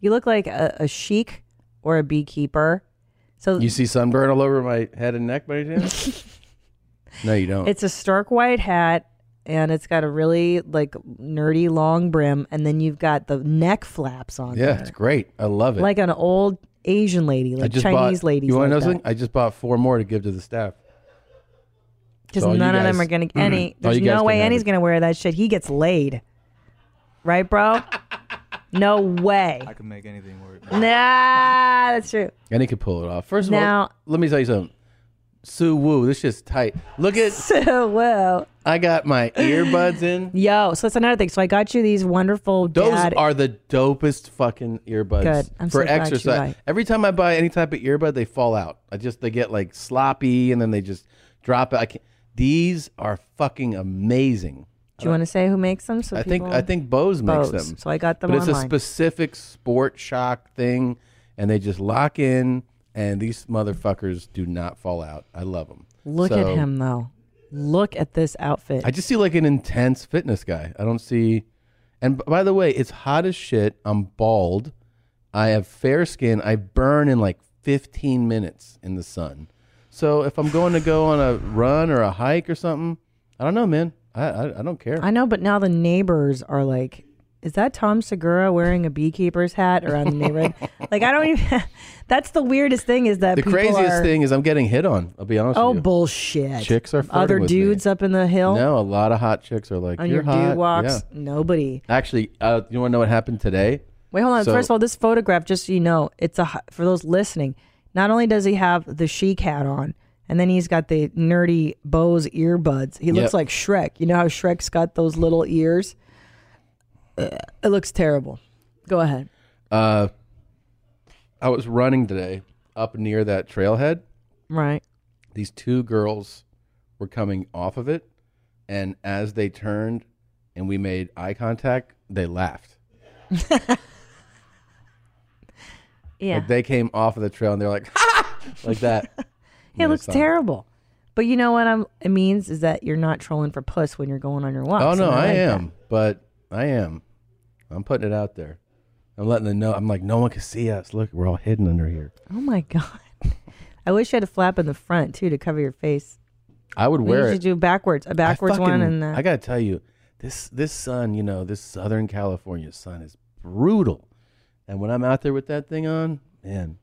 [SPEAKER 2] you look like a, a sheik or a beekeeper. So
[SPEAKER 1] You see sunburn all over my head and neck by any
[SPEAKER 2] <laughs>
[SPEAKER 1] chance? no, you don't.
[SPEAKER 2] It's a stark white hat and it's got a really like nerdy long brim and then you've got the neck flaps on
[SPEAKER 1] yeah,
[SPEAKER 2] there.
[SPEAKER 1] it's great. I love it.
[SPEAKER 2] Like an old Asian lady,
[SPEAKER 1] I
[SPEAKER 2] like
[SPEAKER 1] just
[SPEAKER 2] Chinese
[SPEAKER 1] bought,
[SPEAKER 2] ladies.
[SPEAKER 1] You
[SPEAKER 2] like
[SPEAKER 1] want to know
[SPEAKER 2] that.
[SPEAKER 1] something? I just bought four more to give to the staff.
[SPEAKER 2] Because
[SPEAKER 1] So all you
[SPEAKER 2] none of them
[SPEAKER 1] guys- Mm-hmm.
[SPEAKER 2] are going to
[SPEAKER 1] all
[SPEAKER 2] any.
[SPEAKER 1] you
[SPEAKER 2] There's
[SPEAKER 1] guys
[SPEAKER 2] no
[SPEAKER 1] can
[SPEAKER 2] way
[SPEAKER 1] have
[SPEAKER 2] any's
[SPEAKER 1] it.
[SPEAKER 2] going to wear that shit. He gets laid, right,
[SPEAKER 14] <laughs>
[SPEAKER 2] bro? no way.
[SPEAKER 14] I can make anything work.
[SPEAKER 2] Nah, that's true.
[SPEAKER 1] And he could pull it off. First of all,
[SPEAKER 2] Now-
[SPEAKER 1] let me tell you something. Sue Woo, this shit's tight.
[SPEAKER 2] <laughs>
[SPEAKER 1] Look at.
[SPEAKER 2] So well.
[SPEAKER 1] I got my earbuds in.
[SPEAKER 2] Yo, so that's another thing. So I got you these wonderful
[SPEAKER 1] <sighs> Those
[SPEAKER 2] dad.
[SPEAKER 1] are the dopest fucking earbuds
[SPEAKER 2] Good. I'm so
[SPEAKER 1] for
[SPEAKER 2] glad you
[SPEAKER 1] exercise.
[SPEAKER 2] like-
[SPEAKER 1] Every time I buy any type of earbud, they fall out. I just they get like sloppy and then they just drop it. I can't. These are fucking amazing.
[SPEAKER 2] Do you want to say who makes them? So
[SPEAKER 1] I think
[SPEAKER 2] people-
[SPEAKER 1] I think Bose makes
[SPEAKER 2] Bose.
[SPEAKER 1] them.
[SPEAKER 2] So I got them
[SPEAKER 1] But it's a
[SPEAKER 2] online.
[SPEAKER 1] specific sport shock thing, and they just lock in, and these motherfuckers do not fall out. I love them.
[SPEAKER 2] Look at him though. Look at this outfit.
[SPEAKER 1] I just see like an intense fitness guy. I don't see. And b- by the way, it's hot as shit. I'm bald. I have fair skin. I burn in like 15 minutes in the sun. So if I'm going to go on a run or a hike or something, I don't know, man. I I, I don't care.
[SPEAKER 2] I know, but now the neighbors are like is that Tom Segura wearing a beekeeper's hat around the
[SPEAKER 1] <laughs>
[SPEAKER 2] neighborhood? like I don't even. <laughs> that's the weirdest thing is that
[SPEAKER 1] the
[SPEAKER 2] people
[SPEAKER 1] craziest
[SPEAKER 2] are-
[SPEAKER 1] thing is I'm getting hit on. I'll be honest.
[SPEAKER 2] Oh
[SPEAKER 1] with you.
[SPEAKER 2] bullshit!
[SPEAKER 1] Chicks are flirting
[SPEAKER 2] other
[SPEAKER 1] with me.
[SPEAKER 2] dudes up in the hill
[SPEAKER 1] No, a lot of hot chicks are like
[SPEAKER 2] on
[SPEAKER 1] You're
[SPEAKER 2] your
[SPEAKER 1] hot.
[SPEAKER 2] dude walks.
[SPEAKER 1] Yeah.
[SPEAKER 2] Nobody.
[SPEAKER 1] Actually, uh, you want to know what happened today?
[SPEAKER 2] Wait, hold on.
[SPEAKER 1] So-
[SPEAKER 2] First of all, this photograph, just so you know, it's a hi- for those listening. Not only does he have the chic hat on, and then he's got the nerdy Bose earbuds. He looks
[SPEAKER 1] Yep.
[SPEAKER 2] like Shrek. You know how Shrek's got those little ears? It looks terrible. Go ahead.
[SPEAKER 1] Uh, I was running today up near that trailhead.
[SPEAKER 2] Right.
[SPEAKER 1] These two girls were coming off of it, and as they turned and we made eye contact, they laughed.
[SPEAKER 2] <laughs> Yeah.
[SPEAKER 1] Like they came off of the trail and they're like, like that.
[SPEAKER 2] <laughs> it looks
[SPEAKER 1] saw it.
[SPEAKER 2] terrible. But you know what I'm, it means is that you're not trolling for puss when you're going on your walks.
[SPEAKER 1] Oh no,
[SPEAKER 2] and
[SPEAKER 1] I,
[SPEAKER 2] like
[SPEAKER 1] am, but I am. I'm putting it out there. I'm letting them know. I'm like, no one can see us. Look, we're all hidden under here.
[SPEAKER 2] that. Oh my <laughs> god. I wish you had a flap in the front too to cover your face.
[SPEAKER 1] I would
[SPEAKER 2] We
[SPEAKER 1] wear
[SPEAKER 2] usually
[SPEAKER 1] it.
[SPEAKER 2] do backwards, a
[SPEAKER 1] I
[SPEAKER 2] backwards one,
[SPEAKER 1] fucking-
[SPEAKER 2] and uh,
[SPEAKER 1] I gotta tell you, this this sun, you know, this Southern California sun is brutal. And when I'm out there with that thing on, man,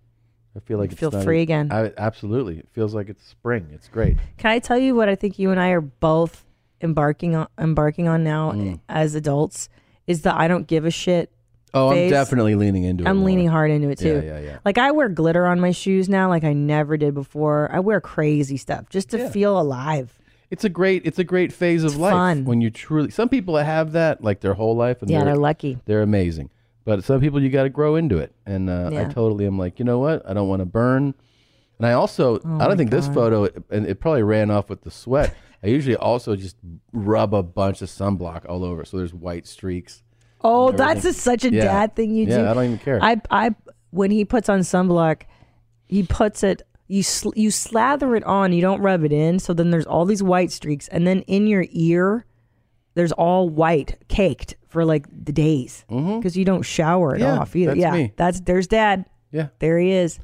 [SPEAKER 1] I feel
[SPEAKER 2] You
[SPEAKER 1] like it's
[SPEAKER 2] feel
[SPEAKER 1] not- e
[SPEAKER 2] free again.
[SPEAKER 1] I, absolutely, it feels like it's spring. It's great.
[SPEAKER 2] Can I tell you what I think you and I are both embarking on embarking on now
[SPEAKER 1] Mm.
[SPEAKER 2] as adults is the I don't give a shit.
[SPEAKER 1] Oh, I'm
[SPEAKER 2] phase.
[SPEAKER 1] definitely leaning into it
[SPEAKER 2] I'm
[SPEAKER 1] more.
[SPEAKER 2] leaning hard into it too.
[SPEAKER 1] Yeah, yeah, yeah.
[SPEAKER 2] Like I wear glitter on my shoes now, like I never did before. I wear crazy stuff just to
[SPEAKER 1] Yeah.
[SPEAKER 2] feel alive.
[SPEAKER 1] It's a great it's a great phase of life
[SPEAKER 2] fun.
[SPEAKER 1] when you truly. Some people have that like their whole life, and
[SPEAKER 2] Yeah,
[SPEAKER 1] they're,
[SPEAKER 2] they're lucky.
[SPEAKER 1] They're amazing, but some people you got to grow into it. And uh, I
[SPEAKER 2] Yeah.
[SPEAKER 1] totally am like, you know what? I don't want to burn, and I also I
[SPEAKER 2] Oh my
[SPEAKER 1] don't think this
[SPEAKER 2] God.
[SPEAKER 1] photo and it probably ran off with the sweat. I usually also just rub a bunch of sunblock all over, so there's white streaks.
[SPEAKER 2] Oh,
[SPEAKER 1] and
[SPEAKER 2] that's
[SPEAKER 1] everything.
[SPEAKER 2] just such a
[SPEAKER 1] Yeah.
[SPEAKER 2] dad thing you
[SPEAKER 1] yeah,
[SPEAKER 2] do.
[SPEAKER 1] I don't even care.
[SPEAKER 2] I, I, when he puts on sunblock, he puts it. You sl- you slather it on. You don't rub it in. So then there's all these white streaks, and then in your ear, there's all white caked for like the days because you don't shower it
[SPEAKER 1] Mm-hmm. Yeah,
[SPEAKER 2] off either.
[SPEAKER 1] that's
[SPEAKER 2] yeah,
[SPEAKER 1] me.
[SPEAKER 2] that's there's dad.
[SPEAKER 1] Yeah,
[SPEAKER 2] there he is.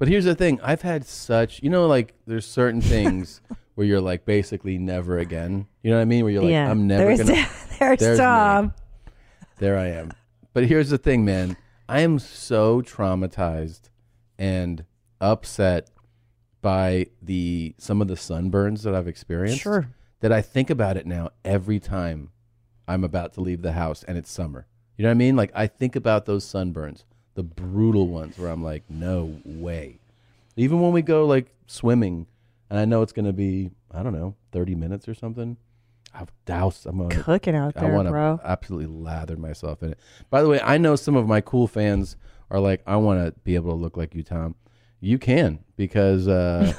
[SPEAKER 1] But here's the thing: I've had such, you know, like there's
[SPEAKER 2] <laughs>
[SPEAKER 1] certain things where you're like basically never again. You know what I mean? Where you're like,
[SPEAKER 2] yeah,
[SPEAKER 1] I'm never
[SPEAKER 2] there's
[SPEAKER 1] gonna.
[SPEAKER 2] <laughs> there's,
[SPEAKER 1] me.
[SPEAKER 2] Tom.
[SPEAKER 1] There I am. But here's the thing, man. I am so traumatized and upset by the some of the sunburns that I've experienced.
[SPEAKER 2] Sure.
[SPEAKER 1] That I think about it now every time I'm about to leave the house and it's summer. You know what I mean? Like I think about those sunburns, the brutal ones where I'm like, no way. Even when we go like swimming and I know it's gonna be, I don't know, thirty minutes or something. I've doused I'm gonna-
[SPEAKER 2] Cooking out
[SPEAKER 1] I
[SPEAKER 2] there,
[SPEAKER 1] wanna
[SPEAKER 2] bro.
[SPEAKER 1] absolutely lathered myself in it. By the way, I know some of my cool fans are like, I want to be able to look like you, Tom. You can because
[SPEAKER 2] <laughs>
[SPEAKER 1] uh,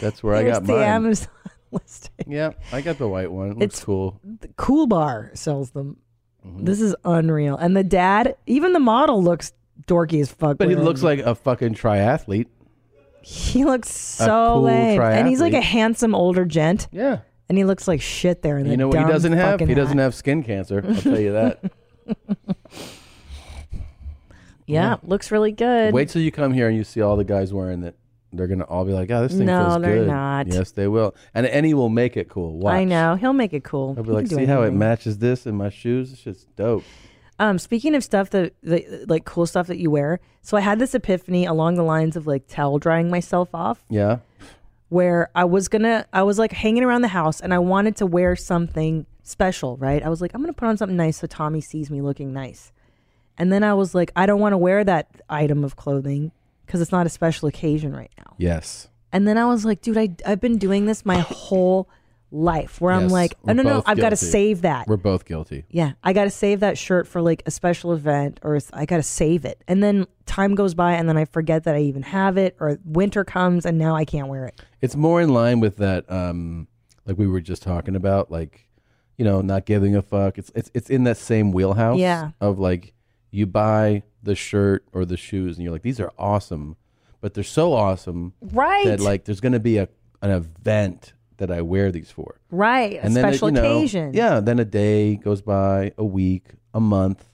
[SPEAKER 1] that's where I
[SPEAKER 2] Here's
[SPEAKER 1] got
[SPEAKER 2] the
[SPEAKER 1] mine.
[SPEAKER 2] Amazon <laughs> listing.
[SPEAKER 1] Yeah, I got the white one. It looks
[SPEAKER 2] It's-
[SPEAKER 1] cool.
[SPEAKER 2] the Cool Bar sells them.
[SPEAKER 1] Mm-hmm.
[SPEAKER 2] This is unreal. And the dad, even the model looks dorky as fuck.
[SPEAKER 1] But he
[SPEAKER 2] with
[SPEAKER 1] looks
[SPEAKER 2] him.
[SPEAKER 1] like a fucking triathlete.
[SPEAKER 2] he looks so
[SPEAKER 1] cool
[SPEAKER 2] lame, and he's like a
[SPEAKER 1] triathlete.
[SPEAKER 2] handsome older gent.
[SPEAKER 1] Yeah,
[SPEAKER 2] and he looks like shit there. In
[SPEAKER 1] You
[SPEAKER 2] the
[SPEAKER 1] know what he
[SPEAKER 2] dumb
[SPEAKER 1] doesn't have?
[SPEAKER 2] fucking
[SPEAKER 1] He doesn't
[SPEAKER 2] hat.
[SPEAKER 1] have skin cancer. I'll tell you that.
[SPEAKER 2] <laughs> Yeah, looks really good. <laughs>
[SPEAKER 1] Wait till you come here and you see all the guys wearing it. They're gonna all be like, "Oh, this thing
[SPEAKER 2] No,
[SPEAKER 1] feels
[SPEAKER 2] they're
[SPEAKER 1] good."
[SPEAKER 2] not.
[SPEAKER 1] Yes, they will. And and he will make it cool. Watch.
[SPEAKER 2] I know he'll make it cool.
[SPEAKER 1] I'll be
[SPEAKER 2] He
[SPEAKER 1] like,
[SPEAKER 2] can do
[SPEAKER 1] see how it
[SPEAKER 2] anything."
[SPEAKER 1] matches this in my shoes? It's just dope.
[SPEAKER 2] Um, speaking of stuff that, that like cool stuff that you wear, so I had this epiphany along the lines of like towel drying myself off.
[SPEAKER 1] Yeah.
[SPEAKER 2] where I was gonna, I was like hanging around the house and I wanted to wear something special, right? I was like, I'm gonna put on something nice so Tommy sees me looking nice. And then I was like, I don't wanna wear that item of clothing because it's not a special occasion right now.
[SPEAKER 1] Yes.
[SPEAKER 2] And then I was like, dude, I, I've been doing this my whole life where I'm
[SPEAKER 1] Yes.
[SPEAKER 2] like, oh,
[SPEAKER 1] We're
[SPEAKER 2] no, no,
[SPEAKER 1] both
[SPEAKER 2] I've gotta
[SPEAKER 1] guilty.
[SPEAKER 2] save that.
[SPEAKER 1] We're both guilty.
[SPEAKER 2] Yeah, I got to save that shirt for like a special event or s- I got to save it. And then time goes by and then I forget that I even have it or winter comes and now I can't wear it.
[SPEAKER 1] It's more in line with that, um, like we were just talking about, like, you know, not giving a fuck. It's it's it's in that same wheelhouse
[SPEAKER 2] Yeah.
[SPEAKER 1] of like you buy the shirt or the shoes and you're like, these are awesome, but they're so awesome
[SPEAKER 2] Right.
[SPEAKER 1] that like there's gonna be a an event that I wear these for.
[SPEAKER 2] Right, a
[SPEAKER 1] it-
[SPEAKER 2] special
[SPEAKER 1] uh, you know,
[SPEAKER 2] occasion.
[SPEAKER 1] Yeah. Then a day goes by, a week, a month.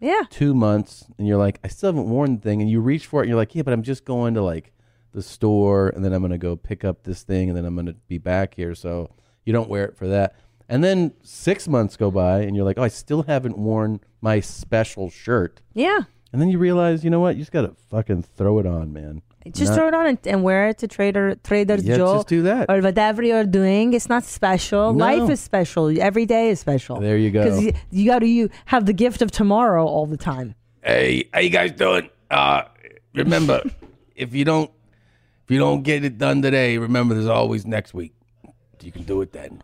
[SPEAKER 2] Yeah.
[SPEAKER 1] Two months, and you're like, I still haven't worn the thing, and you reach for it, and you're like, yeah, but I'm just going to like the store, and then I'm gonna go pick up this thing, and then I'm gonna be back here, so you don't wear it for that, And then six months go by, and you're like, oh, I still haven't worn my special shirt.
[SPEAKER 2] Yeah.
[SPEAKER 1] And then you realize, you know what? You just got to fucking throw it on, man.
[SPEAKER 2] Just
[SPEAKER 1] Not-
[SPEAKER 2] throw it on and, and wear it to Trader Trader
[SPEAKER 1] Yeah,
[SPEAKER 2] Joe.
[SPEAKER 1] just do that.
[SPEAKER 2] Or whatever you're doing, it's not special.
[SPEAKER 1] No.
[SPEAKER 2] Life is special. Every day is special.
[SPEAKER 1] There you go.
[SPEAKER 2] Because you, you got to you have the gift of tomorrow all the time.
[SPEAKER 4] Hey, how you guys doing? Uh,
[SPEAKER 2] <laughs>
[SPEAKER 4] remember, if you don't if you don't get it done today, remember there's always next week. You can do it then.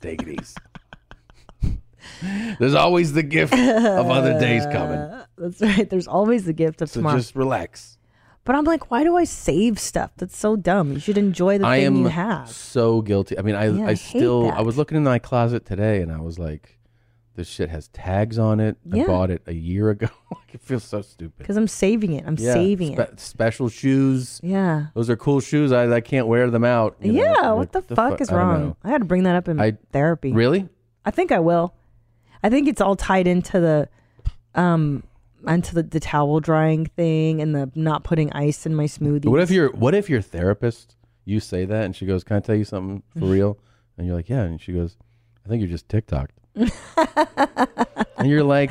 [SPEAKER 4] Take it easy. there's always the gift of other
[SPEAKER 2] <laughs>
[SPEAKER 4] days coming.
[SPEAKER 2] That's right. There's always the gift of
[SPEAKER 4] So
[SPEAKER 2] tomorrow.
[SPEAKER 4] just relax.
[SPEAKER 2] but I'm like, why do I save stuff? That's so dumb. You should enjoy the
[SPEAKER 1] I
[SPEAKER 2] thing
[SPEAKER 1] am
[SPEAKER 2] you have.
[SPEAKER 1] so guilty. I mean, I,
[SPEAKER 2] Yeah,
[SPEAKER 1] I,
[SPEAKER 2] I hate
[SPEAKER 1] still,
[SPEAKER 2] that.
[SPEAKER 1] I was looking in my closet today and I was like, this shit has tags on it. I
[SPEAKER 2] Yeah.
[SPEAKER 1] bought it a year ago. <laughs> like, it feels so stupid.
[SPEAKER 2] Because I'm saving it. I'm
[SPEAKER 1] Yeah,
[SPEAKER 2] saving
[SPEAKER 1] spe-
[SPEAKER 2] it.
[SPEAKER 1] Special shoes.
[SPEAKER 2] Yeah.
[SPEAKER 1] Those are cool shoes. I, I can't wear them out. you know?
[SPEAKER 2] yeah. what
[SPEAKER 1] Like,
[SPEAKER 2] the, fuck
[SPEAKER 1] fu-
[SPEAKER 2] is
[SPEAKER 1] I don't
[SPEAKER 2] wrong?
[SPEAKER 1] know.
[SPEAKER 2] I had to bring that up in
[SPEAKER 1] I-
[SPEAKER 2] therapy.
[SPEAKER 1] Really?
[SPEAKER 2] I think I will. I think it's all tied into the um into the, the towel drying thing and the not putting ice in my smoothie.
[SPEAKER 1] What if your What if your therapist you say that and she goes, "Can I tell you something
[SPEAKER 2] <laughs>
[SPEAKER 1] for real?" And you're like, "Yeah," and she goes, "I think you're just TikToked." and you're like,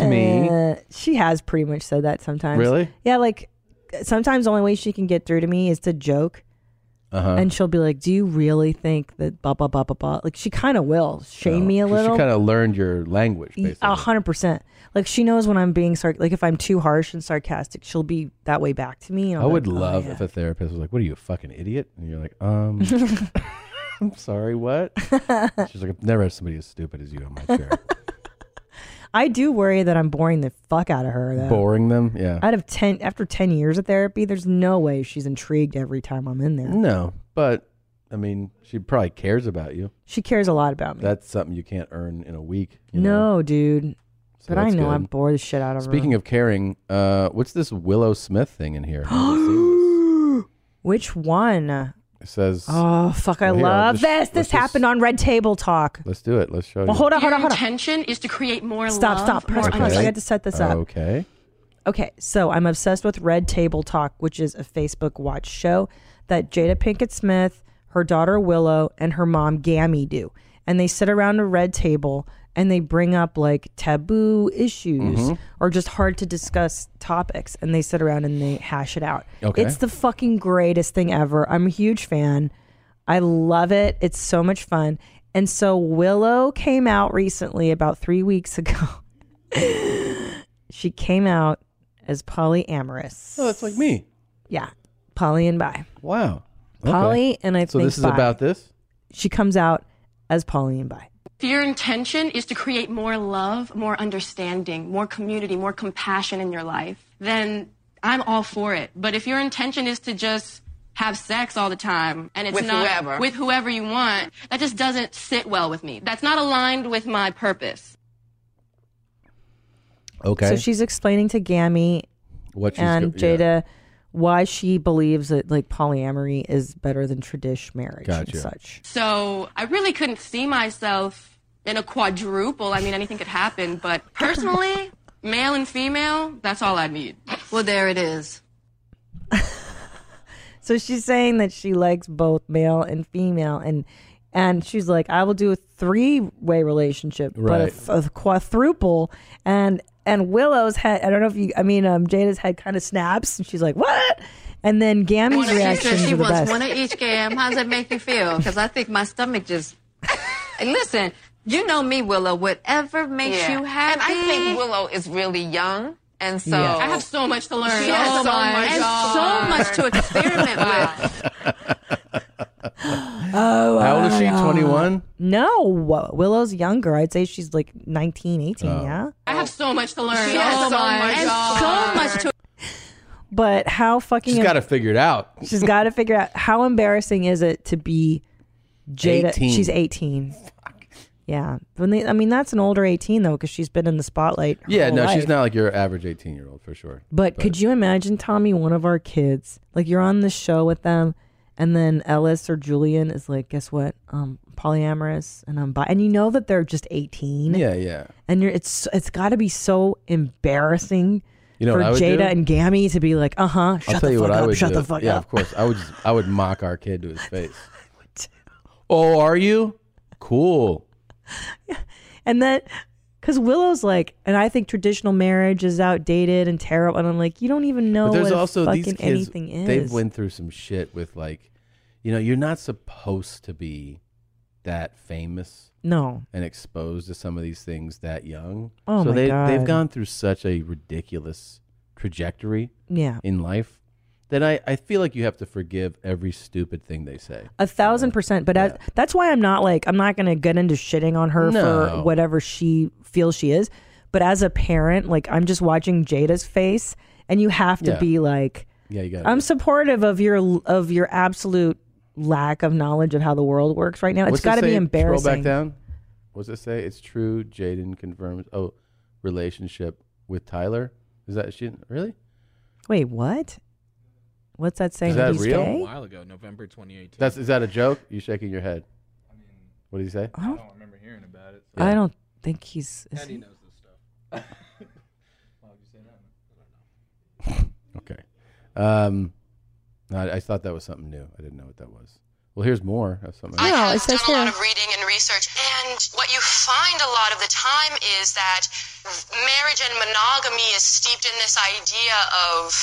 [SPEAKER 2] <laughs>
[SPEAKER 1] me."
[SPEAKER 2] Uh, she has pretty much said that sometimes.
[SPEAKER 1] Really?
[SPEAKER 2] Yeah, like sometimes the only way she can get through to me is to joke.
[SPEAKER 1] Uh-huh.
[SPEAKER 2] And she'll be like, "Do you really think that blah blah blah blah blah?" Like she kind of will shame me a
[SPEAKER 1] Oh, 'Cause
[SPEAKER 2] little.
[SPEAKER 1] She kind of learned your language.
[SPEAKER 2] Y-
[SPEAKER 1] Basically.
[SPEAKER 2] A hundred percent. Like she knows when I'm being sarc. Like if I'm too harsh and sarcastic, she'll be that way back to me. and
[SPEAKER 1] I
[SPEAKER 2] I'll be
[SPEAKER 1] would
[SPEAKER 2] like, "Oh,
[SPEAKER 1] love
[SPEAKER 2] yeah."
[SPEAKER 1] if a therapist was like, "What are you, a fucking idiot?" And you're like,
[SPEAKER 2] <laughs>
[SPEAKER 1] "Um, <laughs> I'm sorry, what?" She's like, "I've never had somebody as stupid as you on my
[SPEAKER 2] <laughs>
[SPEAKER 1] chair."
[SPEAKER 2] I do worry that I'm boring the fuck out of her. Though.
[SPEAKER 1] Boring them, yeah.
[SPEAKER 2] Out of ten, after ten years of therapy, there's no way she's intrigued every time I'm in there.
[SPEAKER 1] No, but I mean, she probably cares about you.
[SPEAKER 2] she cares a lot about me.
[SPEAKER 1] That's something you can't earn in a week.
[SPEAKER 2] no, dude.
[SPEAKER 1] So
[SPEAKER 2] but I
[SPEAKER 1] that's
[SPEAKER 2] know
[SPEAKER 1] good.
[SPEAKER 2] I'm bored the shit out of
[SPEAKER 1] Speaking
[SPEAKER 2] her.
[SPEAKER 1] of caring, uh, what's this Willow Smith thing
[SPEAKER 2] <gasps>
[SPEAKER 1] in here?
[SPEAKER 2] which one?
[SPEAKER 1] It says,
[SPEAKER 2] Oh fuck! I
[SPEAKER 1] Well, here, I'll
[SPEAKER 2] love
[SPEAKER 1] just-
[SPEAKER 2] this.
[SPEAKER 1] let's
[SPEAKER 2] This
[SPEAKER 1] just-
[SPEAKER 2] happened on Red Table Talk.
[SPEAKER 1] Let's do it. Let's show
[SPEAKER 2] Well,
[SPEAKER 1] you.
[SPEAKER 2] hold on, hold
[SPEAKER 7] Your
[SPEAKER 2] on, hold on.
[SPEAKER 7] intention is to create more
[SPEAKER 2] Stop,
[SPEAKER 7] love,
[SPEAKER 2] stop.
[SPEAKER 7] more
[SPEAKER 2] Press, press. I
[SPEAKER 1] Okay.
[SPEAKER 2] had to set this up.
[SPEAKER 1] Okay.
[SPEAKER 2] Okay, so I'm obsessed with Red Table Talk, which is a Facebook watch show that Jada Pinkett Smith, her daughter Willow, and her mom Gammy do. And they sit around a red table and they bring up like taboo issues
[SPEAKER 1] Mm-hmm.
[SPEAKER 7] Mhm.
[SPEAKER 2] or just hard to discuss topics and they sit around and they hash it out.
[SPEAKER 7] Okay.
[SPEAKER 2] It's the fucking greatest thing ever. I'm a huge fan. I love it. It's so much fun. And so Willow came out recently about 3 weeks ago. <laughs> she came out as polyamorous.
[SPEAKER 1] Oh, that's like me.
[SPEAKER 2] Yeah, poly and bi.
[SPEAKER 1] Wow. Okay.
[SPEAKER 2] Poly and I
[SPEAKER 1] So
[SPEAKER 2] think
[SPEAKER 1] this is
[SPEAKER 2] bi.
[SPEAKER 1] about this?
[SPEAKER 2] She comes out as poly and bi.
[SPEAKER 7] If your intention is to create more love, more understanding, more community, more compassion in your life, then I'm all for it. But if your intention is to just have sex all the time and it's
[SPEAKER 8] With
[SPEAKER 7] not
[SPEAKER 8] whoever.
[SPEAKER 7] with whoever you want, that just doesn't sit well with me. That's not aligned with my purpose.
[SPEAKER 1] Okay.
[SPEAKER 2] So she's explaining to Gammy
[SPEAKER 1] What she's
[SPEAKER 2] and
[SPEAKER 1] go- yeah.
[SPEAKER 2] Jada why she believes that like polyamory is better than tradish marriage
[SPEAKER 1] Gotcha.
[SPEAKER 2] and such.
[SPEAKER 7] So I really couldn't see myself in a quadruple. I mean, anything could happen, but personally, male and female, that's all I need. Well, there it is.
[SPEAKER 2] So she's saying that she likes both male and female and and she's like, I will do a three way relationship, but a,
[SPEAKER 1] Right.
[SPEAKER 2] th- a quadruple. And and Willow's head, I don't know if you, I mean, um, Jada's head kind of snaps, and she's like, "What?" And then Gammy's
[SPEAKER 8] One of each,
[SPEAKER 2] reaction
[SPEAKER 8] she
[SPEAKER 2] is the
[SPEAKER 8] wants
[SPEAKER 2] best.
[SPEAKER 8] one of each game. How does that make you feel? Because I think my stomach just. And Listen, you know me, Willow. Whatever makes
[SPEAKER 7] Yeah.
[SPEAKER 8] you
[SPEAKER 7] And
[SPEAKER 8] happy.
[SPEAKER 7] I think Willow
[SPEAKER 8] is really young, and
[SPEAKER 7] so- Yeah. I have so much to learn.
[SPEAKER 8] She has
[SPEAKER 7] Oh
[SPEAKER 8] so
[SPEAKER 7] my
[SPEAKER 8] much and
[SPEAKER 7] God.
[SPEAKER 8] so much to
[SPEAKER 7] <laughs>
[SPEAKER 8] experiment with.
[SPEAKER 2] Oh,
[SPEAKER 1] How old is she?
[SPEAKER 2] uh,
[SPEAKER 1] 21?
[SPEAKER 2] No, Wo- Willow's younger. I'd say she's like 19, 18,
[SPEAKER 1] Oh.
[SPEAKER 2] yeah.
[SPEAKER 7] I have so much to learn.
[SPEAKER 8] She has
[SPEAKER 7] oh
[SPEAKER 8] so
[SPEAKER 7] my
[SPEAKER 8] much
[SPEAKER 7] and
[SPEAKER 8] to learn.
[SPEAKER 7] so much to
[SPEAKER 2] But how fucking
[SPEAKER 1] She's got to figure it out.
[SPEAKER 2] She's got to figure out how embarrassing is it to be Jada.
[SPEAKER 1] 18.
[SPEAKER 2] She's 18. Yeah. When they, I mean, that's an older 18 though, because she's been in the spotlight. her
[SPEAKER 1] Yeah,
[SPEAKER 2] whole
[SPEAKER 1] no, she's
[SPEAKER 2] life.
[SPEAKER 1] not like your average 18 year old for sure.
[SPEAKER 2] But,
[SPEAKER 1] But-
[SPEAKER 2] could you imagine, Tommy, one of our kids? Like you're on the show with them, and then Ellis or Julian is like, "Guess what? Um, polyamorous, and I'm bi." And you know that they're just 18.
[SPEAKER 1] Yeah, yeah.
[SPEAKER 2] And you're it's it's got to be so embarrassing.
[SPEAKER 1] You know
[SPEAKER 2] for
[SPEAKER 1] what I would
[SPEAKER 2] Jada
[SPEAKER 1] do?
[SPEAKER 2] and Gammy to be like, uh huh, shut
[SPEAKER 1] I'll tell
[SPEAKER 2] the
[SPEAKER 1] you
[SPEAKER 2] fuck
[SPEAKER 1] what I
[SPEAKER 2] up,
[SPEAKER 1] would
[SPEAKER 2] shut
[SPEAKER 1] do.
[SPEAKER 2] the fuck
[SPEAKER 1] yeah,
[SPEAKER 2] up. <laughs>
[SPEAKER 1] of course. I would I would mock our kid to his face. oh, are you? Cool.
[SPEAKER 2] And then, because Willow's like, and I think traditional marriage is outdated and terrible. And I'm like, you don't even know
[SPEAKER 1] but there's
[SPEAKER 2] what
[SPEAKER 1] also
[SPEAKER 2] fucking
[SPEAKER 1] these kids.
[SPEAKER 2] anything is.
[SPEAKER 1] They've went through some shit with like, you know, you're not supposed to be that famous.
[SPEAKER 2] No.
[SPEAKER 1] And exposed to some of these things that young.
[SPEAKER 2] Oh
[SPEAKER 1] so
[SPEAKER 2] my
[SPEAKER 1] they
[SPEAKER 2] God.
[SPEAKER 1] they've gone through such a ridiculous trajectory.
[SPEAKER 2] Yeah.
[SPEAKER 1] In life, that I I feel like you have to forgive every stupid thing they say.
[SPEAKER 2] A thousand percent. But as, that's why I'm not like, I'm not going to get into shitting on her
[SPEAKER 1] No.
[SPEAKER 2] for whatever she feels she is. But as a parent, like, I'm just watching Jada's face, and you have to
[SPEAKER 1] Yeah.
[SPEAKER 2] be like,
[SPEAKER 1] Yeah, you got.
[SPEAKER 2] I'm supportive of your of your absolute lack of knowledge of how the world works right now.
[SPEAKER 1] What's
[SPEAKER 2] it's got to
[SPEAKER 1] say?
[SPEAKER 2] be embarrassing.
[SPEAKER 1] Scroll back down. What's it say? It's true. Jaden confirms. Oh, relationship with Tyler. Is that she? Really?
[SPEAKER 2] Wait, what? What's that saying?
[SPEAKER 1] Is that
[SPEAKER 2] he's
[SPEAKER 1] real?
[SPEAKER 2] gay?
[SPEAKER 10] A while ago, November 2018.
[SPEAKER 1] That's is that a joke? You shaking your head. What did he say?
[SPEAKER 2] I don't
[SPEAKER 14] remember hearing about it.
[SPEAKER 2] I don't think he's. is he-
[SPEAKER 1] Okay. Um, no, I, I thought that was something new. I didn't know what that was. Well, here's more of something.
[SPEAKER 3] I have done a lot of reading and research, and what you find a lot of the time is that marriage and monogamy is steeped in this idea of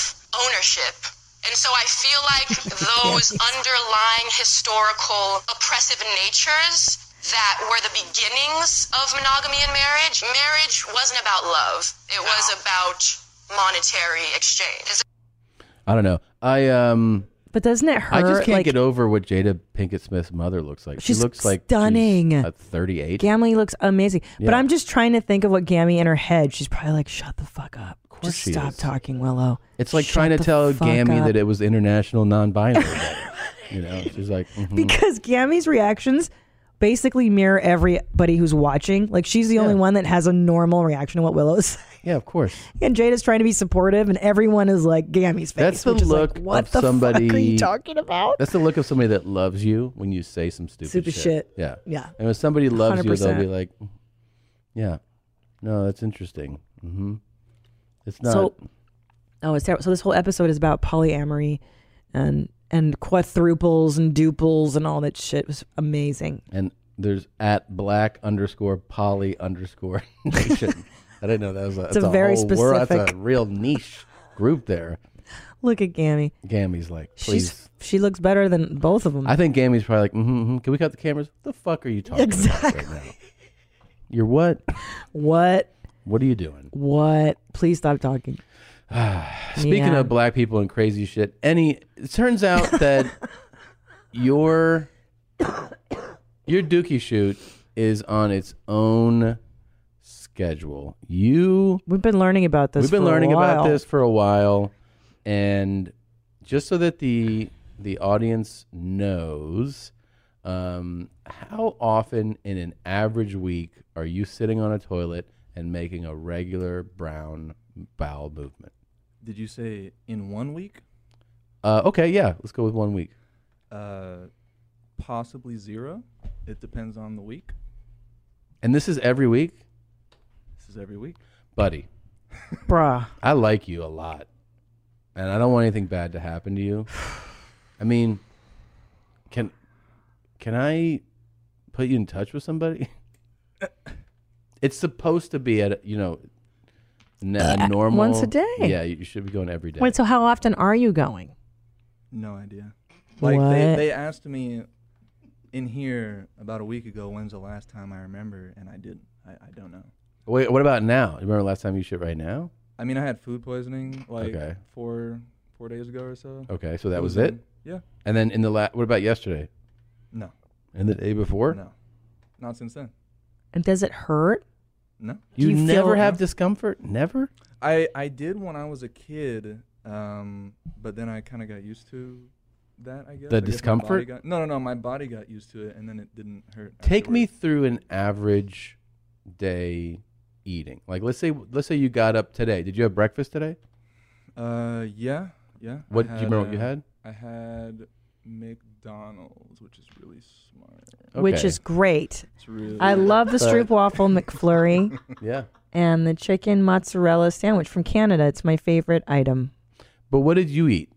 [SPEAKER 3] ownership. And so I feel like those underlying historical oppressive natures that were the beginnings of monogamy and marriage, marriage wasn't about love. It was about monetary exchange. It's
[SPEAKER 1] I don't know. I um.
[SPEAKER 2] But doesn't it hurt?
[SPEAKER 1] I just can't
[SPEAKER 2] like,
[SPEAKER 1] get over what Jada Pinkett Smith's mother looks like.
[SPEAKER 2] She's
[SPEAKER 1] she looks like she's
[SPEAKER 2] stunning.
[SPEAKER 1] a 38.
[SPEAKER 2] Gamley looks amazing, but
[SPEAKER 1] Yeah.
[SPEAKER 2] I'm just trying to think of what Gammy in her head. She's probably like, "Shut the fuck up! Just
[SPEAKER 1] she
[SPEAKER 2] stop
[SPEAKER 1] is.
[SPEAKER 2] talking, Willow."
[SPEAKER 1] It's like
[SPEAKER 2] Shut
[SPEAKER 1] trying to
[SPEAKER 2] the
[SPEAKER 1] tell
[SPEAKER 2] fuck
[SPEAKER 1] Gammy
[SPEAKER 2] up."
[SPEAKER 1] that it was
[SPEAKER 2] <laughs>
[SPEAKER 1] international non-binary. Day. you know, she's like mhm.
[SPEAKER 2] because Gammy's reactions basically mirror everybody who's watching. Like she's the only one that has a normal reaction to what Willow's. <laughs> saying.
[SPEAKER 1] Yeah, of course.
[SPEAKER 2] And Jada's trying to be supportive, and everyone is like Gammy's face.
[SPEAKER 1] That's the
[SPEAKER 2] which is like,
[SPEAKER 1] look
[SPEAKER 2] what
[SPEAKER 1] of
[SPEAKER 2] the
[SPEAKER 1] somebody.
[SPEAKER 2] fuck are you talking about?
[SPEAKER 1] That's the look of somebody that loves you when you say some stupid,
[SPEAKER 2] Stupid shit.
[SPEAKER 1] Yeah,
[SPEAKER 2] Yeah.
[SPEAKER 1] And when somebody loves you, they'll
[SPEAKER 2] 100%.
[SPEAKER 1] be like, "Yeah, no, that's interesting." hmm It's not.
[SPEAKER 2] So, oh, it's terrible. So this whole episode is about polyamory, and and quadruples and duples and all that shit It was amazing.
[SPEAKER 1] and there's at black underscore poly underscore <laughs> nation. I didn't know that was a,
[SPEAKER 2] It's
[SPEAKER 1] that's
[SPEAKER 2] a very
[SPEAKER 1] whole world. That's a
[SPEAKER 2] specific-
[SPEAKER 1] real niche group there.
[SPEAKER 2] Look at Gammy.
[SPEAKER 1] Gammy's like, please.
[SPEAKER 2] She's she looks better than both of them.
[SPEAKER 1] I think Gammy's probably like, mm-hmm, hmm can we cut the cameras? The fuck are you talking about right now? You're what?
[SPEAKER 2] What?
[SPEAKER 1] What are you doing?
[SPEAKER 2] What? Please stop talking.
[SPEAKER 1] <sighs> Speaking
[SPEAKER 2] Yeah.
[SPEAKER 1] of black people and crazy shit, any it turns out
[SPEAKER 2] <laughs>
[SPEAKER 1] that your your dookie shoot is on its own schedule. You
[SPEAKER 2] we've been learning about this
[SPEAKER 1] We've been
[SPEAKER 2] for a
[SPEAKER 1] learning about
[SPEAKER 2] while.
[SPEAKER 1] this for a while, and just so that the the audience knows, um, how often in an average week are you sitting on a toilet and making a regular brown bowel movement?
[SPEAKER 14] Did you say in one week?
[SPEAKER 1] Uh, okay, yeah, let's go with one week.
[SPEAKER 14] Uh, possibly zero. It depends on the week.
[SPEAKER 1] And this is every week,
[SPEAKER 14] This is every week.
[SPEAKER 1] buddy.
[SPEAKER 2] Bruh.
[SPEAKER 1] I like you a lot, and I don't want anything bad to happen to you. I mean, can can I put you in touch with somebody? <laughs> It's supposed to be at a- you know n- a normal
[SPEAKER 2] Uh, Once a day.
[SPEAKER 1] Yeah, you should be going every day.
[SPEAKER 2] Wait, so how often are you going?
[SPEAKER 14] No idea. Like
[SPEAKER 2] What?
[SPEAKER 14] they they asked me in here about a week ago when's the last time I remember, and I didn't. I, I don't know.
[SPEAKER 1] Wait, what about now? You remember last time you shit right now?
[SPEAKER 14] I mean, I had food poisoning like
[SPEAKER 1] Okay.
[SPEAKER 14] four four days ago or so.
[SPEAKER 1] Okay, so that was it.
[SPEAKER 14] in- yeah.
[SPEAKER 1] And then in the la- what about yesterday?
[SPEAKER 14] No.
[SPEAKER 1] And the day before?
[SPEAKER 14] No. Not since then.
[SPEAKER 2] And does it hurt?
[SPEAKER 14] No.
[SPEAKER 1] You,
[SPEAKER 2] Do you
[SPEAKER 1] never
[SPEAKER 2] feel-
[SPEAKER 1] have discomfort? Never?
[SPEAKER 14] I I did when I was a kid, um, but then I kind of got used to that. I guess
[SPEAKER 1] The
[SPEAKER 14] I guess my body
[SPEAKER 1] discomfort?
[SPEAKER 14] got- no, no, no. My body got used to it, and then it didn't hurt.
[SPEAKER 1] Take me through an average day eating. Like let's say let's say you got up today. Did you have breakfast today?
[SPEAKER 14] Uh, yeah, yeah. I
[SPEAKER 1] What- do you remember what you
[SPEAKER 14] uh,
[SPEAKER 1] had?
[SPEAKER 14] I had McDonald's, which is really smart.
[SPEAKER 1] Oh.
[SPEAKER 2] Which is great.
[SPEAKER 14] It's really
[SPEAKER 2] I
[SPEAKER 14] good.
[SPEAKER 2] love the stroop waffle McFlurry.
[SPEAKER 1] <laughs> Yeah.
[SPEAKER 2] And the chicken mozzarella sandwich from Canada. It's my favorite item.
[SPEAKER 1] But what did you eat?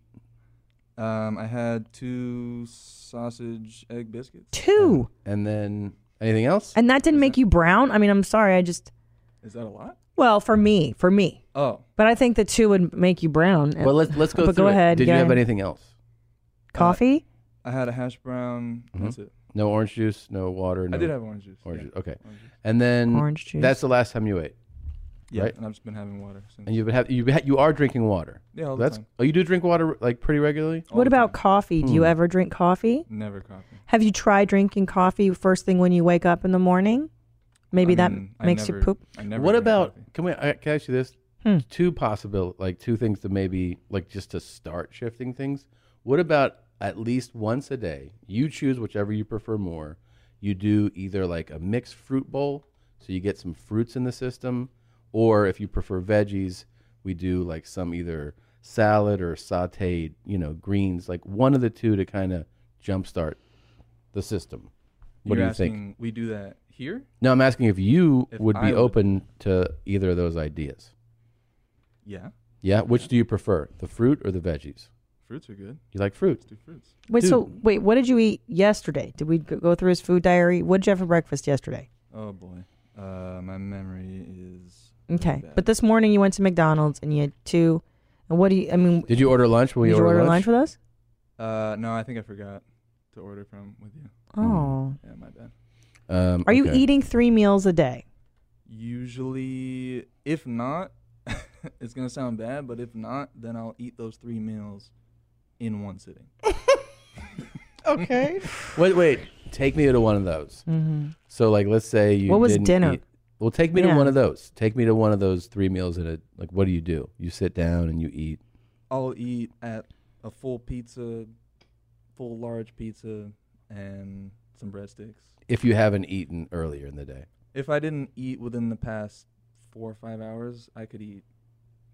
[SPEAKER 14] Um, I had two sausage egg biscuits.
[SPEAKER 2] Two.
[SPEAKER 1] And then Anything else?
[SPEAKER 2] And that didn't make you brown? I mean, I'm sorry. I just,
[SPEAKER 14] Is that a lot?
[SPEAKER 2] well, for me, for me.
[SPEAKER 14] Oh.
[SPEAKER 2] But I think the two would make you brown.
[SPEAKER 1] Well, let's let's go
[SPEAKER 2] but
[SPEAKER 1] through
[SPEAKER 2] go
[SPEAKER 1] it.
[SPEAKER 2] ahead.
[SPEAKER 1] Did
[SPEAKER 2] yeah.
[SPEAKER 1] you have anything else?
[SPEAKER 2] Coffee?
[SPEAKER 14] I had a hash brown. That's
[SPEAKER 1] Mhm.
[SPEAKER 14] it.
[SPEAKER 1] No orange juice, no water. No
[SPEAKER 14] did have orange juice,
[SPEAKER 1] Orange
[SPEAKER 14] yeah.
[SPEAKER 1] juice. Okay. And then
[SPEAKER 14] Orange juice.
[SPEAKER 1] That's the last time you ate.
[SPEAKER 14] Yeah,
[SPEAKER 1] Right?
[SPEAKER 14] and I've just been having water since.
[SPEAKER 1] And you've been have you been, you are drinking water.
[SPEAKER 14] Yeah, all the
[SPEAKER 1] that's
[SPEAKER 14] time.
[SPEAKER 1] oh you do drink water like pretty regularly.
[SPEAKER 2] what about coffee? Do you
[SPEAKER 1] Hmm.
[SPEAKER 2] ever drink coffee?
[SPEAKER 14] Never coffee.
[SPEAKER 2] Have you tried drinking coffee first thing when you wake up in the morning? Maybe that
[SPEAKER 1] mean, I
[SPEAKER 2] makes you
[SPEAKER 1] never-
[SPEAKER 2] poop. Hmm.
[SPEAKER 14] I never
[SPEAKER 1] what
[SPEAKER 14] drink
[SPEAKER 1] about? Can we? I, can I ask you this? Two possible, like two things to maybe like just to start shifting things. What about at least once a day? You choose whichever you prefer more. You do either like a mixed fruit bowl, so you get some fruits in the system, or if you prefer veggies, we do like some either salad or sautéed, you know, greens, like one of the two to kind of jumpstart the system. What
[SPEAKER 14] You're
[SPEAKER 1] do you think?
[SPEAKER 14] asking We do that here.
[SPEAKER 1] No, I'm asking if you
[SPEAKER 14] If
[SPEAKER 1] would
[SPEAKER 14] I
[SPEAKER 1] be
[SPEAKER 14] would-
[SPEAKER 1] open to either of those ideas.
[SPEAKER 14] Yeah.
[SPEAKER 1] Yeah, which do you prefer, the fruit or the veggies?
[SPEAKER 14] Fruits are good.
[SPEAKER 1] You like fruit?
[SPEAKER 14] Do fruits.
[SPEAKER 2] Wait,
[SPEAKER 1] Dude,
[SPEAKER 2] so wait, what did you eat yesterday? Did we go go through his food diary? What did you have for breakfast yesterday?
[SPEAKER 14] Oh boy. Uh, my memory is.
[SPEAKER 2] Okay, but this morning you went to McDonald's and you had two. And what do you? I mean,
[SPEAKER 1] Did you order lunch? Will
[SPEAKER 2] did
[SPEAKER 1] you
[SPEAKER 2] you
[SPEAKER 1] order
[SPEAKER 2] order lunch
[SPEAKER 1] lunch?
[SPEAKER 2] with us?
[SPEAKER 14] Uh, no, I think I forgot to order from with you.
[SPEAKER 1] Hmm.
[SPEAKER 2] Oh.
[SPEAKER 14] Yeah, my bad.
[SPEAKER 1] Um,
[SPEAKER 2] Are you
[SPEAKER 1] okay.
[SPEAKER 2] eating three meals a day?
[SPEAKER 14] Usually, if not, <laughs> it's gonna sound bad, but if not, then I'll eat those three meals in one sitting.
[SPEAKER 2] Okay.
[SPEAKER 1] Wait, wait. Take me to one of those.
[SPEAKER 2] Mhm.
[SPEAKER 1] So, like, let's say you.
[SPEAKER 2] What was
[SPEAKER 1] didn't
[SPEAKER 2] dinner?
[SPEAKER 1] eat- well, take me
[SPEAKER 2] Yeah.
[SPEAKER 1] to one of those. Take me to one of those three meals in a. Like, what do you do? You sit down and you eat.
[SPEAKER 14] <laughs> I'll eat at a full pizza, full large pizza, and some breadsticks.
[SPEAKER 1] If you haven't eaten earlier in the day,
[SPEAKER 14] If I didn't eat within the past four or five hours, I could eat.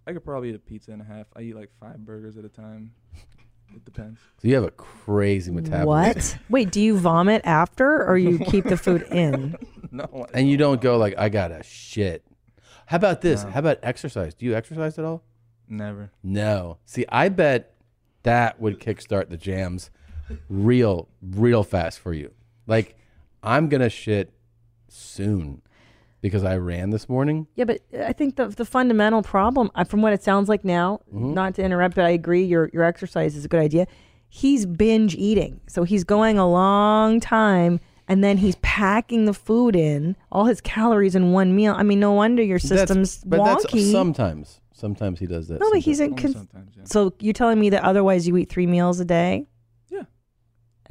[SPEAKER 14] I could probably eat a pizza and a half. I eat like five burgers at a time. It depends.
[SPEAKER 1] so you have a crazy metabolism. <laughs>
[SPEAKER 2] What? Wait, do you vomit after or you keep the food in?
[SPEAKER 14] No.
[SPEAKER 1] And you don't go like, I gotta shit. How about this? How about exercise? Do you exercise at all?
[SPEAKER 14] Never.
[SPEAKER 1] No. See, I bet that would kickstart the jams real, real fast for you. Like, I'm gonna shit soon because I ran this morning.
[SPEAKER 2] <laughs> Yeah, but I think the the fundamental problem, uh, from what it sounds like now,
[SPEAKER 1] Mm-hmm.
[SPEAKER 2] not to interrupt, but I agree. Your your exercise is a good idea. He's binge eating, so he's going a long time, and then he's packing the food in, all his calories in one meal. I mean, no wonder your system's
[SPEAKER 1] that's, but
[SPEAKER 2] wonky.
[SPEAKER 1] that's sometimes. Sometimes he does that.
[SPEAKER 2] no, but he's in.
[SPEAKER 1] sometimes.
[SPEAKER 2] Con- So you're telling me that otherwise you eat three meals a day?
[SPEAKER 14] Yeah.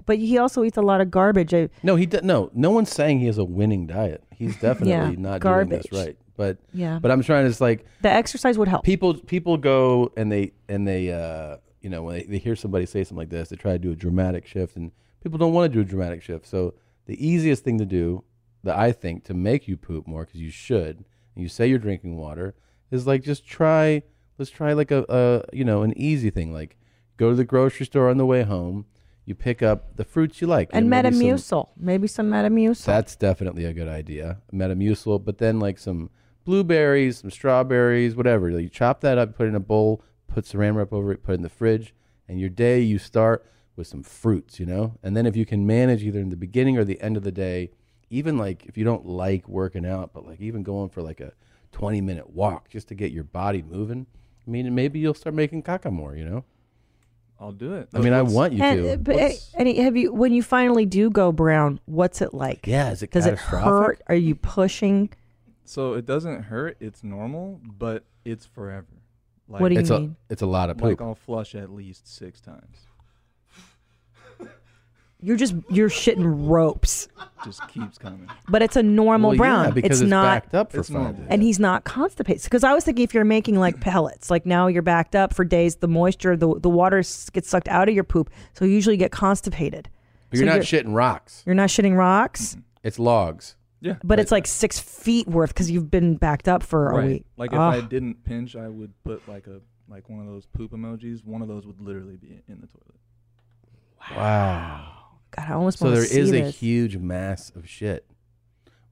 [SPEAKER 2] But he also eats a lot of garbage. I,
[SPEAKER 1] No, he d- no. No one's saying he has a winning diet.
[SPEAKER 2] <laughs>
[SPEAKER 1] He's definitely not doing
[SPEAKER 2] garbage.
[SPEAKER 1] this right. But
[SPEAKER 2] Yeah.
[SPEAKER 1] But I'm trying to just like
[SPEAKER 2] the exercise would help.
[SPEAKER 1] People people go and they and they uh you know when they, they hear somebody say something like this, they try to do a dramatic shift, and people don't want to do a dramatic shift. So the easiest thing to do, that I think, to make you poop more because you should, and you say you're drinking water, is like just try. Let's try like a, a you know an easy thing like go to the grocery store on the way home. You pick up the fruits you like
[SPEAKER 2] And
[SPEAKER 1] maybe some-
[SPEAKER 2] Metamucil, maybe some Metamucil.
[SPEAKER 1] that's definitely a good idea. Metamucil, but then like some blueberries, some strawberries, whatever. You chop that up, put it in a bowl, put saran wrap over it, put it in the fridge, and your day you start with some fruits, you know? And then if you can manage either in the beginning or the end of the day, even like if you don't like working out, but like even going for like a 20 minute walk just to get your body moving, I mean, maybe you'll start making caca more, you know?
[SPEAKER 14] I'll do it.
[SPEAKER 1] I mean, I
[SPEAKER 14] What's-
[SPEAKER 1] want you
[SPEAKER 2] and, uh,
[SPEAKER 1] to.
[SPEAKER 2] But, and have you when you finally do go brown? What's it like?
[SPEAKER 1] Yeah, is it
[SPEAKER 2] does it
[SPEAKER 1] catastrophic?
[SPEAKER 2] hurt? Are you pushing?
[SPEAKER 14] So it doesn't hurt. It's normal, but it's forever.
[SPEAKER 2] What do you It's a- mean?
[SPEAKER 1] it's a lot of
[SPEAKER 14] Like
[SPEAKER 1] poop.
[SPEAKER 14] I'll flush at least six times.
[SPEAKER 2] You're just you're shitting ropes.
[SPEAKER 14] Just keeps coming.
[SPEAKER 2] But it's a normal
[SPEAKER 14] Well, yeah,
[SPEAKER 2] brown.
[SPEAKER 14] because it's
[SPEAKER 2] not
[SPEAKER 14] backed up for It's five normal. days.
[SPEAKER 2] and he's not constipated. Because I was thinking, if you're making like pellets, like now you're backed up for days, the moisture, the the water s- gets sucked out of your poop, so you usually get constipated.
[SPEAKER 1] But you're
[SPEAKER 2] So
[SPEAKER 1] not shitting rocks.
[SPEAKER 2] You're not shitting rocks,
[SPEAKER 1] It's logs.
[SPEAKER 14] Mm-hmm. Yeah.
[SPEAKER 2] but it's like six feet worth because you've been backed up for a week.
[SPEAKER 14] Like if
[SPEAKER 2] Ah.
[SPEAKER 14] I didn't pinch, I would put like a like one of those poop emojis. One of those would literally be in the toilet.
[SPEAKER 1] Wow.
[SPEAKER 2] God, I almost
[SPEAKER 1] so
[SPEAKER 2] wanna
[SPEAKER 1] there is
[SPEAKER 2] see
[SPEAKER 1] a
[SPEAKER 2] this.
[SPEAKER 1] huge mass of shit.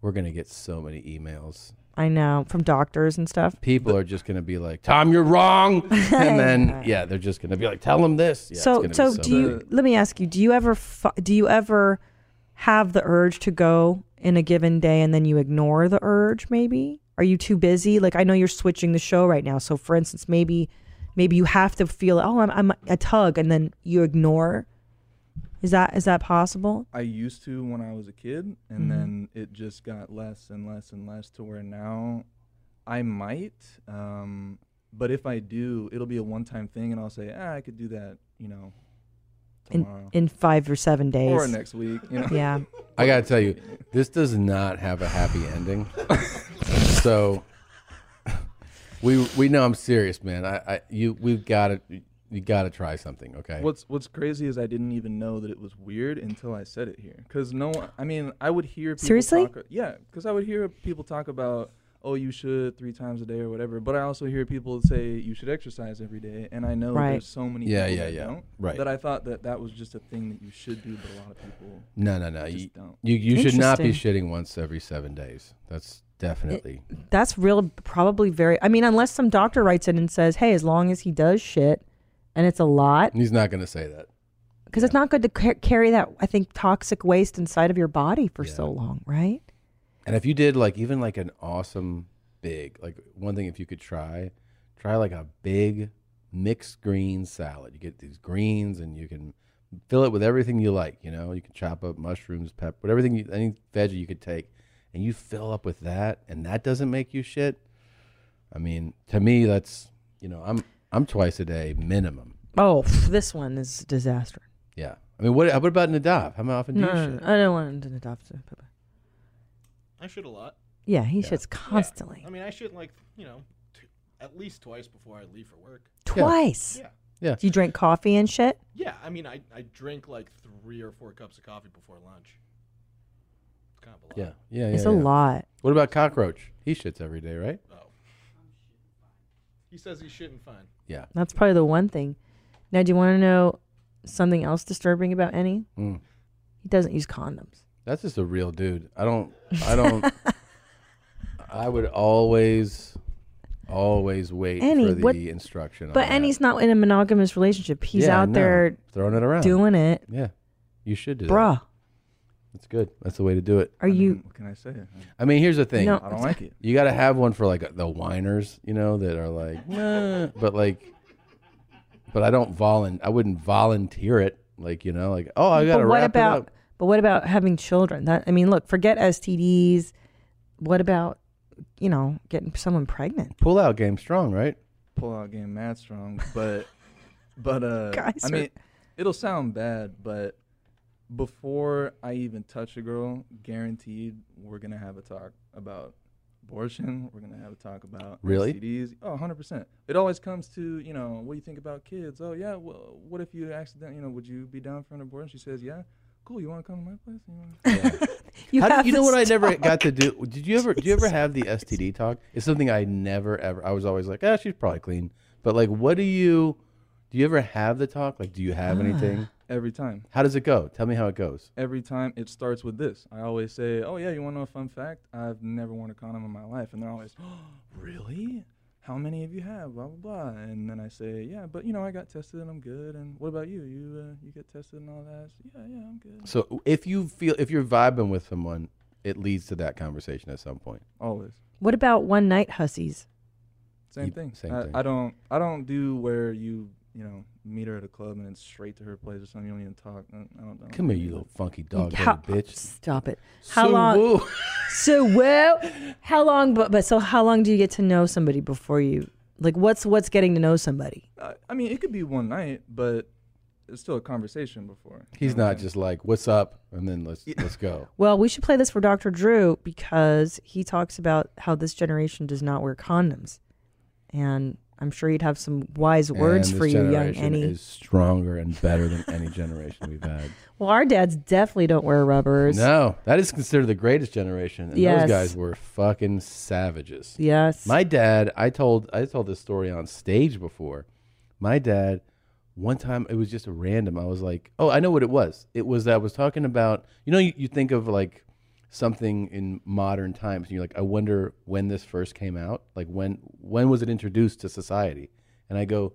[SPEAKER 1] We're gonna get so many emails.
[SPEAKER 2] I know from doctors and stuff.
[SPEAKER 1] People are just gonna be like, "Tom, you're wrong," <laughs>
[SPEAKER 2] <laughs>
[SPEAKER 1] and then yeah, they're just gonna be like, "Tell them this." Yeah, it's
[SPEAKER 2] so
[SPEAKER 1] gonna
[SPEAKER 2] so
[SPEAKER 1] be
[SPEAKER 2] do you
[SPEAKER 1] many.
[SPEAKER 2] let me ask you do you ever fu- do you ever have the urge to go in a given day and then you ignore the urge maybe are you too busy like i know you're switching the show right now so for instance maybe maybe you have to feel oh i'm, I'm a tug and then you ignore is that is that possible
[SPEAKER 14] I used to when I was a kid,
[SPEAKER 2] Mhm.
[SPEAKER 14] and then it just got less and less and less to where now I might. Um, but if I do, it'll be a one time thing, and I'll say, ah, I could do that, you know,
[SPEAKER 2] in
[SPEAKER 14] tomorrow.
[SPEAKER 2] in five or seven days
[SPEAKER 14] Or next week, you know?
[SPEAKER 2] yeah
[SPEAKER 14] <laughs>
[SPEAKER 1] I gotta tell you, this does not have a happy <laughs> ending. so <laughs> we we know I'm serious, man. I, I you we've got to you got to try something, okay?
[SPEAKER 14] What's What's crazy is I didn't even know that it was weird until I said it here. Cause no, one- I mean, I would hear people
[SPEAKER 2] Seriously?
[SPEAKER 14] Talk, yeah, cause I would hear people talk about, oh, you should three times a day or whatever. But I also hear people say you should exercise every day, and I know
[SPEAKER 1] Right.
[SPEAKER 14] there's so many
[SPEAKER 1] Yeah,
[SPEAKER 14] people
[SPEAKER 1] yeah,
[SPEAKER 14] that
[SPEAKER 1] yeah.
[SPEAKER 14] don't.
[SPEAKER 1] Right.
[SPEAKER 14] That I thought that that was just a thing that you should do, but a lot of people
[SPEAKER 1] No, no, no.
[SPEAKER 14] just
[SPEAKER 1] You
[SPEAKER 14] don't.
[SPEAKER 1] you, you should not be shitting once every 7 days. That's definitely.
[SPEAKER 2] that's real probably very i mean unless some doctor writes in and says hey as long as he does shit and it's a lot
[SPEAKER 1] He's not going to say that.
[SPEAKER 2] because it's not good to ca- carry that i think toxic waste inside of your body for so long right
[SPEAKER 1] And if you did like even like an awesome big, like one thing if you could try, try like a big mixed green salad. You get these greens and you can fill it with everything you like, you know. You can chop up mushrooms, pep, whatever thing you any veggie you could take and you fill up with that and that doesn't make you shit. I mean, to me that's, you know, I'm I'm twice a day minimum.
[SPEAKER 2] oh pff, this one is a disaster
[SPEAKER 1] Yeah. I mean, what what about Nadav? How often do
[SPEAKER 2] no,
[SPEAKER 1] you
[SPEAKER 2] no,
[SPEAKER 1] shit?
[SPEAKER 2] no, i don't want him to adopt it but-
[SPEAKER 10] I should a lot.
[SPEAKER 2] yeah he shits constantly
[SPEAKER 10] I mean, I should like you know, t- at least twice before I leave for work.
[SPEAKER 2] twice
[SPEAKER 10] Yeah.
[SPEAKER 1] yeah
[SPEAKER 2] do you drink coffee and shit
[SPEAKER 10] Yeah, I mean, I, I drink like three or four cups of coffee before lunch.
[SPEAKER 1] Yeah, yeah, yeah.
[SPEAKER 2] It's a
[SPEAKER 1] yeah.
[SPEAKER 2] lot.
[SPEAKER 1] What about cockroach? He shits every day, right?
[SPEAKER 10] He says he's shitting fine.
[SPEAKER 1] Yeah.
[SPEAKER 2] that's probably the one thing now do you want to know something else disturbing about any
[SPEAKER 1] Mm.
[SPEAKER 2] he doesn't use condoms
[SPEAKER 1] That's just a real dude. I don't. I
[SPEAKER 2] <laughs>
[SPEAKER 1] don't. I would always, always wait
[SPEAKER 2] Any,
[SPEAKER 1] for the
[SPEAKER 2] what-
[SPEAKER 1] instruction. on
[SPEAKER 2] but
[SPEAKER 1] that.
[SPEAKER 2] and he's not in a monogamous relationship he's
[SPEAKER 1] Yeah, I
[SPEAKER 2] out
[SPEAKER 1] know.
[SPEAKER 2] there
[SPEAKER 1] throwing it around,
[SPEAKER 2] doing it
[SPEAKER 1] Yeah, you should do
[SPEAKER 2] bruh
[SPEAKER 1] that. That's good. That's the way to do it.
[SPEAKER 2] are you
[SPEAKER 14] What can I say?
[SPEAKER 1] I mean, here's the thing.
[SPEAKER 2] No, I don't like it.
[SPEAKER 1] You got to have one for like the whiners, you know, that
[SPEAKER 14] <laughs>
[SPEAKER 1] are like, "Nah," but like, but I don't volun. I wouldn't volunteer it. Like you know, like oh, I got to
[SPEAKER 2] but what
[SPEAKER 1] wrap
[SPEAKER 2] about
[SPEAKER 1] it up.
[SPEAKER 2] but what about having children that i mean look forget stds what about you know getting someone pregnant
[SPEAKER 1] Pull out game strong, right?
[SPEAKER 14] pull out game mad strong,
[SPEAKER 2] <laughs>
[SPEAKER 14] but but uh,
[SPEAKER 2] Guys
[SPEAKER 14] I
[SPEAKER 2] are-
[SPEAKER 14] mean, it'll sound bad, but before I even touch a girl, guaranteed we're gonna have a talk about abortion. We're gonna have a talk about
[SPEAKER 1] Really?
[SPEAKER 14] STDs. Oh, 100 percent. It always comes to you know, what do you think about kids? Oh yeah, well, what if you accident? You know, would you be down for an abortion? She says, yeah. Cool. You want to come to my place? You wanna-
[SPEAKER 2] <laughs>
[SPEAKER 1] <laughs> How do- know what I never got to do? Did you ever? Do you ever have the STD talk? It's something I never ever. I was always like, ah, she's probably clean. But like, what do you? Do you ever have the talk? Like, do you
[SPEAKER 2] Ah,
[SPEAKER 1] have anything?
[SPEAKER 14] Every time.
[SPEAKER 1] How does it go? Tell me how it goes.
[SPEAKER 14] every time it starts with this. I always say, "Oh yeah, you want to know a fun fact? I've never worn a condom in my life," and they're always, "Oh, "Really? How many have you had?" Blah blah blah. And then I say, "Yeah, but you know, I got tested and I'm good. And what about you? You uh, you get tested and all that? I say, yeah, yeah, I'm good.
[SPEAKER 1] So if you feel if you're vibing with someone, it leads to that conversation at some point.
[SPEAKER 14] Always.
[SPEAKER 2] what about one night hussies
[SPEAKER 14] Same
[SPEAKER 1] You-
[SPEAKER 14] thing.
[SPEAKER 1] same
[SPEAKER 14] I,
[SPEAKER 1] thing.
[SPEAKER 14] I don't I don't do where you you know meet her at a club and it's straight to her place or something. You don't even talk. I I don't. know.
[SPEAKER 1] Come here, you little funky dog
[SPEAKER 2] How-
[SPEAKER 1] headed bitch.
[SPEAKER 2] stop it how
[SPEAKER 1] So
[SPEAKER 2] long <laughs>
[SPEAKER 1] woo.
[SPEAKER 2] so well how long but, but so how long do you get to know somebody before you like what's what's getting to know somebody
[SPEAKER 14] I, I mean, it could be one night, but it's still a conversation before.
[SPEAKER 1] He's not just like, "What's up?" and then let's let's go.
[SPEAKER 2] Well, we should play this for Dr. Drew because he talks about how this generation does not wear condoms. And I'm sure he'd have some wise words
[SPEAKER 1] And
[SPEAKER 2] for
[SPEAKER 1] this
[SPEAKER 2] you, young
[SPEAKER 1] generation
[SPEAKER 2] Annie.
[SPEAKER 1] Is stronger and better than any generation we've had.
[SPEAKER 2] well, our dads definitely don't wear rubbers.
[SPEAKER 1] No, that is considered the greatest generation, and
[SPEAKER 2] Yes.
[SPEAKER 1] those guys were fucking savages.
[SPEAKER 2] Yes.
[SPEAKER 1] my dad. I told I told this story on stage before. My dad, one time it was just random. I was like, oh, I know what it was. It was that I was talking about. You know, you, you think of like something in modern times, and you're like, I wonder when this first came out. Like when when was it introduced to society? And I go,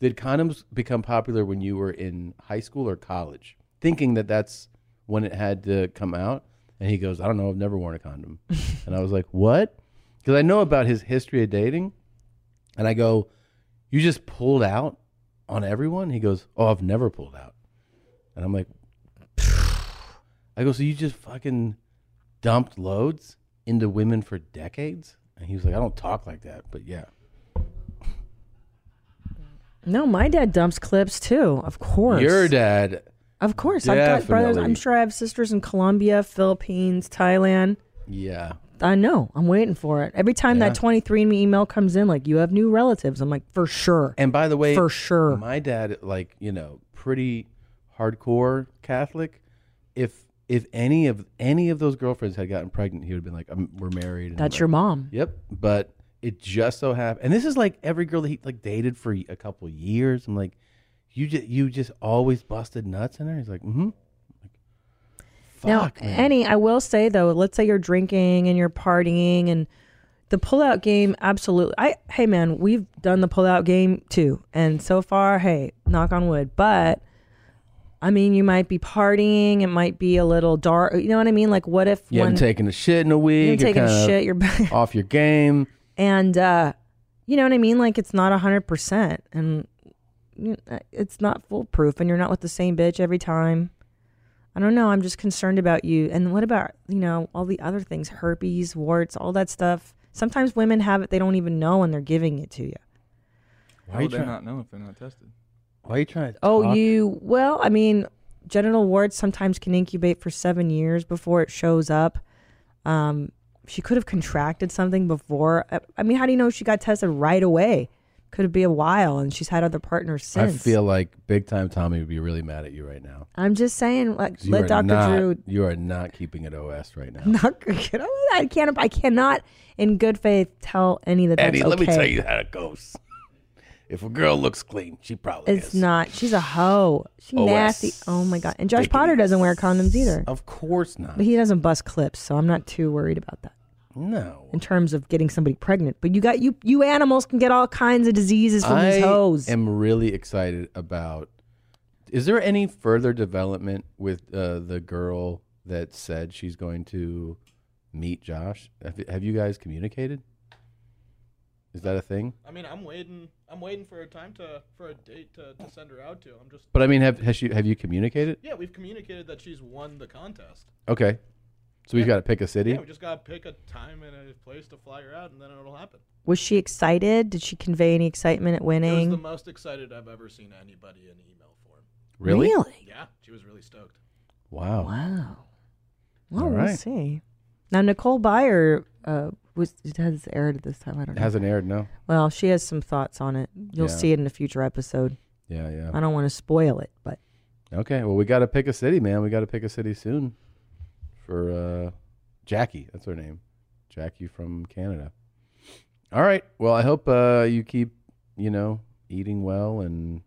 [SPEAKER 1] did condoms become popular when you were in high school or college? Thinking that that's when it had to come out. And he goes, I don't know, I've never worn a condom. and I was like, what? Because I know about his history of dating. And I go, you just pulled out on everyone? He goes, oh, I've never pulled out. And I'm like, I go, so you just fucking dumped loads into women for decades? And he was like, I don't talk like that, but yeah.
[SPEAKER 2] No, my dad dumps clips too. Of course.
[SPEAKER 1] Your dad.
[SPEAKER 2] Of course. I've got brothers. I'm
[SPEAKER 1] definitely-
[SPEAKER 2] sure I have sisters in Colombia, Philippines, Thailand.
[SPEAKER 1] Yeah.
[SPEAKER 2] I know. I'm waiting for it. Every time
[SPEAKER 1] Yeah.
[SPEAKER 2] that 23andMe email comes in, like, you have new relatives, I'm like, for sure.
[SPEAKER 1] And by the way,
[SPEAKER 2] for sure.
[SPEAKER 1] my dad, like you know, pretty hardcore Catholic. If if any of any of those girlfriends had gotten pregnant, he would have been like, I'm, "We're married." and
[SPEAKER 2] That's
[SPEAKER 1] like-
[SPEAKER 2] your mom.
[SPEAKER 1] Yep. But it just so happened, and this is like every girl that he like dated for a couple years. I'm like, you just you just always busted nuts in her. He's like, mm-hmm.
[SPEAKER 2] Now, Annie, I will say though, let's say you're drinking and you're partying and the pullout game, absolutely. I hey man, we've done the pullout game too, and so far, hey, knock on wood. But I mean, you might be partying. It might be a little dark. You know what I mean? Like, what if
[SPEAKER 1] You
[SPEAKER 2] one
[SPEAKER 1] haven't taken a shit in a week.
[SPEAKER 2] taken a
[SPEAKER 1] kinda
[SPEAKER 2] shit, you're- <laughs>
[SPEAKER 1] off your game.
[SPEAKER 2] and uh, you know what I mean? Like, it's not hundred percent, and you know, it's not foolproof, and you're not with the same bitch every time. I don't know. I'm just concerned about you. And what about, you know, all the other things herpes, warts, all that stuff? Sometimes women have it they don't even know and they're giving it to you.
[SPEAKER 14] How would they not know if they're not tested?
[SPEAKER 1] Why are you trying to?
[SPEAKER 2] Oh,
[SPEAKER 14] talk?
[SPEAKER 2] you, well, I mean, genital warts sometimes can incubate for seven years before it shows up. Um, she could have contracted something before. I, I mean, how do you know she got tested right away? Could it be a while and she's had other partners
[SPEAKER 1] I
[SPEAKER 2] since?
[SPEAKER 1] feel like big time Tommy would be really mad at you right now.
[SPEAKER 2] I'm just saying, like,
[SPEAKER 1] 'Cause you
[SPEAKER 2] let
[SPEAKER 1] are
[SPEAKER 2] Dr.
[SPEAKER 1] not-
[SPEAKER 2] Drew <laughs>
[SPEAKER 1] You are not keeping it OS right now.
[SPEAKER 2] not you know, I can't I cannot in good faith tell any that <laughs>
[SPEAKER 4] Eddie,
[SPEAKER 2] that's
[SPEAKER 4] let me
[SPEAKER 2] okay.
[SPEAKER 4] tell you how it goes. If a girl looks clean, she
[SPEAKER 1] Oh,
[SPEAKER 4] probably
[SPEAKER 2] It's not. She's a hoe. She
[SPEAKER 4] OS.
[SPEAKER 2] nasty. Oh my god. And Josh Potter doesn't wear condoms either.
[SPEAKER 1] Of course not.
[SPEAKER 2] But he doesn't bust clips, so I'm not too worried about that.
[SPEAKER 1] No.
[SPEAKER 2] In terms of getting somebody pregnant, but you got you you animals can get all kinds of diseases from
[SPEAKER 1] I
[SPEAKER 2] these hoes.
[SPEAKER 1] am really excited about. Is there any further development with uh, the girl that said she's going to meet Josh? Have, have you guys communicated? Is that a thing?
[SPEAKER 10] I mean, I'm waiting. I'm waiting for a time to for a date to, to send her out to. I'm just.
[SPEAKER 1] But I mean, have has she, have you communicated?
[SPEAKER 10] Yeah, we've communicated that she's won the contest.
[SPEAKER 1] Okay, so we've got to pick a city.
[SPEAKER 10] Yeah, we just gotta pick a time and a place to fly her out, and then it'll happen.
[SPEAKER 2] Was she excited? Did she convey any excitement at
[SPEAKER 10] It was the
[SPEAKER 2] winning?
[SPEAKER 10] most excited I've ever seen anybody in email form.
[SPEAKER 1] Really?
[SPEAKER 10] Yeah, she was really stoked.
[SPEAKER 1] Wow.
[SPEAKER 2] Wow. Well,
[SPEAKER 1] All
[SPEAKER 2] we'll
[SPEAKER 1] right.
[SPEAKER 2] see. Now Nicole Byer uh, was it has aired this time. I don't know.
[SPEAKER 1] Hasn't aired, no.
[SPEAKER 2] Well, she has some thoughts on it. You'll
[SPEAKER 1] Yeah.
[SPEAKER 2] see it in a future episode.
[SPEAKER 1] Yeah, yeah.
[SPEAKER 2] I don't want to spoil it, but
[SPEAKER 1] Okay, well, we got to pick a city, man. We got to pick a city soon for uh, Jackie. That's her name, Jackie from Canada. All right. Well, I hope uh, you keep, you know, eating well, and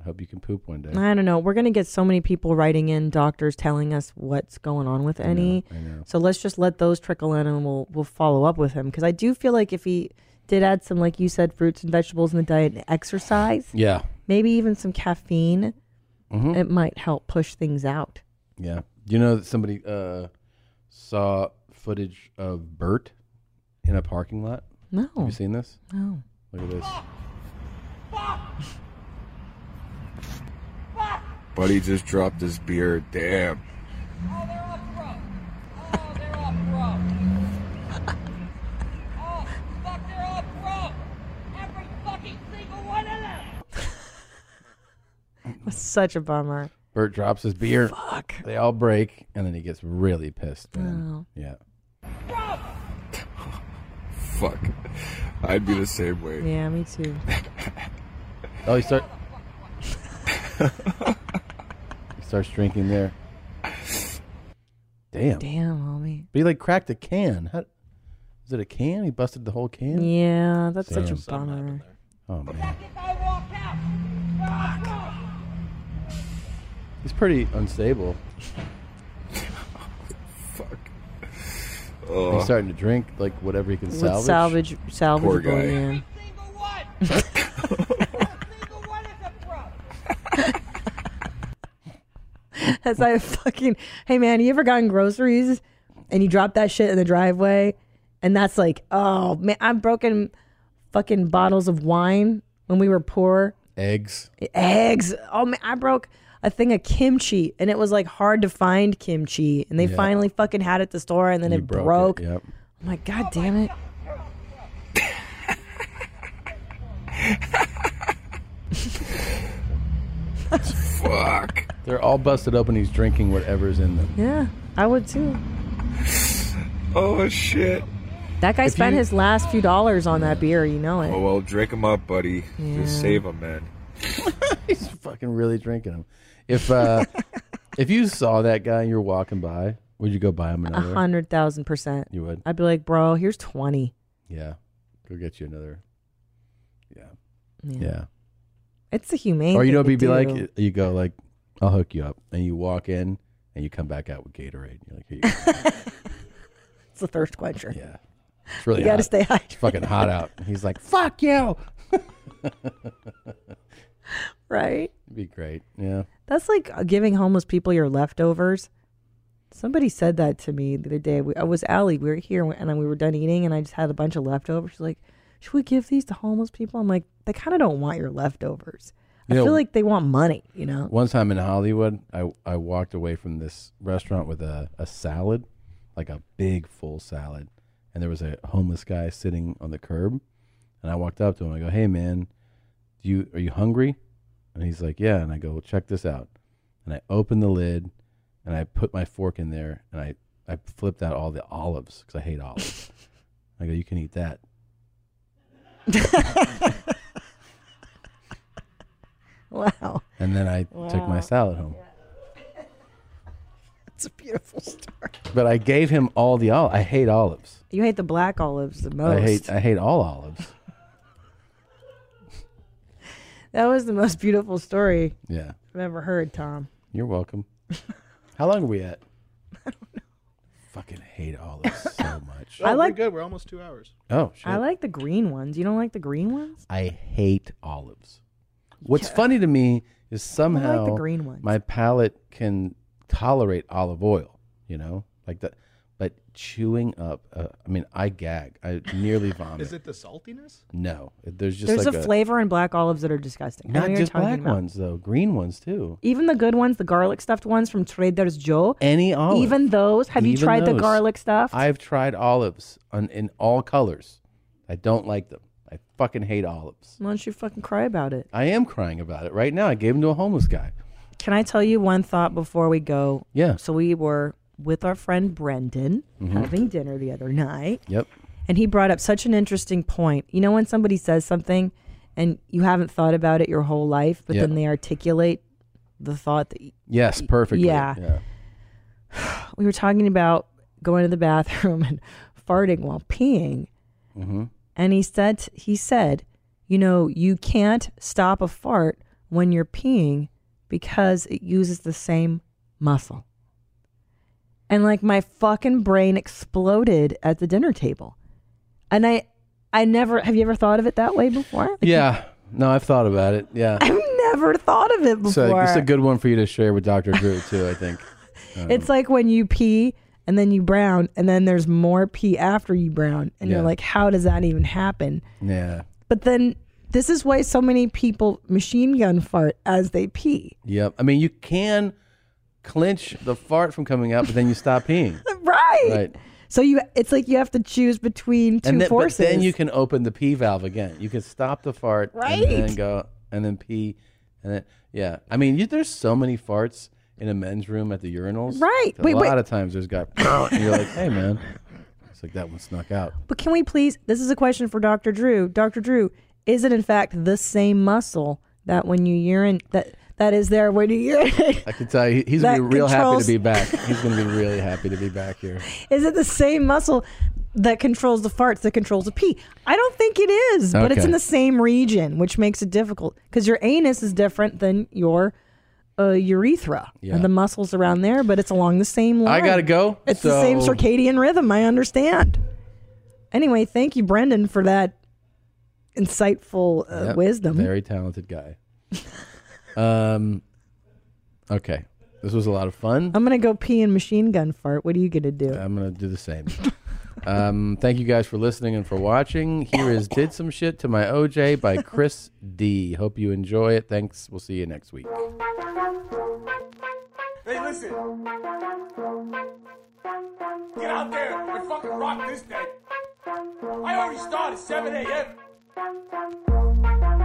[SPEAKER 1] I hope you can poop one day.
[SPEAKER 2] I don't know. We're gonna get so many people writing in, doctors telling us what's going on with
[SPEAKER 1] I know,
[SPEAKER 2] any.
[SPEAKER 1] I know.
[SPEAKER 2] So let's just let those trickle in, and we'll we'll follow up with him because I do feel like if he did add some, like you said, fruits and vegetables in the diet and exercise,
[SPEAKER 1] Yeah.
[SPEAKER 2] maybe even some caffeine,
[SPEAKER 1] Mhm.
[SPEAKER 2] it might help push things out.
[SPEAKER 1] Yeah. Do you know that somebody uh, saw footage of Bert in a parking lot?
[SPEAKER 2] No.
[SPEAKER 1] Have you seen this?
[SPEAKER 2] No.
[SPEAKER 1] Look at this. Buddy just dropped his beer. Damn.
[SPEAKER 2] That's such a bummer.
[SPEAKER 1] Bert drops his beer.
[SPEAKER 2] Fuck.
[SPEAKER 1] They all break, and then he gets really pissed.
[SPEAKER 2] Oh.
[SPEAKER 1] Man. Yeah.
[SPEAKER 12] <laughs> Fuck. I'd be the same way.
[SPEAKER 2] Yeah, me too.
[SPEAKER 1] Oh,
[SPEAKER 12] <laughs>
[SPEAKER 1] he start. he starts drinking there. Damn.
[SPEAKER 2] Damn, homie.
[SPEAKER 1] But he like cracked a can. How... Is it a can? He busted the whole can.
[SPEAKER 2] Yeah, that's such a
[SPEAKER 1] Damn.
[SPEAKER 2] bummer.
[SPEAKER 1] Oh man. He's pretty unstable.
[SPEAKER 12] Ugh.
[SPEAKER 1] He's starting to drink like whatever he can
[SPEAKER 2] What
[SPEAKER 1] salvage.
[SPEAKER 2] salvage salvage
[SPEAKER 1] Poor guy.
[SPEAKER 2] man. That's like fucking. Hey man, you ever gotten groceries and you drop that shit in the driveway, and that's like, oh man, I've broken fucking bottles of wine when we were poor.
[SPEAKER 1] Eggs.
[SPEAKER 2] Eggs. Oh man, I broke a thing of kimchi, and it was like hard to find kimchi, and they
[SPEAKER 1] Yeah.
[SPEAKER 2] finally fucking had it at the store, and then
[SPEAKER 1] You
[SPEAKER 2] it
[SPEAKER 1] broke it,
[SPEAKER 2] broke.
[SPEAKER 1] yep.
[SPEAKER 2] I'm like, god damn it.
[SPEAKER 1] <laughs> Fuck. They're all busted open. He's drinking whatever's in them.
[SPEAKER 2] Yeah, I would too.
[SPEAKER 12] <laughs> Oh shit.
[SPEAKER 2] That guy
[SPEAKER 12] If
[SPEAKER 2] spent
[SPEAKER 12] you-
[SPEAKER 2] his last few dollars on that beer. You know it.
[SPEAKER 12] Oh well, drink them up, buddy. Just
[SPEAKER 2] Yeah.
[SPEAKER 12] save them, man.
[SPEAKER 1] <laughs> He's fucking really drinking them.
[SPEAKER 2] <laughs>
[SPEAKER 1] If uh, if you saw that guy and you're walking by, would you go buy him
[SPEAKER 2] A
[SPEAKER 1] another?
[SPEAKER 2] hundred thousand percent.
[SPEAKER 1] You would?
[SPEAKER 2] I'd be like, bro, here's twenty.
[SPEAKER 1] Yeah. Go get you another. Yeah.
[SPEAKER 2] Yeah.
[SPEAKER 1] Yeah.
[SPEAKER 2] It's a humane.
[SPEAKER 1] or you know,
[SPEAKER 2] thing to
[SPEAKER 1] be, be like,
[SPEAKER 2] do.
[SPEAKER 1] you go like, I'll hook you up, and you walk in, and you come back out with Gatorade. You're like, here you
[SPEAKER 2] <laughs>
[SPEAKER 1] go.
[SPEAKER 2] it's a thirst quencher.
[SPEAKER 1] Yeah. It's really
[SPEAKER 2] You gotta
[SPEAKER 1] hot.
[SPEAKER 2] stay hydrated.
[SPEAKER 1] It's fucking hot out. And He's like,
[SPEAKER 2] Fuck you. <laughs> right.
[SPEAKER 1] It'd be great. Yeah.
[SPEAKER 2] <laughs> That's like uh, giving homeless people your leftovers. Somebody said that to me the other day. We, I was Allie. We were here and we were done eating, and I just had a bunch of leftovers. She's like, "Should we give these to homeless people?" I'm like, "They kind of don't want your leftovers. I
[SPEAKER 1] You know-
[SPEAKER 2] feel like they want money." You know? <laughs>
[SPEAKER 1] One time in Hollywood, I, I walked away from this restaurant with a, a salad, like a big full salad. And there was a homeless guy sitting on the curb. And I walked up to him. I go, hey, man, do you are you hungry? And he's like, yeah. And I go, well, check this out. And I opened the lid and I put my fork in there and I, I flipped out all the olives because I hate
[SPEAKER 2] <laughs>
[SPEAKER 1] olives. I go, you can eat that.
[SPEAKER 2] Wow.
[SPEAKER 1] And then I took my
[SPEAKER 2] Wow.
[SPEAKER 1] salad home.
[SPEAKER 2] It's a beautiful story.
[SPEAKER 1] But I gave him all the olives. I hate olives.
[SPEAKER 2] You hate the black olives the most.
[SPEAKER 1] I hate I hate all olives.
[SPEAKER 2] that was the most beautiful story.
[SPEAKER 1] Yeah.
[SPEAKER 2] I've ever heard, Tom.
[SPEAKER 1] You're welcome. How long are we at? I don't know. Fucking hate olives <laughs> so much.
[SPEAKER 10] Oh, we're good. We're almost two hours.
[SPEAKER 1] Oh shit.
[SPEAKER 2] I like the green ones. You don't like the green ones?
[SPEAKER 1] I hate olives. What's funny to me is somehow
[SPEAKER 2] green ones.
[SPEAKER 1] my palate can tolerate olive oil, you know? Like that but chewing up uh, I mean I gag. I nearly vomit.
[SPEAKER 10] Is it the saltiness?
[SPEAKER 1] No. There's just
[SPEAKER 2] There's
[SPEAKER 1] like
[SPEAKER 2] a, flavor in black olives that are disgusting. I know
[SPEAKER 1] Not
[SPEAKER 2] you're
[SPEAKER 1] just
[SPEAKER 2] talking
[SPEAKER 1] black
[SPEAKER 2] about.
[SPEAKER 1] ones though, green ones too.
[SPEAKER 2] Even the good ones, the garlic stuffed ones from Trader's Joe.
[SPEAKER 1] Any olive.
[SPEAKER 2] Even those. Have you
[SPEAKER 1] Even
[SPEAKER 2] tried the
[SPEAKER 1] those.
[SPEAKER 2] garlic stuff?
[SPEAKER 1] I've tried olives on, in all colors. I don't like them. I fucking hate olives.
[SPEAKER 2] Why don't you fucking cry about it?
[SPEAKER 1] I am crying about it right now. I gave them to a
[SPEAKER 2] <laughs>
[SPEAKER 1] homeless guy.
[SPEAKER 2] Can I tell you one thought before we go?
[SPEAKER 1] Yeah.
[SPEAKER 2] So we were with our friend Brendan
[SPEAKER 1] Mhm.
[SPEAKER 2] having dinner the other night.
[SPEAKER 1] Yep.
[SPEAKER 2] And he brought up such an interesting point. You know, when somebody says something and you haven't thought about it your whole life, but
[SPEAKER 1] Yeah.
[SPEAKER 2] then they articulate the thought that
[SPEAKER 1] Yes, perfectly.
[SPEAKER 2] Yeah. <sighs> we were talking about going to the bathroom <laughs> and farting while peeing.
[SPEAKER 1] Mm-hmm.
[SPEAKER 2] And he said, he said, you know, you can't stop a fart when you're peeing because it uses the same muscle. And like my fucking brain exploded at the dinner table. And I, I never, have you ever thought of it that way before? Like,
[SPEAKER 1] yeah. No, I've thought about it. Yeah.
[SPEAKER 2] <laughs> never thought of it before.
[SPEAKER 1] So it's a good one for you to share with Dr. Drew too, I think.
[SPEAKER 2] <laughs>
[SPEAKER 1] Um,
[SPEAKER 2] It's like when you pee and then you brown and then there's more pee after you brown and
[SPEAKER 1] Yeah.
[SPEAKER 2] you're like how does that even happen?
[SPEAKER 1] Um, Yeah.
[SPEAKER 2] But then this is why so many people machine gun fart as they pee.
[SPEAKER 1] Yep. I mean, you can clinch the fart from coming out, but then you stop peeing.
[SPEAKER 2] <laughs> Right.
[SPEAKER 1] Right.
[SPEAKER 2] So you it's like you have to choose between two
[SPEAKER 1] and then,
[SPEAKER 2] forces.
[SPEAKER 1] But then you can open the pee valve again. You can stop the fart
[SPEAKER 2] Right.
[SPEAKER 1] and then go and then pee and then yeah. I mean, you, there's so many farts in a men's room at the urinals.
[SPEAKER 2] Right.
[SPEAKER 1] A
[SPEAKER 2] Wait,
[SPEAKER 1] lot
[SPEAKER 2] wait.
[SPEAKER 1] of times there's got <laughs> and you're like, hey man, it's like that one snuck out.
[SPEAKER 2] but can we please this is a question for Dr. Drew. Dr. Drew, is it in fact the same muscle that when you urine that that is there when you <laughs> urinate?
[SPEAKER 1] I can tell you, he's gonna be
[SPEAKER 2] That
[SPEAKER 1] real happy
[SPEAKER 2] controls-
[SPEAKER 1] to be back. He's gonna be really happy to be back here.
[SPEAKER 2] Is it the same muscle that controls the farts that controls the pee? I don't think it is, but it's
[SPEAKER 1] Okay.
[SPEAKER 2] in the same region, which makes it difficult because your anus is different than your uh, urethra
[SPEAKER 1] Yeah.
[SPEAKER 2] and the muscles around there, but it's along the same
[SPEAKER 1] I
[SPEAKER 2] line.
[SPEAKER 1] gotta go,
[SPEAKER 2] It's the same
[SPEAKER 1] so-
[SPEAKER 2] circadian rhythm. I understand. Anyway, thank you, Brendan, for that insightful uh,
[SPEAKER 1] Yep. <laughs>
[SPEAKER 2] wisdom.
[SPEAKER 1] Very talented guy. um, okay. This was a lot of fun.
[SPEAKER 2] I'm gonna go pee and machine gun fart. What are you gonna do?
[SPEAKER 1] I'm gonna do the same. um, thank you guys for listening and for watching. Here is "Did Some Shit to My OJ" by Chris D. Hope you enjoy it. Thanks. We'll see you next week.
[SPEAKER 6] Hey, listen. Get out there and fucking rock this day. I already started 7 a.m. Oh,